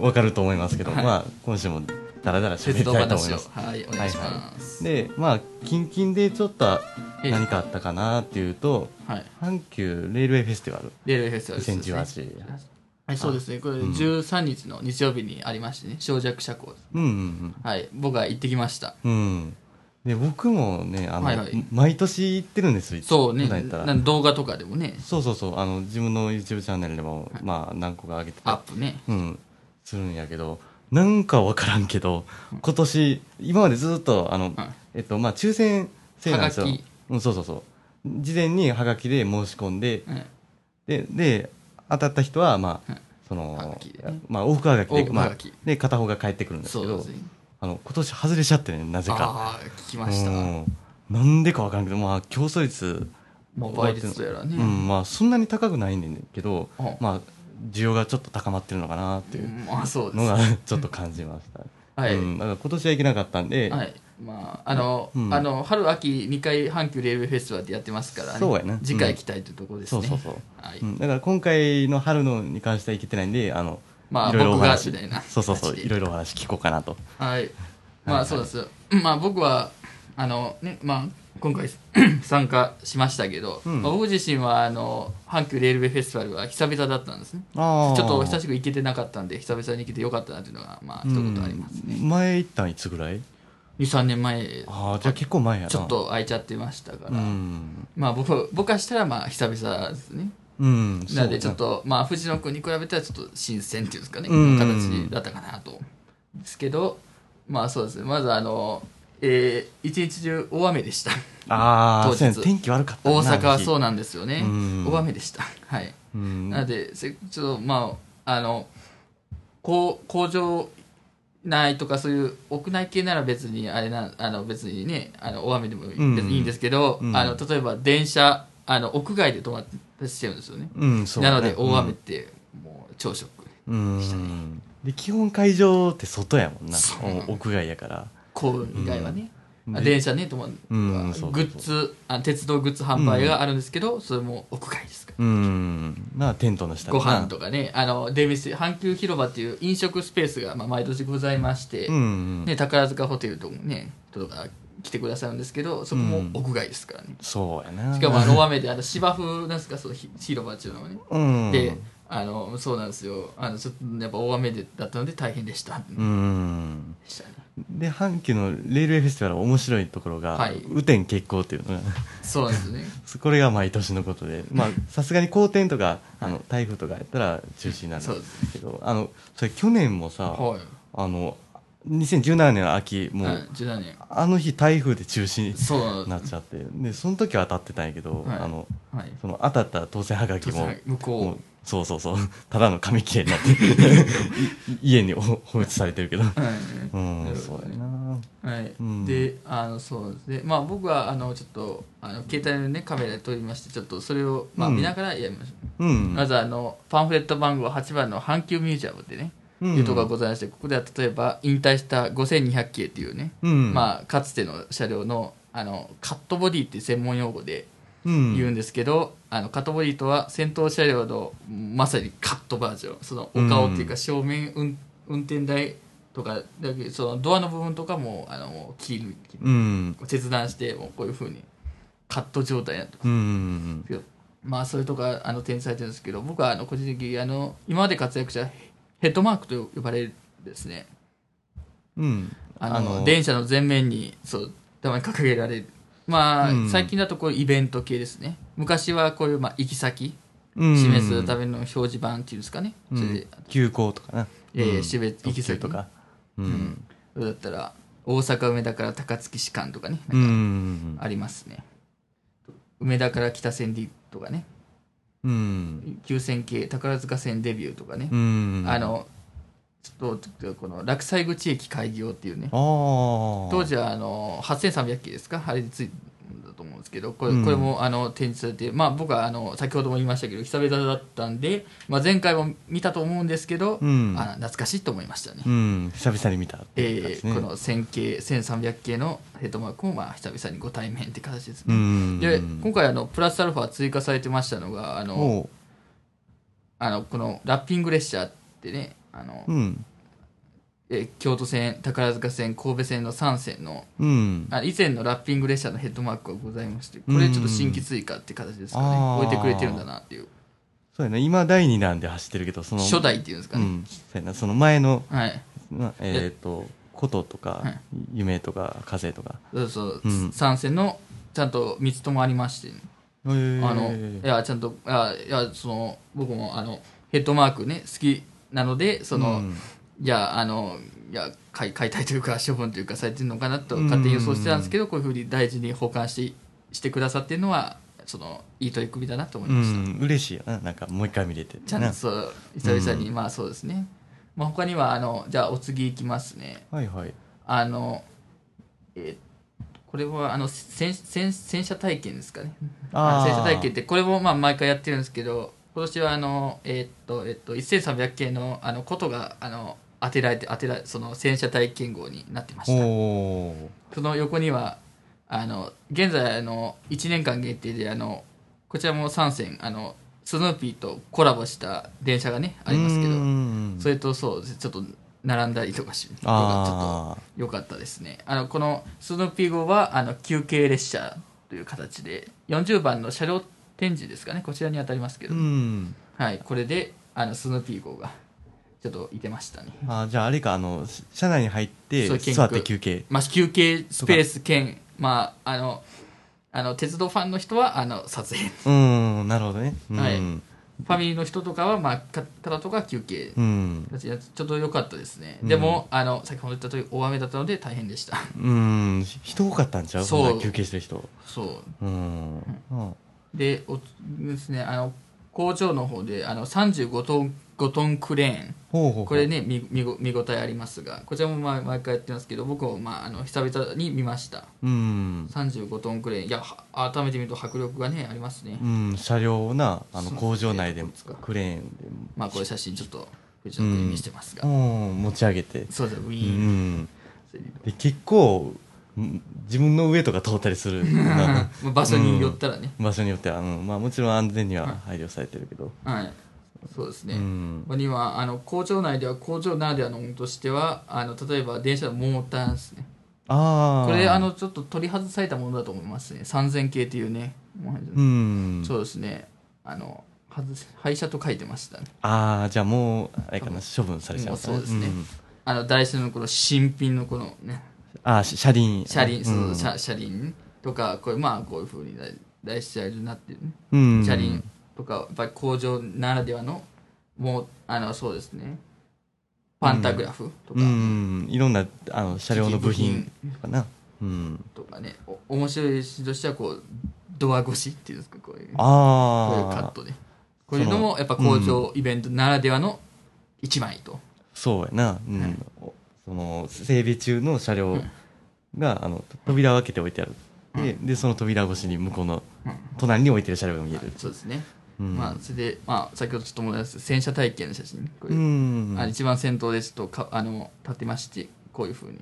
Speaker 2: わかると思いますけど、
Speaker 5: はい
Speaker 2: まあ、今週もダラダラしゃべ
Speaker 5: 鉄
Speaker 2: り
Speaker 5: 道
Speaker 2: たいと思い
Speaker 5: 話を
Speaker 2: ま。す。
Speaker 5: はい、お願いします。
Speaker 2: で、まあ、近々でちょっと
Speaker 5: ええ
Speaker 2: 何かあったかなっていうと、
Speaker 5: はい。
Speaker 2: 阪急レールウェイフェスティバル
Speaker 5: レールフェスティバルですね。
Speaker 2: 2018。
Speaker 5: はい、そうですね。これ
Speaker 2: ん
Speaker 5: 13日の日曜日にありましてね、小弱社交。
Speaker 2: うんうん
Speaker 5: はい、僕は行ってきました。
Speaker 2: うん。うん。で、僕もね、あの、
Speaker 5: はいはい
Speaker 2: 毎年行ってるんですよ、
Speaker 5: そうね、
Speaker 2: 普段やったら
Speaker 5: なん動画とかでもね、
Speaker 2: そうそうそう、あの、自分の YouTube チャンネルでも、まあ、何個か上げて
Speaker 5: アッ
Speaker 2: た
Speaker 5: プね。
Speaker 2: うん、するんやけど、なんかわからんけど、今年、今までずっと、あの、
Speaker 5: はい
Speaker 2: えっと、まあ、抽選制なんですよ
Speaker 5: はがき。
Speaker 2: うん、そうそうそう。事前にハガキで申し込んで、
Speaker 5: うん
Speaker 2: で、で、当たった人は、まあ、
Speaker 5: はい
Speaker 2: そ
Speaker 5: はが
Speaker 2: の
Speaker 5: きでね、
Speaker 2: まあ、往復ハガキ
Speaker 5: 往
Speaker 2: で、
Speaker 5: 復
Speaker 2: ま
Speaker 5: は
Speaker 2: あ
Speaker 5: がき、
Speaker 2: で、片方が帰ってくるんです
Speaker 5: そ
Speaker 2: け
Speaker 5: う
Speaker 2: ど
Speaker 5: です、ね。
Speaker 2: あの、今年外れちゃってね、なぜか。
Speaker 5: ああ、聞きました。
Speaker 2: うんなんでかわからんけど、まあ、競争率、
Speaker 5: まあ、倍率とやらね。
Speaker 2: うん、まあ、そんなに高くないねんけど
Speaker 5: うん、
Speaker 2: まあ、需要がちょっと高まってるのかなっていう。
Speaker 5: まあ、そうで
Speaker 2: の
Speaker 5: す。
Speaker 2: が [LAUGHS] ちょっと感じました。
Speaker 5: はい
Speaker 2: うん、だから今年は行けなかったんで、
Speaker 5: はい。まあ、あの、
Speaker 2: うん
Speaker 5: あの、春秋2回阪急レールフェスティバルでやってますからね。
Speaker 2: そうやね
Speaker 5: 次回行きたいというところです
Speaker 2: そ
Speaker 5: ね。
Speaker 2: うそうそう、
Speaker 5: はい
Speaker 2: うん。だから今回の春のに関しては行けてないんで、あの、
Speaker 5: まあ
Speaker 2: いろいろお話
Speaker 5: 僕がみたいな
Speaker 2: [LAUGHS] そうそうそう、
Speaker 5: 形で
Speaker 2: いろいろお話聞こうかなと。
Speaker 5: はい。まあ、そうです。まあ、僕は、あの、ね、まあ、今回 [COUGHS] 参加しましたけど、
Speaker 2: ん
Speaker 5: まあ僕自身は、あの、阪急レールウェイフェスティバルは久々だったんですね。
Speaker 2: あ
Speaker 5: ちょっと久
Speaker 2: し
Speaker 5: しく行けてなかったんで、久々に行けてよかったなというのが、まあ、一言ありますね。
Speaker 2: 前行ったんいつぐらい？
Speaker 5: 2、3年前、
Speaker 2: ああ、じゃあ結構前やな。
Speaker 5: ちょっ。と空いちゃってましたか
Speaker 2: う
Speaker 5: ら、
Speaker 2: ん、
Speaker 5: まあ、僕、僕はしたら、まあ、久々ですね。
Speaker 2: うん、そう
Speaker 5: なのでちょっ。と、まあ、藤野君に比べたらちょっと新鮮っていうんですかね、
Speaker 2: うん
Speaker 5: 形だったかなと。ですけど、まあそうですね、まずあの、えー一日中大雨でした。
Speaker 2: あ
Speaker 5: 当
Speaker 2: あ、
Speaker 5: 日
Speaker 2: そうやね天気悪かったな。
Speaker 5: 大阪はそう
Speaker 2: う。
Speaker 5: なんですよね
Speaker 2: うん。
Speaker 5: 大雨でした。はい。
Speaker 2: うん、
Speaker 5: なので、せちょっとまあ、あの、こう工場内とかそういう屋内系なら別に、あれな、あの別にね、あの大雨でも別にいいんですけど、
Speaker 2: うん
Speaker 5: あの例えば電車、あの屋外で止まってしてるんですよね。
Speaker 2: うん、そう
Speaker 5: な
Speaker 2: やね、
Speaker 5: ので大雨ってもう朝食、
Speaker 2: うん。うん。で基本会場って外やもんな
Speaker 5: そう
Speaker 2: お屋外やから
Speaker 5: 幸運以外はね、
Speaker 2: うん
Speaker 5: あ電車ね止まる、
Speaker 2: うんそうそうそう
Speaker 5: グッズあ鉄道グッズ販売があるんですけど、それも屋外ですから、
Speaker 2: うんまあテントの下で
Speaker 5: ご
Speaker 2: な
Speaker 5: 飯とかねあの出店阪急広場っていう飲食スペースが、まあ、毎年ございまして、
Speaker 2: うんうん、
Speaker 5: ね、宝塚ホテルとかねとか来てくださるんですけどそこも屋外ですからね、
Speaker 2: そうやな
Speaker 5: しかもあの大雨であの芝生なんですかそのひ広場っていうのはね、
Speaker 2: うん
Speaker 5: であのそうなんですよあのちょっとやっぱ大雨でだったので大変でした、
Speaker 2: う
Speaker 5: で
Speaker 2: ん
Speaker 5: したね
Speaker 2: で阪急のレールウェイフェスティバル面白いところが、
Speaker 5: はい
Speaker 2: 雨天決行っていうのが
Speaker 5: そうなんですよね
Speaker 2: [LAUGHS] これが毎年のことでまあさすがに好天とかあの台風とかやったら中止になるん
Speaker 5: そうで
Speaker 2: ですけどあのそれ去年もさ、
Speaker 5: はい。
Speaker 2: あの2017年の秋もう、
Speaker 5: はい、17年。
Speaker 2: あの日台風で中止
Speaker 5: そう
Speaker 2: になっちゃってでその時は当たってたんやけど、
Speaker 5: はい
Speaker 2: あの
Speaker 5: はい。
Speaker 2: その当たった当選はがきも
Speaker 5: 向
Speaker 2: も
Speaker 5: こ
Speaker 2: うそうそうそうただの紙切れになってい家にお放置されてるけど
Speaker 5: う。は
Speaker 2: う
Speaker 5: なんる
Speaker 2: そ
Speaker 5: ほどね
Speaker 2: うやな
Speaker 5: いうは
Speaker 2: ん
Speaker 5: い。で、あの、そうですね。まあ、僕は、あの、ちょっと、あの、携帯のね、カメラで撮りまして、ちょっと、それを、まあ、
Speaker 2: うん
Speaker 5: 見ながらやりましょ
Speaker 2: う
Speaker 5: う。
Speaker 2: ん
Speaker 5: まず、あの、パンフレット番号8番の阪急ミュージアムでね、
Speaker 2: うん
Speaker 5: いうところがございまして、ここでは、例えば、引退した5200系っていうね、
Speaker 2: うん
Speaker 5: まあ、かつての車両の、あの、カットボディっていう専門用語で、
Speaker 2: うん
Speaker 5: 言うんですけど、あのカットボディとは先頭車両のまさにカットバージョンそのお顔っていう
Speaker 2: う
Speaker 5: か正面運運転台とかだけそのドアの部分とかもあのもう切る
Speaker 2: うん
Speaker 5: 切断してもうこういうふうにカット状態になってます
Speaker 2: うんうん
Speaker 5: けど、まあそれとかあの展示されてるんですけど僕はあの個人的にあの今まで活躍したヘッドマークと呼ばれるですね
Speaker 2: うん
Speaker 5: あの電車の前面にそうたまに掲げられるまあ、
Speaker 2: うん
Speaker 5: 最近だとこういうイベント系ですね昔はこういう、まあ、行き先
Speaker 2: うん
Speaker 5: 示すための表示板っていうんですかね、
Speaker 2: う
Speaker 5: そ
Speaker 2: ん
Speaker 5: れで、
Speaker 2: 急行とかな
Speaker 5: えー
Speaker 2: うん
Speaker 5: しべ行き先
Speaker 2: 特急とかう
Speaker 5: うんん、それだったら大阪梅田から高槻市間とかね
Speaker 2: う
Speaker 5: なん
Speaker 2: ん
Speaker 5: かありますね、梅田から北線ディとかね
Speaker 2: うん
Speaker 5: 急線系宝塚線デビューとかね、
Speaker 2: うん
Speaker 5: あのちょっとちょっとこの落西口駅開業っていうね
Speaker 2: ああ
Speaker 5: 当時はあの8300系ですかあれについてたと思うんですけどこれこれもあの展示されて、まあ、僕はあの先ほども言いましたけど久々だったんで、まあ、前回も見たと思うんですけど、
Speaker 2: うん
Speaker 5: あ懐かしいと思いましたね。
Speaker 2: うん、久々に見たっていう感じ
Speaker 5: え
Speaker 2: です
Speaker 5: ー
Speaker 2: ね。
Speaker 5: この1000系1300系のヘッドマークもまあ久々にご対面って形です
Speaker 2: う
Speaker 5: ね。
Speaker 2: ん、
Speaker 5: で今回あのプラスアルファ追加されてましたのがあの
Speaker 2: おう
Speaker 5: あのこのラッピング列車ってねあの、
Speaker 2: うん、
Speaker 5: えー京都線宝塚線神戸線の3線の
Speaker 2: うん、
Speaker 5: あ以前のラッピング列車のヘッドマークがございましてこれちょっと新規追加って形ですか
Speaker 2: うん
Speaker 5: ね
Speaker 2: あー
Speaker 5: 置いてくれてるんだなっていう
Speaker 2: そうやな、今第二弾で走ってるけど、その
Speaker 5: 初代っていうんですか
Speaker 2: う
Speaker 5: ね、
Speaker 2: ん、そうやな、その前の、
Speaker 5: はい
Speaker 2: まえっ、と、こととか、
Speaker 5: はい
Speaker 2: 夢とか、風とか。
Speaker 5: そうそう、
Speaker 2: うん
Speaker 5: 3線のちゃんと3つともありまして、
Speaker 2: あの
Speaker 5: あのいやちゃんとあいやその僕もあのヘッドマークね好きなのでその、
Speaker 2: うん
Speaker 5: いやあのいや解解体というか処分というかされてるのかなと勝手に予想してたんですけど、こういうふうに大事に保管してしてくださってるのはそのいい取り組みだなと思いうました、
Speaker 2: ん、嬉しいよな、なんかもう一回見れて。
Speaker 5: ちゃんとそう久々に、まあそうですね、まあ、他にはあのじゃあお次いきますね
Speaker 2: はいはい。
Speaker 5: あのえーこれはあの戦戦戦車体験ですかねあの
Speaker 2: ー
Speaker 5: 戦車体験ってこれもまあ毎回やってるんですけど今年はあのえーっとえーっと1300系のあのことがあの当てられて当てられその戦車体験号になってました
Speaker 2: おー
Speaker 5: その横にはあの現在あの1年間限定であのこちらも3線あのスヌーピーとコラボした電車がねありますけ
Speaker 2: う
Speaker 5: ど
Speaker 2: ん
Speaker 5: それとそうちょっと並んだりとかしとかちょっと
Speaker 2: あ
Speaker 5: 良かったですねあのこのスヌーピー号はあの休憩列車という形で40番の車両展示ですかねこちらに当たりますけ
Speaker 2: あ。
Speaker 5: ど、
Speaker 2: うん。
Speaker 5: はいこれであのスヌーピー号がちょっといてましたね
Speaker 2: あーじゃああれか、あの、し車内に入って
Speaker 5: そう、見学
Speaker 2: 座って休憩。
Speaker 5: まあ休憩スペース兼まああのあの鉄道ファンの人はあの
Speaker 2: [LAUGHS]
Speaker 5: 撮影
Speaker 2: うん、なるほどね。うん
Speaker 5: はいファミリーの人とかは、まあ、か方とかは休憩
Speaker 2: うん。
Speaker 5: ちょっと良かったですね、でもあの先ほど言った通り大雨だったので大変
Speaker 2: [LAUGHS]
Speaker 5: でした
Speaker 2: うん、人多かったんちゃう
Speaker 5: そう
Speaker 2: そんな休憩してる人。
Speaker 5: そう
Speaker 2: うん。うん
Speaker 5: でおですねあの工場の方であの35トン5トンクレーン
Speaker 2: ほうほうほう
Speaker 5: これね見見ご見応えありますがこちらもまあ毎回やってますけど僕も、まあ、あの久々に見ました
Speaker 2: うん、
Speaker 5: 35トンクレーンいやは改めて見ると迫力がねありますね、
Speaker 2: うん、車両をなあの
Speaker 5: そう
Speaker 2: 工場内で
Speaker 5: えーとこですか
Speaker 2: クレーン
Speaker 5: まあこれ写真ちょっと藤野君に見せてます
Speaker 2: で、う
Speaker 5: が、
Speaker 2: ん、持ち上げて、
Speaker 5: そうですウ
Speaker 2: う
Speaker 5: ィーン、 [LAUGHS]
Speaker 2: ん、で結構うん自分の上とか通ったりするな [LAUGHS]
Speaker 5: まあ場所によったらね、
Speaker 2: 場所によっては、うんまあ、もちろん安全には配慮されてるけど、
Speaker 5: はいそうですね、
Speaker 2: うん
Speaker 5: 他にはあの工場内では工場ならではのものとしてはあの例えば電車のモーターですね
Speaker 2: ああ
Speaker 5: これあのちょっと取り外されたものだと思いますね3000系っていうね、
Speaker 2: うん
Speaker 5: そうですねあの外せ廃車と書いてましたね
Speaker 2: ああじゃあもうあれかな処分されちゃうから
Speaker 5: もうそうですね
Speaker 2: ん
Speaker 5: あの台車のこの新品のこのね
Speaker 2: ああ車輪
Speaker 5: 車輪、そう
Speaker 2: うん
Speaker 5: 車車輪とかこれまあこういうふうに台台車になってるね、
Speaker 2: うん
Speaker 5: 車輪とかやっぱり工場ならではのもうあのそうですねパンタグラフとか、
Speaker 2: うんいろんなあの車両の部品とかな、うん、
Speaker 5: とかねお面白いしとしてはこうドア越しっていうんですかこういう
Speaker 2: あ
Speaker 5: こ
Speaker 2: あ
Speaker 5: ういうカットでこういうのもやっぱ工場イベントならではの一枚と、
Speaker 2: そうやな、うん
Speaker 5: はい
Speaker 2: おその整備中の車両が、あの扉を開けて置いてあるで,、でその扉越しに向こうの
Speaker 5: うん
Speaker 2: 隣に置いてる車両が見える、
Speaker 5: そうですね、
Speaker 2: うん
Speaker 5: まあそれで、まあ、先ほどちょっと思い出す戦車体験の写真こう
Speaker 2: う
Speaker 5: いう、
Speaker 2: ん
Speaker 5: あの一番先頭でちょっとかあの立てましてこういうふうに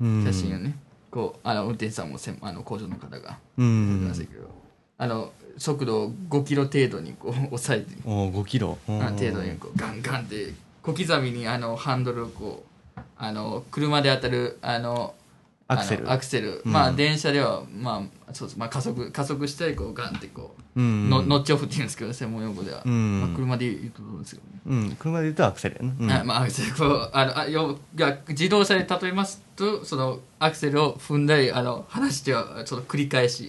Speaker 2: うん
Speaker 5: 写真をね、こうあの運転手さんもせんあの工場の方
Speaker 2: う
Speaker 5: が撮ってました
Speaker 2: ん
Speaker 5: けど、あの速度を5キロ程度にこう [LAUGHS] 抑えて
Speaker 2: お5キロ
Speaker 5: あの程度にこうガンガンって小刻みにあのハンドルをこうあの車で当たるあの
Speaker 2: アクセル
Speaker 5: あのアクセル、
Speaker 2: うん
Speaker 5: まあ電車では、まあそうですまあ、加速加速したりこうガンってこう、
Speaker 2: うん
Speaker 5: のノッチオフっていうんですけど専門用語では、
Speaker 2: うん
Speaker 5: まあ、車で言うと思うんですけどね、
Speaker 2: うん、車で言うとアクセルやな、うん
Speaker 5: あまあアクセルこうあのあよいや自動車で例えますとそのアクセルを踏んだりあの離してはその繰り返しでし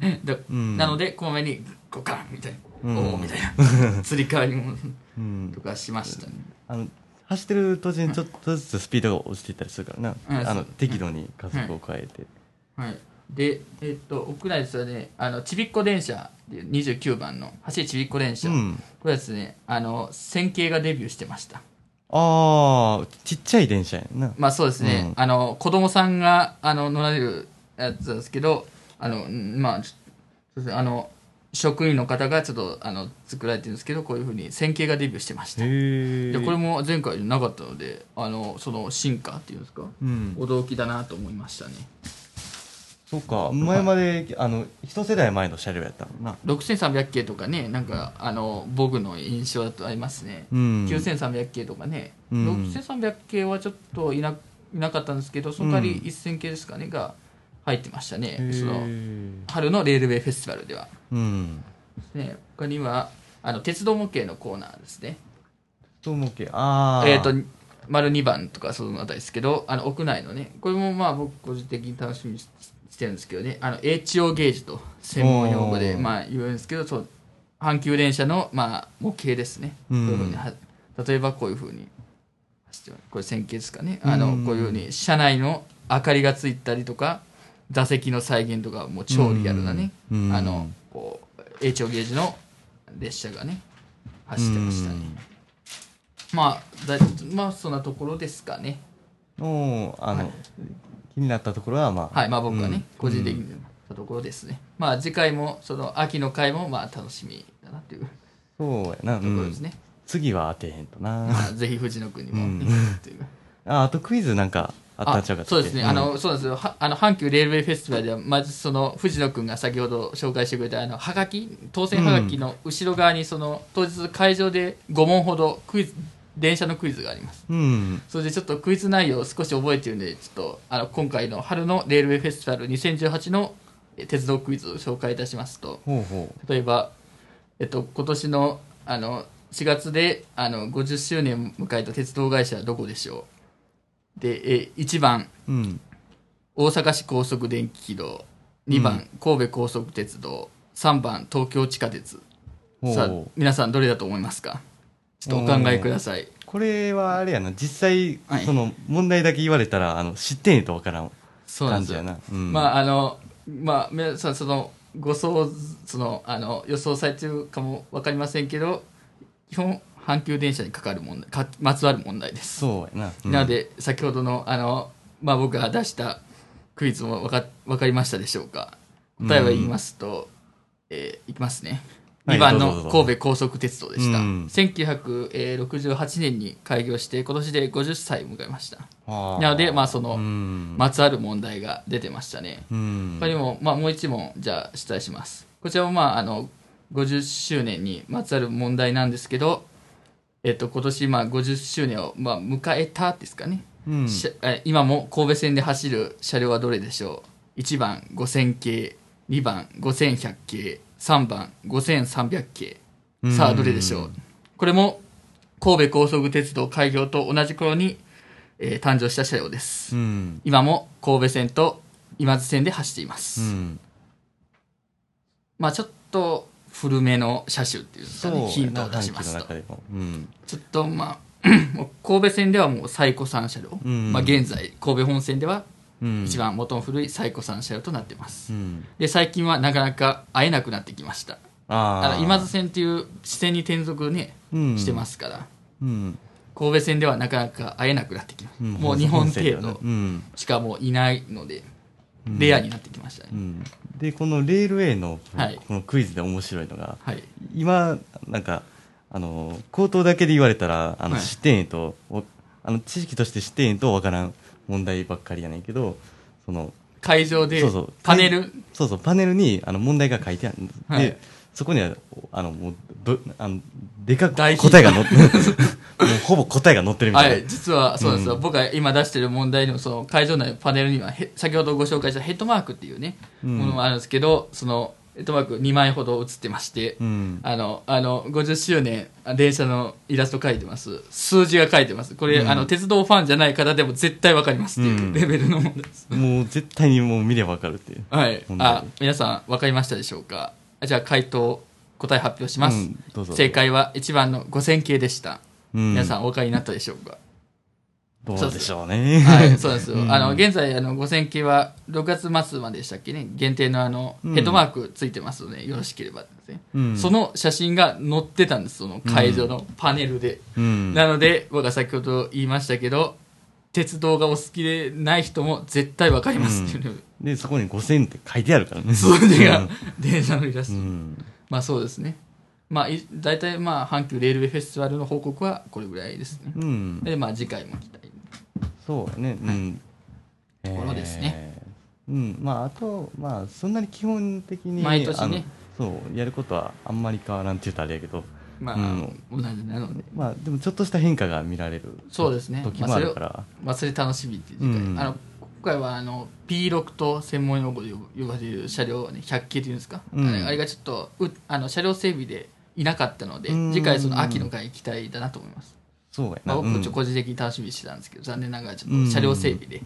Speaker 5: たね、 [LAUGHS] だ
Speaker 2: うん
Speaker 5: なのでこまめにこうガンみたいな、
Speaker 2: うん
Speaker 5: おおみたい
Speaker 2: [LAUGHS]
Speaker 5: なつり替わりも
Speaker 2: うん
Speaker 5: とかしましたね
Speaker 2: あの走ってる途中にちょっとずつスピードが落ちていったりするからな、
Speaker 5: うん
Speaker 2: あの
Speaker 5: そう
Speaker 2: 適度に加速を変えて、
Speaker 5: はい、で、えっと、屋内ですよね、あのちびっこ電車っていう、29番の走るちびっこ電車、
Speaker 2: うん
Speaker 5: これはですね、あの線形がデビューしてました。
Speaker 2: ああちっちゃい電車やんな、
Speaker 5: まあそうですね、
Speaker 2: うん
Speaker 5: あの子供さんがあの乗られるやつなんですけど、あの、んまあ、ちょそうですねあの、職員の方がちょっと、あの、作られてるんですけど、こういうふうに線形がデビューしてました。
Speaker 2: へ
Speaker 5: でこれも前回なかったので、あの、その進化っていうんですか、
Speaker 2: うん、
Speaker 5: 驚きだなと思いましたね。
Speaker 2: そうか前まであの一世代前の車両やったもんな、
Speaker 5: 6300系とかね、なんか、あの、僕の印象だとありますね。
Speaker 2: うん、
Speaker 5: 9300系とかね、
Speaker 2: うん
Speaker 5: 6300系はちょっといないなかったんですけどその代わり1000系ですかね、が入ってましたねその春のレールウェイフェスティバルでは、
Speaker 2: うん
Speaker 5: ね、他にはあの鉄道模型のコーナーですね
Speaker 2: そう思うけああ
Speaker 5: えっ、と丸2番とかそのあたりですけどあの屋内のねこれもまあ僕個人的に楽しみにししてるんですけどねあの HO ゲージと専門用語で
Speaker 2: おー
Speaker 5: まあ言うんですけどそう阪急電車のまあ模型ですね、
Speaker 2: うん
Speaker 5: こういうふうには例えばこういうふうに走ってますこれ線形ですかねあの、
Speaker 2: うん
Speaker 5: こういうふうに車内の明かりがついたりとか座席の再現とかもう超リアルなね、
Speaker 2: うん
Speaker 5: あのこう HO ゲージの列車がね走ってましたね、まあ、だまあそんなところですかね。
Speaker 2: もうあの、
Speaker 5: はい
Speaker 2: 気になったところはまあ
Speaker 5: はい、まあ僕はね、
Speaker 2: うん
Speaker 5: 個人的にたところですね。まあ次回も、その秋の回もまあ楽しみだなというと
Speaker 2: そうやな、う
Speaker 5: ころです
Speaker 2: ん、
Speaker 5: ね。
Speaker 2: 次は当てへんとな
Speaker 5: まあぜひ藤野君にも、
Speaker 2: うん
Speaker 5: という
Speaker 2: ああとクイズなんか [LAUGHS] あったんちゃうかった
Speaker 5: そ
Speaker 2: っ
Speaker 5: う
Speaker 2: け
Speaker 5: ですね、あのそうなんですよはあの阪急レールウェイフェスティバルではまずその藤野君が先ほど紹介してくれたあのはがき当選はがきの後ろ側にその当日会場で5問ほどクイズ電車のクイズがあります
Speaker 2: うん
Speaker 5: それでちょっとクイズ内容を少し覚えてるんで、ちょっとあの今回の春のレールウェイフェスティバル2018のえ鉄道クイズを紹介いたしますと、
Speaker 2: ほうほ
Speaker 5: 例えば、えっと、今年のあの4月であの50周年を迎えた鉄道会社はどこでしょうで、え1番、
Speaker 2: ううん
Speaker 5: 大阪市高速電気軌道、2番、神戸高速鉄道、3番、東京地下鉄。
Speaker 2: ほう
Speaker 5: さあ、皆さんどれだと思いますかちょっとお考えください。
Speaker 2: これはあれやな実際、
Speaker 5: はい
Speaker 2: その問題だけ言われたらあの知ってんやとわからん
Speaker 5: そうなん
Speaker 2: 感
Speaker 5: です
Speaker 2: じ
Speaker 5: よ
Speaker 2: や。なうん
Speaker 5: まああのまあ皆さんそのご想そのあの予想されてるかもわかりませんけど基本阪急電車にかかる問題かまつわる問題です、
Speaker 2: そうやな、うん
Speaker 5: なので先ほどのあの、まあ、僕が出したクイズもわかわかりましたでしょうか答えは言いますと、えーいきますね
Speaker 2: はい
Speaker 5: 2番
Speaker 2: どうぞ
Speaker 5: の
Speaker 2: どうぞ
Speaker 5: 神戸高速鉄道でした、
Speaker 2: うん
Speaker 5: 1968年に開業して今年で50歳を迎えました
Speaker 2: あー
Speaker 5: なのでまあその、
Speaker 2: うん
Speaker 5: まつわる問題が出てましたね。
Speaker 2: うん
Speaker 5: 他にも、まあ、もう一問、じゃあ、出題します。こちらも、まあ、あの、50周年にまつわる問題なんですけど、えっと、今年、まあ、50周年を、まあ、迎えたですかね。
Speaker 2: うん
Speaker 5: しえ今も神戸線で走る車両はどれでしょう ?1 番5000系、2番5100系、3番5300系。さあ、どれでしょうこれも、神戸高速鉄道開業と同じ頃に、えー誕生した車両です。
Speaker 2: うん
Speaker 5: 今も神戸線と今津線で走っています、
Speaker 2: うん
Speaker 5: まあちょっと古めの車種っていうんです
Speaker 2: や
Speaker 5: かね
Speaker 2: な
Speaker 5: ヒントを出します
Speaker 2: 阪急
Speaker 5: と
Speaker 2: の中でもうん
Speaker 5: ちょっとまあ [CLEARS THROAT] もう神戸線ではもう最古3車両、
Speaker 2: うん
Speaker 5: まあ、現在神戸本線では
Speaker 2: うん
Speaker 5: 一番元の古い最古3車両となってます、
Speaker 2: うん
Speaker 5: で最近はなかなか会えなくなってきましたあ
Speaker 2: あ
Speaker 5: の今津線っていう支線に転属ね、
Speaker 2: うん
Speaker 5: してますから
Speaker 2: うん
Speaker 5: 神戸線ではなかなか会えなくなってきました、
Speaker 2: ん
Speaker 5: もう日本
Speaker 2: 線だ
Speaker 5: 程
Speaker 2: よね
Speaker 5: 度
Speaker 2: うん
Speaker 5: しかもういないので、レアになってきましたね、
Speaker 2: うんでこのレールウェイの
Speaker 5: はい
Speaker 2: このクイズで面白いのが
Speaker 5: はい
Speaker 2: 今なんかあの口頭だけで言われたらあの
Speaker 5: はい
Speaker 2: 知ってんやと、おあの知識として知ってんやとわからん問題ばっかりやねんけどその
Speaker 5: 会場で
Speaker 2: そうそう
Speaker 5: パネル
Speaker 2: そうそうパネルにあの問題が書いてあるんで、
Speaker 5: はい
Speaker 2: そこにはあのもうどあのでかく答
Speaker 5: 大
Speaker 2: え
Speaker 5: ヒント
Speaker 2: が載って [LAUGHS] もうほぼ答えが載ってるみた
Speaker 5: はい
Speaker 2: な、
Speaker 5: い、実はそうですよ、僕が今出してる問題のその会場内のパネルにはへ先ほどご紹介したヘッドマークっていうね、ものもあるんですけどそのヘッドマーク2枚ほど写ってまして、
Speaker 2: うん
Speaker 5: あのあの50周年あ電車のイラスト書いてます数字が書いてますこれ、あの鉄道ファンじゃない方でも絶対わかりますっていうレベルの問題です、
Speaker 2: もう絶対にもう見ればわかるっていう、
Speaker 5: はい
Speaker 2: 本当に
Speaker 5: あ皆さんわかりましたでしょうかあじゃあ回答答え発表します、
Speaker 2: うんどうぞ
Speaker 5: 正解は1番の5000系でした、
Speaker 2: うん
Speaker 5: 皆さんお分かりになったでしょうか
Speaker 2: どうでしょうね
Speaker 5: はい、
Speaker 2: [LAUGHS]
Speaker 5: そうなんですよ。あの、現在、あの、5000系は6月末まででしたっけね、限定のあの、ヘ
Speaker 2: ん
Speaker 5: ッドマークついてますので、よろしければですね。
Speaker 2: うん
Speaker 5: その写真が載ってたんです、その会場のパネルで。
Speaker 2: うん
Speaker 5: なので、僕は先ほど言いましたけど、鉄道がお好きでない人も絶対わかりますっていう
Speaker 2: で、そこに5000って書いてあるからね。
Speaker 5: 数字が電車のイラス
Speaker 2: う
Speaker 5: ト、
Speaker 2: ん。
Speaker 5: まあそうですねまあい大体まあ阪急レールウェイフェスティバルの報告はこれぐらいですね
Speaker 2: うん。
Speaker 5: でまあ次回も期待
Speaker 2: そうやね。うん。
Speaker 5: ところですね
Speaker 2: えー。うん。まあ、あと、まあ、そんなに基本的に。
Speaker 5: 毎年ね
Speaker 2: あの。そう、やることはあんまり変わらんって言うとあれやけど、
Speaker 5: まあ、
Speaker 2: うん
Speaker 5: 同じなので
Speaker 2: まあ、でもちょっとした変化が見られる。
Speaker 5: そうですね
Speaker 2: 時
Speaker 5: まあ
Speaker 2: もあ
Speaker 5: それ
Speaker 2: る
Speaker 5: を
Speaker 2: から。
Speaker 5: 忘れ楽しみっていう次回、
Speaker 2: うん
Speaker 5: あの今回はあの P6 と専門用語で呼ばれる車両はね100系っていうんですか、
Speaker 2: うん
Speaker 5: あれあれがちょっとうあの車両整備でいなかったので
Speaker 2: うん
Speaker 5: 次回その秋の会期待だなと思います、
Speaker 2: そうや
Speaker 5: ま
Speaker 2: な。
Speaker 5: あ、僕もちょっ
Speaker 2: う
Speaker 5: と
Speaker 2: ん
Speaker 5: 個人的に楽しみにしてたんですけど残念ながらちょ
Speaker 2: う
Speaker 5: っ
Speaker 2: ん
Speaker 5: と車両整備で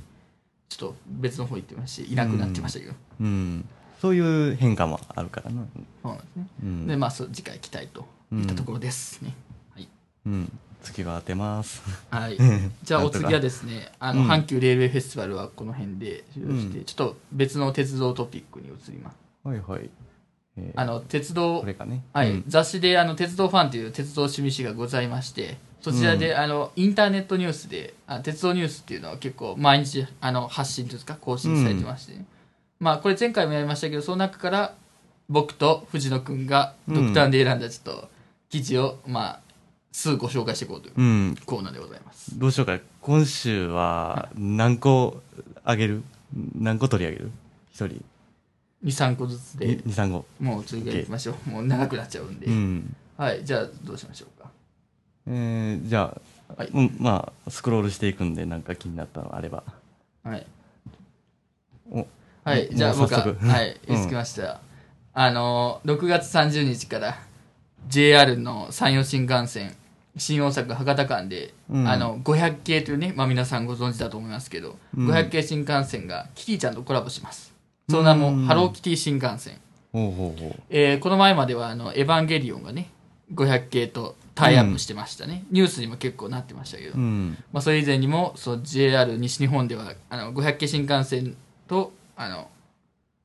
Speaker 5: ちょっと別の方行ってましていなくなってましたけど、
Speaker 2: うん。そういう変化もあるからな。
Speaker 5: そうなんですね
Speaker 2: うん。
Speaker 5: でまあそう次回期待といったところですね、はい
Speaker 2: うん。次は当てます。 [LAUGHS]
Speaker 5: はい
Speaker 2: ええ、
Speaker 5: じゃあ
Speaker 2: なん
Speaker 5: お
Speaker 2: とか
Speaker 5: 次はですねあの、
Speaker 2: うん
Speaker 5: 阪急レールウェイフェスティバルはこの辺で終了して、
Speaker 2: うん
Speaker 5: ちょっと別の鉄道トピックに移ります
Speaker 2: はいはい。えー
Speaker 5: あの鉄道
Speaker 2: こ、れかね。
Speaker 5: はい
Speaker 2: うん
Speaker 5: 雑誌であの「鉄道ファン」という鉄道趣味誌がございましてそちらで、あのインターネットニュースであ鉄道ニュースっていうのは結構毎日あの発信というんですか更新されてましてね、まあこれ前回もやりましたけどその中から僕と藤野くんがドクターで選んだちょっと記事を、まあ数ご紹介していこうという
Speaker 2: うん。
Speaker 5: コーナーでございます。
Speaker 2: どうしようか。今週は何個あげる何個取り上げる一人。
Speaker 5: 2、3個ずつで
Speaker 2: 二三個。
Speaker 5: もう次から行きましょう。もう長くなっちゃうんで。
Speaker 2: うん。
Speaker 5: はい、じゃあどうしましょうか。
Speaker 2: えー、じゃあ、
Speaker 5: はい
Speaker 2: うん、まあ、スクロールしていくんで、なんか気になったのあれば。
Speaker 5: はい。
Speaker 2: お
Speaker 5: はい、
Speaker 2: もう
Speaker 5: じゃあ僕は、
Speaker 2: もう早速
Speaker 5: はい、
Speaker 2: うん
Speaker 5: 見つけました。あのー、6月30日から JR の山陽新幹線、新大阪博多間で、
Speaker 2: うん
Speaker 5: あの、500系というね、まあ皆さんご存知だと思いますけど、
Speaker 2: うん
Speaker 5: 500系新幹線がキティちゃんとコラボします。その名も、
Speaker 2: うん
Speaker 5: ハローキティ新幹線。
Speaker 2: [LAUGHS] ほうほうほ
Speaker 5: えーこの前まではあの「エヴァンゲリオン」がね500系とタイアップしてましたね、ニュースにも結構なってましたけど、
Speaker 2: う。うん。
Speaker 5: まあ、それ以前にもそう JR 西日本ではあの500系新幹線とあの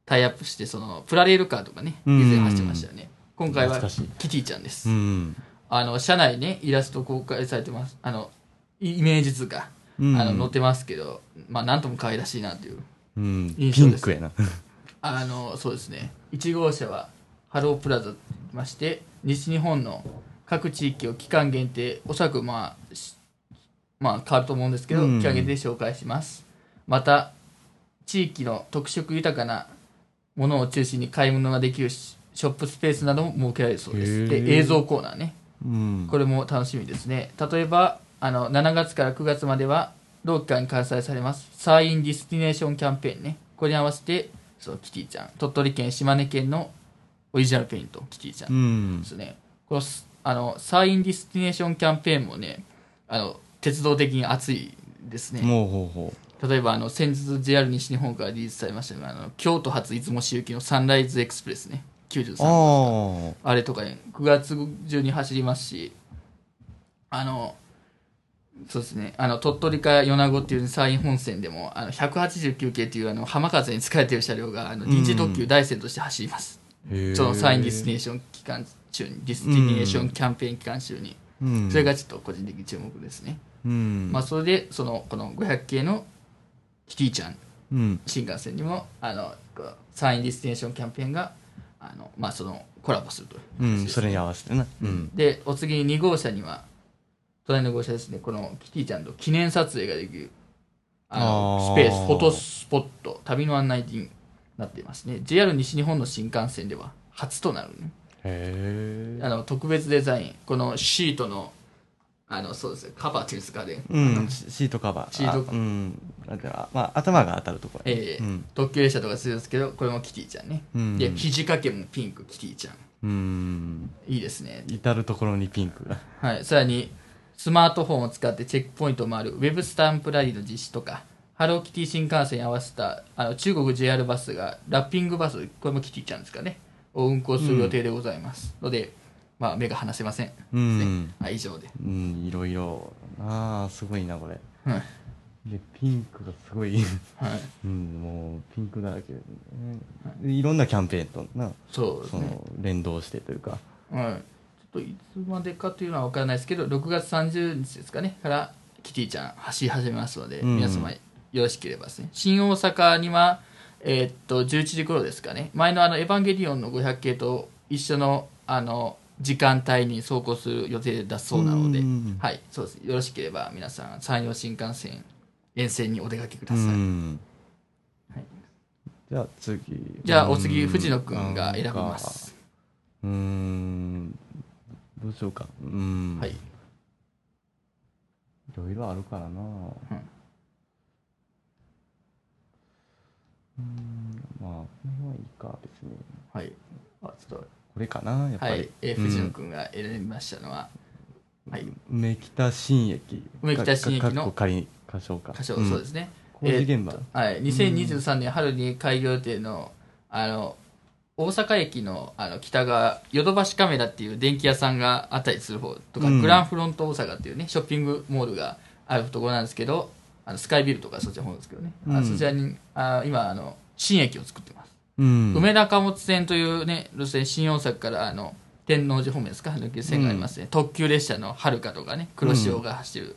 Speaker 5: タイアップしてそのプラレールカーとかね以
Speaker 2: うん
Speaker 5: 前走ってましたよね、今回は
Speaker 2: 懐かしい
Speaker 5: キティちゃんです、
Speaker 2: うん。
Speaker 5: あの車内ねイラスト公開されてますあのイイメージ図が、
Speaker 2: うん
Speaker 5: あの載ってますけどまあなんとも可愛らしいなという
Speaker 2: うん。
Speaker 5: 印
Speaker 2: ピ
Speaker 5: 象
Speaker 2: ン
Speaker 5: です
Speaker 2: クやな。
Speaker 5: あのそうですね1号車はハロープラザといいまして西日本の各地域を期間限定おそらくまあしまあ変わると思うんですけど、
Speaker 2: うん
Speaker 5: 期間限定で紹介しますまた地域の特色豊かなものを中心に買い物ができるシショップスペースなども設けられるそうで
Speaker 2: へ
Speaker 5: す
Speaker 2: ー
Speaker 5: で映像コーナーね
Speaker 2: うん。
Speaker 5: これも楽しみですね例えばあの7月から9月までは同期間に開催されますサーインディスティネーションキャンペーンねこれに合わせてそうキティちゃん鳥取県島根県のオリジナルペイントキティちゃ
Speaker 2: うんん
Speaker 5: で。すね、このすあのサーインディスティネーションキャンペーンもねあの鉄道的に熱いですね
Speaker 2: もうほうほ
Speaker 5: 例えばあの先日 JR 西日本からリリースされましたがあの京都発出雲市行きのサンライズエクスプレスね93
Speaker 2: う。ああ。
Speaker 5: あれとかね、9月中に走りますし、あの、そうですね、あの、鳥取から米子っていう山陰本線でも、あの、189系っていうあの、浜風に使えてる車両が、あの、臨時特急大線として走ります。
Speaker 2: へー
Speaker 5: そのサインディスティネーション期間中に、ディスティネーションキャンペーン期間中に、
Speaker 2: うん。
Speaker 5: それがちょっと個人的に注目ですね。
Speaker 2: うん。
Speaker 5: まあ、それで、その、この500系のキティちゃん
Speaker 2: うん。
Speaker 5: 新幹線にもあのこうサインディスティネーションキャンペーンがあの、まあ、そのコラボするという
Speaker 2: う
Speaker 5: 形ですね
Speaker 2: ん。それに合わせてな。うん。
Speaker 5: でお次に2号車には隣の号車ですねこのキティちゃんと記念撮影ができるあの
Speaker 2: あー
Speaker 5: スペースフォトスポット旅の案内人になっていますね JR 西日本の新幹線では初となるね
Speaker 2: へえ。
Speaker 5: あの特別デザインこのシートのあのそうですねカバーっていうんですかね、
Speaker 2: うん。シシートカバー。
Speaker 5: シート
Speaker 2: あうん。だから、まあ、頭が当たるところ。
Speaker 5: えー
Speaker 2: うん。
Speaker 5: 特急列車とかするんですけどこれもキティちゃんね、
Speaker 2: うん
Speaker 5: で肘掛けもピンクキティちゃん
Speaker 2: うん。
Speaker 5: いいですね
Speaker 2: 至る所にピンク [LAUGHS] が。
Speaker 5: はい、さらにスマートフォンを使ってチェックポイントを回るウェブスタンプラリーの実施とかハローキティ新幹線に合わせたあの中国 JR バスがラッピングバスこれもキティちゃんですかねを運行する予定でございます、ので、まあ、目が離せません、
Speaker 2: うん。
Speaker 5: はい、以上で、
Speaker 2: うん、いろいろ。ああ、すごいな、これ。
Speaker 5: はい
Speaker 2: で、ピンクがすごい。 [LAUGHS]
Speaker 5: はい、
Speaker 2: うん、もう、ピンクだらけ、ねでいろんなキャンペーンとな、
Speaker 5: そうです
Speaker 2: そ
Speaker 5: ね、
Speaker 2: の、連動してというか。
Speaker 5: はい、ちょっといつまでかというのは分からないですけど6月30日ですかねからキティちゃん走り始めますので、
Speaker 2: うん
Speaker 5: 皆様よろしければですね新大阪には、ええーっと、11時頃ですかね。前のあの、エヴァンゲリオンの500系と一緒の、あの、時間帯に走行する予定だそうなので
Speaker 2: うん、
Speaker 5: はい、そうです。よろしければ皆さん、山陽新幹線沿線にお出かけくだ
Speaker 2: う
Speaker 5: さい。
Speaker 2: ん
Speaker 5: はい
Speaker 2: じゃあ次
Speaker 5: じゃあ、お次、藤野くんが選びます。
Speaker 2: うーんどうしようかうーん
Speaker 5: はい。
Speaker 2: いろいろあるからな、うーん、まあこの辺はいいか別に
Speaker 5: はい。あちょっ
Speaker 2: これかなやっ
Speaker 5: と、
Speaker 2: ぱ
Speaker 5: は
Speaker 2: り、
Speaker 5: い。えー藤野くんが選びましたのは、はい。
Speaker 2: 梅北新駅
Speaker 5: 梅北新駅の
Speaker 2: かかっこ仮歌唱か、
Speaker 5: 歌唱、そうですすね。
Speaker 2: うん、工事現場、
Speaker 5: はい、2023年春に開業予定のあの大阪駅のあの北側ヨドバシカメラっていう電気屋さんがあったりする方とか、
Speaker 2: うん
Speaker 5: グランフロント大阪っていうねショッピングモールがあるところなんですけどあのスカイビルとかそっちの方ですけどね、あ
Speaker 2: うん
Speaker 5: そちらにあ今あの新駅を作ってます、
Speaker 2: うん
Speaker 5: 梅田貨物線というね路線新大阪からあの天王寺方面ですか抜ける線がありますね、特急列車のはるかとかね黒潮が走ってる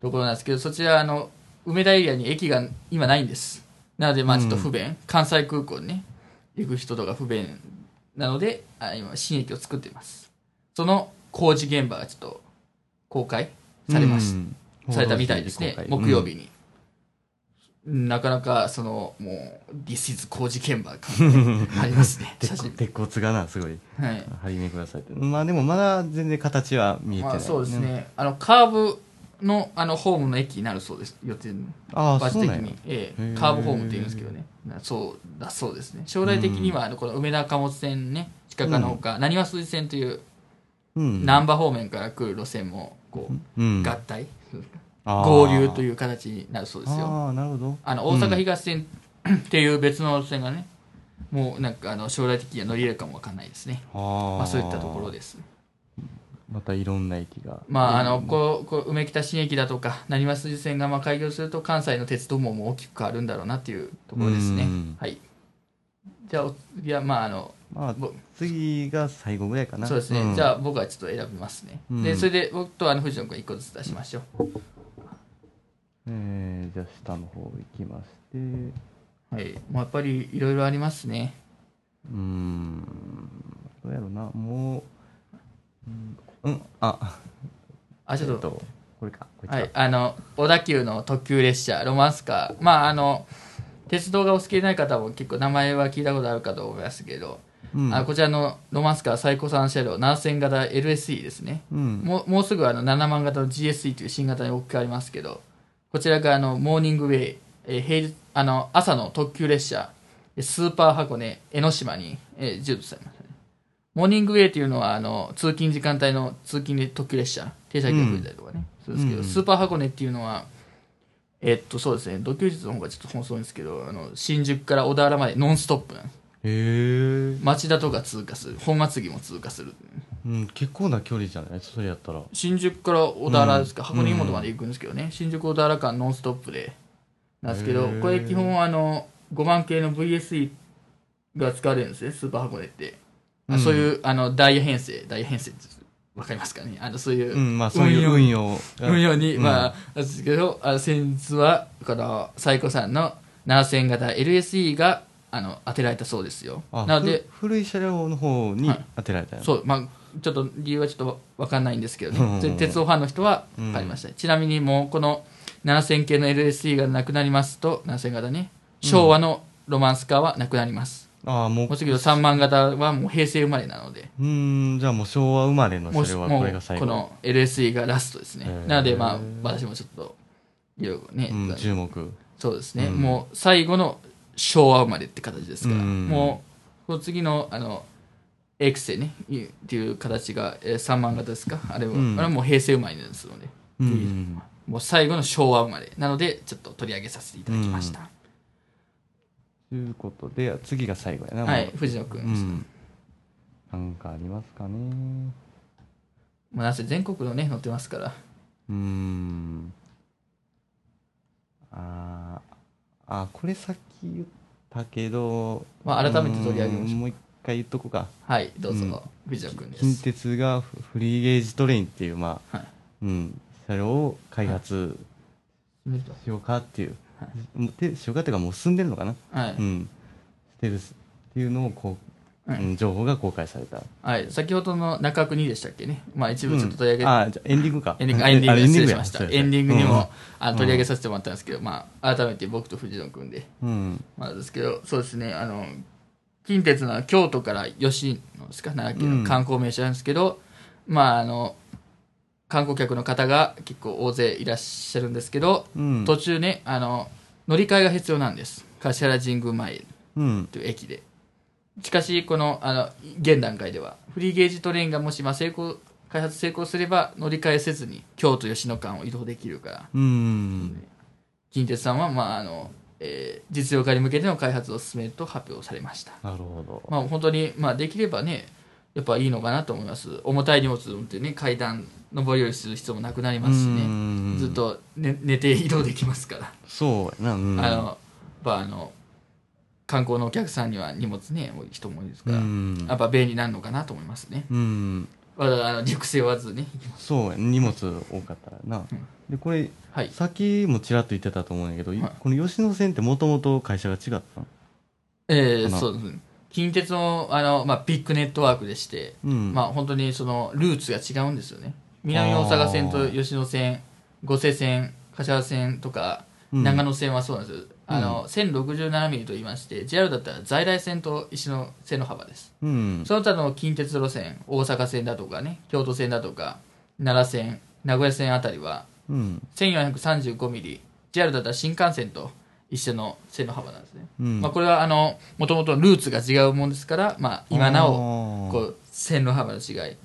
Speaker 5: ところなんですけど、そちらあの梅田エリアに駅が今ないんですなのでまあちょっと不便、関西空港にね行く人とか不便なのであ今新駅を作っていますその工事現場がちょっと公開されました、
Speaker 2: うん
Speaker 5: されたみたいですね
Speaker 2: 報道陣に公開
Speaker 5: 木曜日に、なかなかそのもう「This is 工事現場」感があります
Speaker 2: [LAUGHS]
Speaker 5: ね写
Speaker 2: 鉄
Speaker 5: 真
Speaker 2: 骨鉄骨がなすごい
Speaker 5: はい
Speaker 2: 張り巡らされてるまあでもまだ全然形は見えてない、
Speaker 5: まあそうですね、あのカーブのあのホームの駅になるそうです予定の
Speaker 2: あ
Speaker 5: 場
Speaker 2: あ
Speaker 5: 所
Speaker 2: そう
Speaker 5: 的
Speaker 2: なんや
Speaker 5: に、え
Speaker 2: へ
Speaker 5: え
Speaker 2: ー
Speaker 5: カーブホームっていうんですけどねなそうだそうですね将来的にはあのこの梅田貨物線ね近下のほかなにわ筋線という
Speaker 2: うん
Speaker 5: 難波方面から来る路線もこ
Speaker 2: う
Speaker 5: うん合体、
Speaker 2: あー
Speaker 5: 合流という形になるそうですよ
Speaker 2: ああなるほど
Speaker 5: あの大阪東線 [COUGHS] っていう別の路線がね、もうなんかあの将来的には乗り入れるかもわかんないですね。
Speaker 2: ま
Speaker 5: まあそういったところです。
Speaker 2: またいろんな駅が
Speaker 5: まああのこうこう梅北新駅だとか成増筋線がまあ開業すると関西の鉄道網も大きく変わるんだろうなっていうところですね
Speaker 2: うん。
Speaker 5: はい。じゃあお次はまああの
Speaker 2: まあ
Speaker 5: ぼ
Speaker 2: 次が最後ぐらいかな
Speaker 5: そうですね、
Speaker 2: ん
Speaker 5: じゃあ僕はちょっと選びますね。
Speaker 2: うん
Speaker 5: でそれで僕とあの藤野君一個ずつ出しましょう。
Speaker 2: えーじゃあ下の方行きましてう
Speaker 5: はい。もうやっぱりいろいろありますね。
Speaker 2: ーんどうやろうなもううん、うん、あ
Speaker 5: あちょ
Speaker 2: え
Speaker 5: っ
Speaker 2: っ
Speaker 5: と
Speaker 2: とこれかこれか、
Speaker 5: はい、あの小田急の特急列車ロマンスカーまああの鉄道がお好きでない方も結構名前は聞いたことあるかと思いますけど、
Speaker 2: うん、
Speaker 5: あこちらのロマンスカー最高3車両7000型 LSE ですね
Speaker 2: うん
Speaker 5: もうもうすぐあの7万型の GSE という新型に置き換わりますけどこちらがあのモーニングウェイ、えー平日あの朝の特急列車スーパー箱根江ノ島に、えー、従事されましたねモーニングウェイというのはあの通勤時間帯の通勤で特急列車停車駅が増えたりとかね、そうですけど、
Speaker 2: うん
Speaker 5: スーパー箱根っていうのはえっとそうですね土休日の方がちょっと本そうですけどあの新宿から小田原までノンストップなんです
Speaker 2: へえ、
Speaker 5: 町田とか通過する本厚木も通過する
Speaker 2: うん、結構な距離じゃないそれやったら
Speaker 5: 新宿から小田原ですか、
Speaker 2: うん
Speaker 5: 箱根湯本まで行くんですけどね、新宿小田原間ノンストップでなんですけ
Speaker 2: へ
Speaker 5: ど
Speaker 2: ー
Speaker 5: これ基本あの5万系の VSE が使われるんですねスーパー箱根って、あ
Speaker 2: うん
Speaker 5: そういうあのダイヤ編成ダイヤ編成ってわかりますかねあのそういう、
Speaker 2: うんまあそういう運用が
Speaker 5: 運用に、
Speaker 2: うん
Speaker 5: まあなんですけどあの先日はこのサイコさんの7000型 LSE があの当てられたそうですよ
Speaker 2: あ
Speaker 5: なので
Speaker 2: ふ古い車両の方に
Speaker 5: はい
Speaker 2: 当てられたよ、
Speaker 5: そう、まあ、ちょっと理由はちょっとわかんないんですけどね、
Speaker 2: うんうんうん
Speaker 5: 鉄道ファンの人は分かりました、ちなみにもうこの7000系の LSE がなくなりますと、7000型ね、昭和のロマンスカーはなくなります、
Speaker 2: ああもう
Speaker 5: もうすぐ3万型はもう平成生まれなので、
Speaker 2: うーんじゃあもう昭和生まれの
Speaker 5: もう
Speaker 2: 車両は
Speaker 5: も
Speaker 2: こ
Speaker 5: う
Speaker 2: れが最後
Speaker 5: この LSE がラストですね
Speaker 2: へー、
Speaker 5: なので、まあ、私もちょっと、いろいろね、
Speaker 2: うん、注目
Speaker 5: そうですね、
Speaker 2: うん
Speaker 5: もう最後の昭和生まれって形ですから、
Speaker 2: うん
Speaker 5: もうこの次のあのエクセねいっていう形が、えー、3万型ですかあれは、
Speaker 2: うん
Speaker 5: あれはもう平成生まれですので、
Speaker 2: うん
Speaker 5: もう最後の昭和生まれなのでちょっと取り上げさせていただきました、
Speaker 2: ということで次が最後やな
Speaker 5: はい
Speaker 2: も
Speaker 5: 藤野君、
Speaker 2: ううんなんかありますかね
Speaker 5: もうなんせ全国のね乗ってますから
Speaker 2: うーんあーあこれさっき言ったけど
Speaker 5: まあ改めて取り上げましょう
Speaker 2: ーんもう一回言っとこうか
Speaker 5: はいどうぞ、
Speaker 2: うん
Speaker 5: 藤野君で
Speaker 2: 近
Speaker 5: す
Speaker 2: 鉄がフフリーゲージトレインっていうまあ、
Speaker 5: はい
Speaker 2: うん、車両を開発しようかっていう、
Speaker 5: は
Speaker 2: でしようかっていうかもう進んでるのかな
Speaker 5: はい、
Speaker 2: うん、てるっていうのをこう、うん情報が公開された。
Speaker 5: はい、先ほどの中国にでしたっけね。まあ一部ちょっと取り上げ、
Speaker 2: あ、じゃあエンディングか。
Speaker 5: エンディング、あエンディン
Speaker 2: あ
Speaker 5: グ失礼しました。
Speaker 2: や
Speaker 5: エンディングにも、あの取り上げさせてもらったんですけど、まあ改めて僕と藤野君で、
Speaker 2: うん。うん
Speaker 5: まあですけど、そうですね、あの、近鉄の京都から吉野ですか、奈良県の観光名所なんですけど、まああの、観光客の方が結構大勢いらっしゃるんですけど、
Speaker 2: うん
Speaker 5: 途中ね、あの、乗り換えが必要なんです。橿原神宮前
Speaker 2: うん。
Speaker 5: という駅で。しかし、この、あの、現段階では、フリーゲージトレインがもし、まあ、成功、開発成功すれば、乗り換えせずに、京都吉野間を移動できるから、
Speaker 2: うん。
Speaker 5: 近鉄さんは、まあ、あの、えー実用化に向けての開発を進めると発表されました。
Speaker 2: なるほど。
Speaker 5: まあ、本当に、まあ、できればね、やっぱいいのかなと思います。重たい荷物を運ってね、階段、上り下りする必要もなくなりますしね、
Speaker 2: ね
Speaker 5: ずっ。と寝寝て移動できますから。
Speaker 2: そうやな。うん
Speaker 5: あの、まあ、あの、観光のお客さんには荷物ね、多い人も多いですから、
Speaker 2: うん
Speaker 5: やっぱ便利になるのかなと思いますね。
Speaker 2: うん。
Speaker 5: わざわざあの、熟成はずね、行きます
Speaker 2: そうや荷物多かったな。で、これ、
Speaker 5: はい。
Speaker 2: さっきもちらっと言ってたと思うんやけど、
Speaker 5: い
Speaker 2: この吉野線ってもともと会社が違ったの
Speaker 5: え
Speaker 2: あ
Speaker 5: ー、
Speaker 2: の
Speaker 5: そうですね。近鉄の、あの、まあ、ビッグネットワークでして、
Speaker 2: うん。
Speaker 5: まあ、本当にその、ルーツが違うんですよね。南大阪線と吉野線、五瀬線、柏線とか、
Speaker 2: うん
Speaker 5: 長野線はそうなんですよ。あの、1067ミリと言いまして、JR だったら在来線と石野線の幅です。
Speaker 2: うん。
Speaker 5: その他の近鉄路線、大阪線だとかね、京都線だとか、奈良線、名古屋線あたりは、
Speaker 2: うん。
Speaker 5: 1435ミリ、JR だったら新幹線と一緒の線の幅なんですね。
Speaker 2: うん
Speaker 5: まあ、これは、あの、もともとルーツが違うもんですから、まあ、今なお、
Speaker 2: お
Speaker 5: こう、線の幅の違い。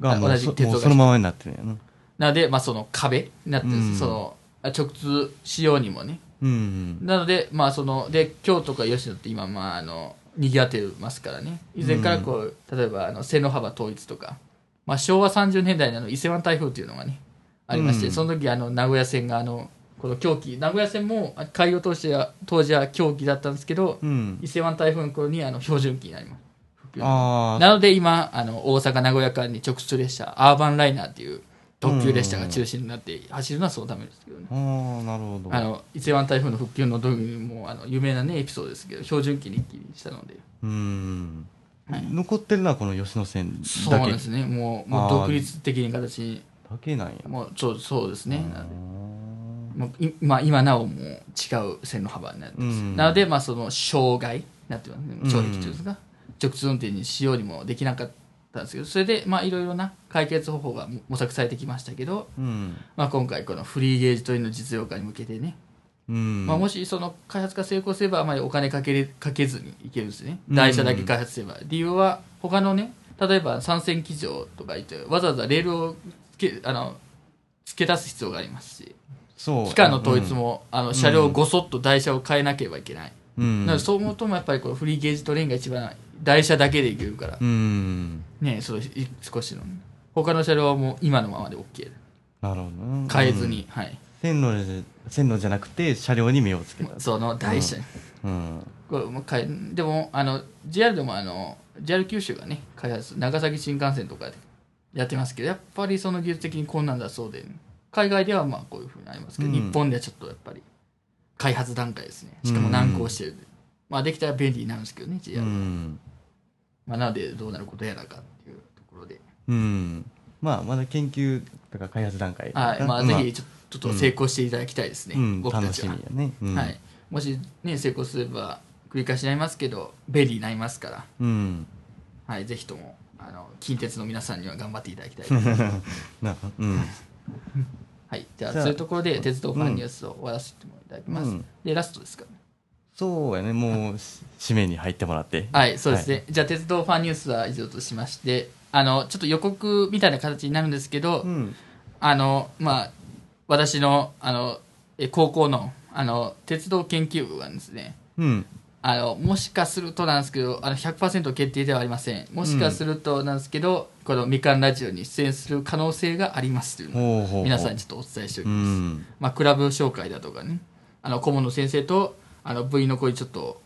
Speaker 2: がもう
Speaker 5: 同じ
Speaker 2: そ
Speaker 5: 鉄道
Speaker 2: も
Speaker 5: 会
Speaker 2: う
Speaker 5: 社
Speaker 2: そのままになってるんやな。
Speaker 5: なので、まあ、その壁になってるんです、
Speaker 2: うん
Speaker 5: その、あ直通しようにもね。
Speaker 2: うん。
Speaker 5: なので、まあ、その、で、京都か吉野って今、まあ、あの、賑わってますからね。以前からこう、例えば、あの、背の幅統一とか、まあ、昭和30年代のあの伊勢湾台風っていうのがね、ありまして、
Speaker 2: うん
Speaker 5: その時、あの、名古屋線が、あの、この狂気、名古屋線も、あ開業当時は、当時は狂気だったんですけど、
Speaker 2: うん。
Speaker 5: 伊勢湾台風の頃に、あの、標準期になります。普及
Speaker 2: ああ。
Speaker 5: なので今、あの、大阪、名古屋間に直通列車、アーバンライナーっていう特急列車が中心になって走るのはそのためですけどね。
Speaker 2: ああ、なるほど。
Speaker 5: あの、伊勢湾台風の復旧の時にも、あの、有名なね、エピソードですけど、標準期に一気にしたので。
Speaker 2: うん。
Speaker 5: はい
Speaker 2: 残ってるのはこの吉野線だけ
Speaker 5: そうなんですね。もう、もう
Speaker 2: あー
Speaker 5: 独立的な形に、
Speaker 2: だけなんや。
Speaker 5: もう、そう、そうですね。な
Speaker 2: あ
Speaker 5: ので
Speaker 2: ー
Speaker 5: もうい今、今なおもう違う線の幅になってます。
Speaker 2: うん
Speaker 5: なので、まあ、その、障害になってますね。
Speaker 2: ん
Speaker 5: 障壁というんですか、直通運転にしようにもできなかったんですけど、それで、まあ、いろいろな解決方法が模索されてきましたけど、
Speaker 2: うん。
Speaker 5: まあ、今回このフリーゲージというの実用化に向けてね、
Speaker 2: うん。
Speaker 5: まあ、もしその開発が成功すればあまりお金かけれかけずにいけるんですね
Speaker 2: うん
Speaker 5: 台車だけ開発すれば、理由は他のね例えば三線機場とか言ってわざわざレールをつけあの付け出す必要がありますし
Speaker 2: そう。
Speaker 5: 機関の統一も、あの車両をごそっと台車を変えなければいけない、
Speaker 2: うん。
Speaker 5: なのでそう思うともやっぱりこのフリーゲージトレインが一番台車だけでいけるから、
Speaker 2: うん。
Speaker 5: ねそのい少しのね他の車両はもう今のままで OK
Speaker 2: なるほどな。
Speaker 5: 変えずに、はい
Speaker 2: 線路じゃ。線路じゃなくて車両に目をつけた。
Speaker 5: その台車に、
Speaker 2: うん。
Speaker 5: これもうかいでもあの JR でもあの JR 九州がね開発長崎新幹線とかでやってますけどやっぱりその技術的に困難だそうで海外ではまあこういうふうになりますけど、
Speaker 2: うん
Speaker 5: 日本ではちょっとやっぱり開発段階ですねしかも難航してる、まあできたら便利になるんですけどね JR、
Speaker 2: うん。
Speaker 5: まあ、なのでどうなることやらかっていうところで、
Speaker 2: うん。まあ、まだ研究とか開発段階。
Speaker 5: はいまあ、ぜ
Speaker 2: ま
Speaker 5: ひちょちょっと成功していただきたいですね、
Speaker 2: うん、
Speaker 5: 僕た
Speaker 2: 楽
Speaker 5: ち
Speaker 2: しみ
Speaker 5: は
Speaker 2: や、ね。うん
Speaker 5: はい、もしね成功すれば繰り返しになりますけど便利になりますから
Speaker 2: うん。
Speaker 5: はい、ぜひとも、あの、近鉄の皆さんには頑張っていただきたい
Speaker 2: [LAUGHS]
Speaker 5: です。
Speaker 2: な、うん。
Speaker 5: はい、では、
Speaker 2: じゃあ
Speaker 5: そういうところで、鉄道ファンニュースを終わらせてもいただきます。
Speaker 2: うん
Speaker 5: で、ラストですかね。
Speaker 2: そうやね、もう、し締めに入ってもらって。
Speaker 5: はい、そうですね。じゃあ、鉄道ファンニュースは以上としまして、あの、ちょっと予告みたいな形になるんですけど、
Speaker 2: うん。
Speaker 5: あの、まあ、私の、あの、え高校の、あの、鉄道研究部がですね、
Speaker 2: うん。
Speaker 5: あのもしかするとなんですけどあの100%決定ではありませんもしかするとなんですけど、この「みかんラジオ」に出演する可能性がありますというのを
Speaker 2: ほうほうほう。
Speaker 5: 皆さんにちょっとお伝えしておき
Speaker 2: う
Speaker 5: ます、
Speaker 2: ん。
Speaker 5: まあ、クラブ紹介だとかねあの顧問の先生とあの部員の子にちょっと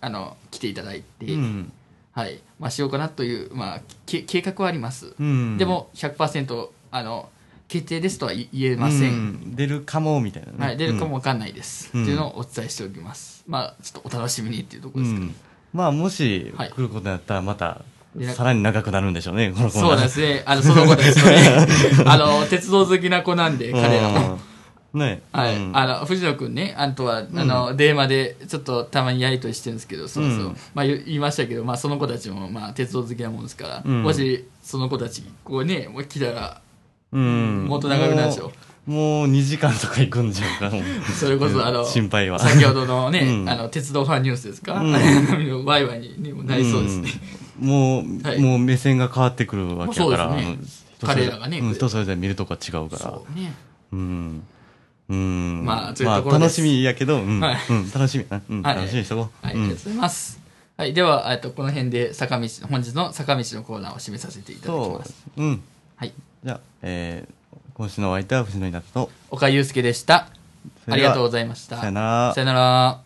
Speaker 5: あの来ていただいて、
Speaker 2: うん。
Speaker 5: はいまあ、しようかなという、まあ、け計画はあります、
Speaker 2: うん。
Speaker 5: で、も100%あの決定ですとは言言えません、
Speaker 2: ん。出るかも、みたいなね。
Speaker 5: はい、出るかもわかんないです、
Speaker 2: うん
Speaker 5: っていうのをお伝えしておきますまあちょっとお楽しみにっていうとこ
Speaker 2: う
Speaker 5: ろ
Speaker 2: ん。
Speaker 5: ですか
Speaker 2: う
Speaker 5: ね、
Speaker 2: ん。まあ、もし
Speaker 5: はい
Speaker 2: 来ることになったら、また
Speaker 5: で、
Speaker 2: さらに長くなるんでしょうね、このコーナー。
Speaker 5: そうですね。あの、その子たち
Speaker 2: [LAUGHS]
Speaker 5: のね、あの、鉄道好きな子なんで、彼らも。
Speaker 2: うん。ね。
Speaker 5: はい。
Speaker 2: うん
Speaker 5: あの、藤野くんね、あとは、あの、電話で、ちょっとたまにやりとりしてるんですけど、そうそう。
Speaker 2: うん
Speaker 5: まあ、言言いましたけど、まあ、その子たちも、まあ、鉄道好きなもんですから、
Speaker 2: うん
Speaker 5: もし、その子たち、こうね、もう来たら、
Speaker 2: うん。
Speaker 5: もっと長くなるでしょ
Speaker 2: もう。もう2時間とか行くんじゃんか、もう
Speaker 5: それこそ、あの、
Speaker 2: 心配は。
Speaker 5: 先ほどのね、
Speaker 2: うん
Speaker 5: あの、鉄道ファンニュースですか、 [LAUGHS]
Speaker 2: うん
Speaker 5: ワイワイに、ね、もうなりそうですね。
Speaker 2: うんもう、
Speaker 5: はい
Speaker 2: もう目線が変わってくるわけだから、
Speaker 5: まあそうですね
Speaker 2: あの人それぞれ
Speaker 5: 彼らがね
Speaker 2: うん人それぞれ見るとこは違うから
Speaker 5: そうね。
Speaker 2: うんうん
Speaker 5: まあというところです
Speaker 2: 楽しみやけど、うん
Speaker 5: はい
Speaker 2: うん楽しみやな、うん
Speaker 5: はい
Speaker 2: 楽しみにしとこう、
Speaker 5: はい、あ
Speaker 2: う
Speaker 5: りがとうんございます。はい、では、えっと、この辺で坂道、本日の坂道のコーナーを締めさせていただき
Speaker 2: そ
Speaker 5: ます。
Speaker 2: う、うん、
Speaker 5: はい、
Speaker 2: じゃあ、えー、今週のお相手は藤野稲田と
Speaker 5: 岡祐介でした。
Speaker 2: そ
Speaker 5: あ
Speaker 2: れ
Speaker 5: り
Speaker 2: では
Speaker 5: がとうございました。
Speaker 2: さよなら
Speaker 5: さよなら。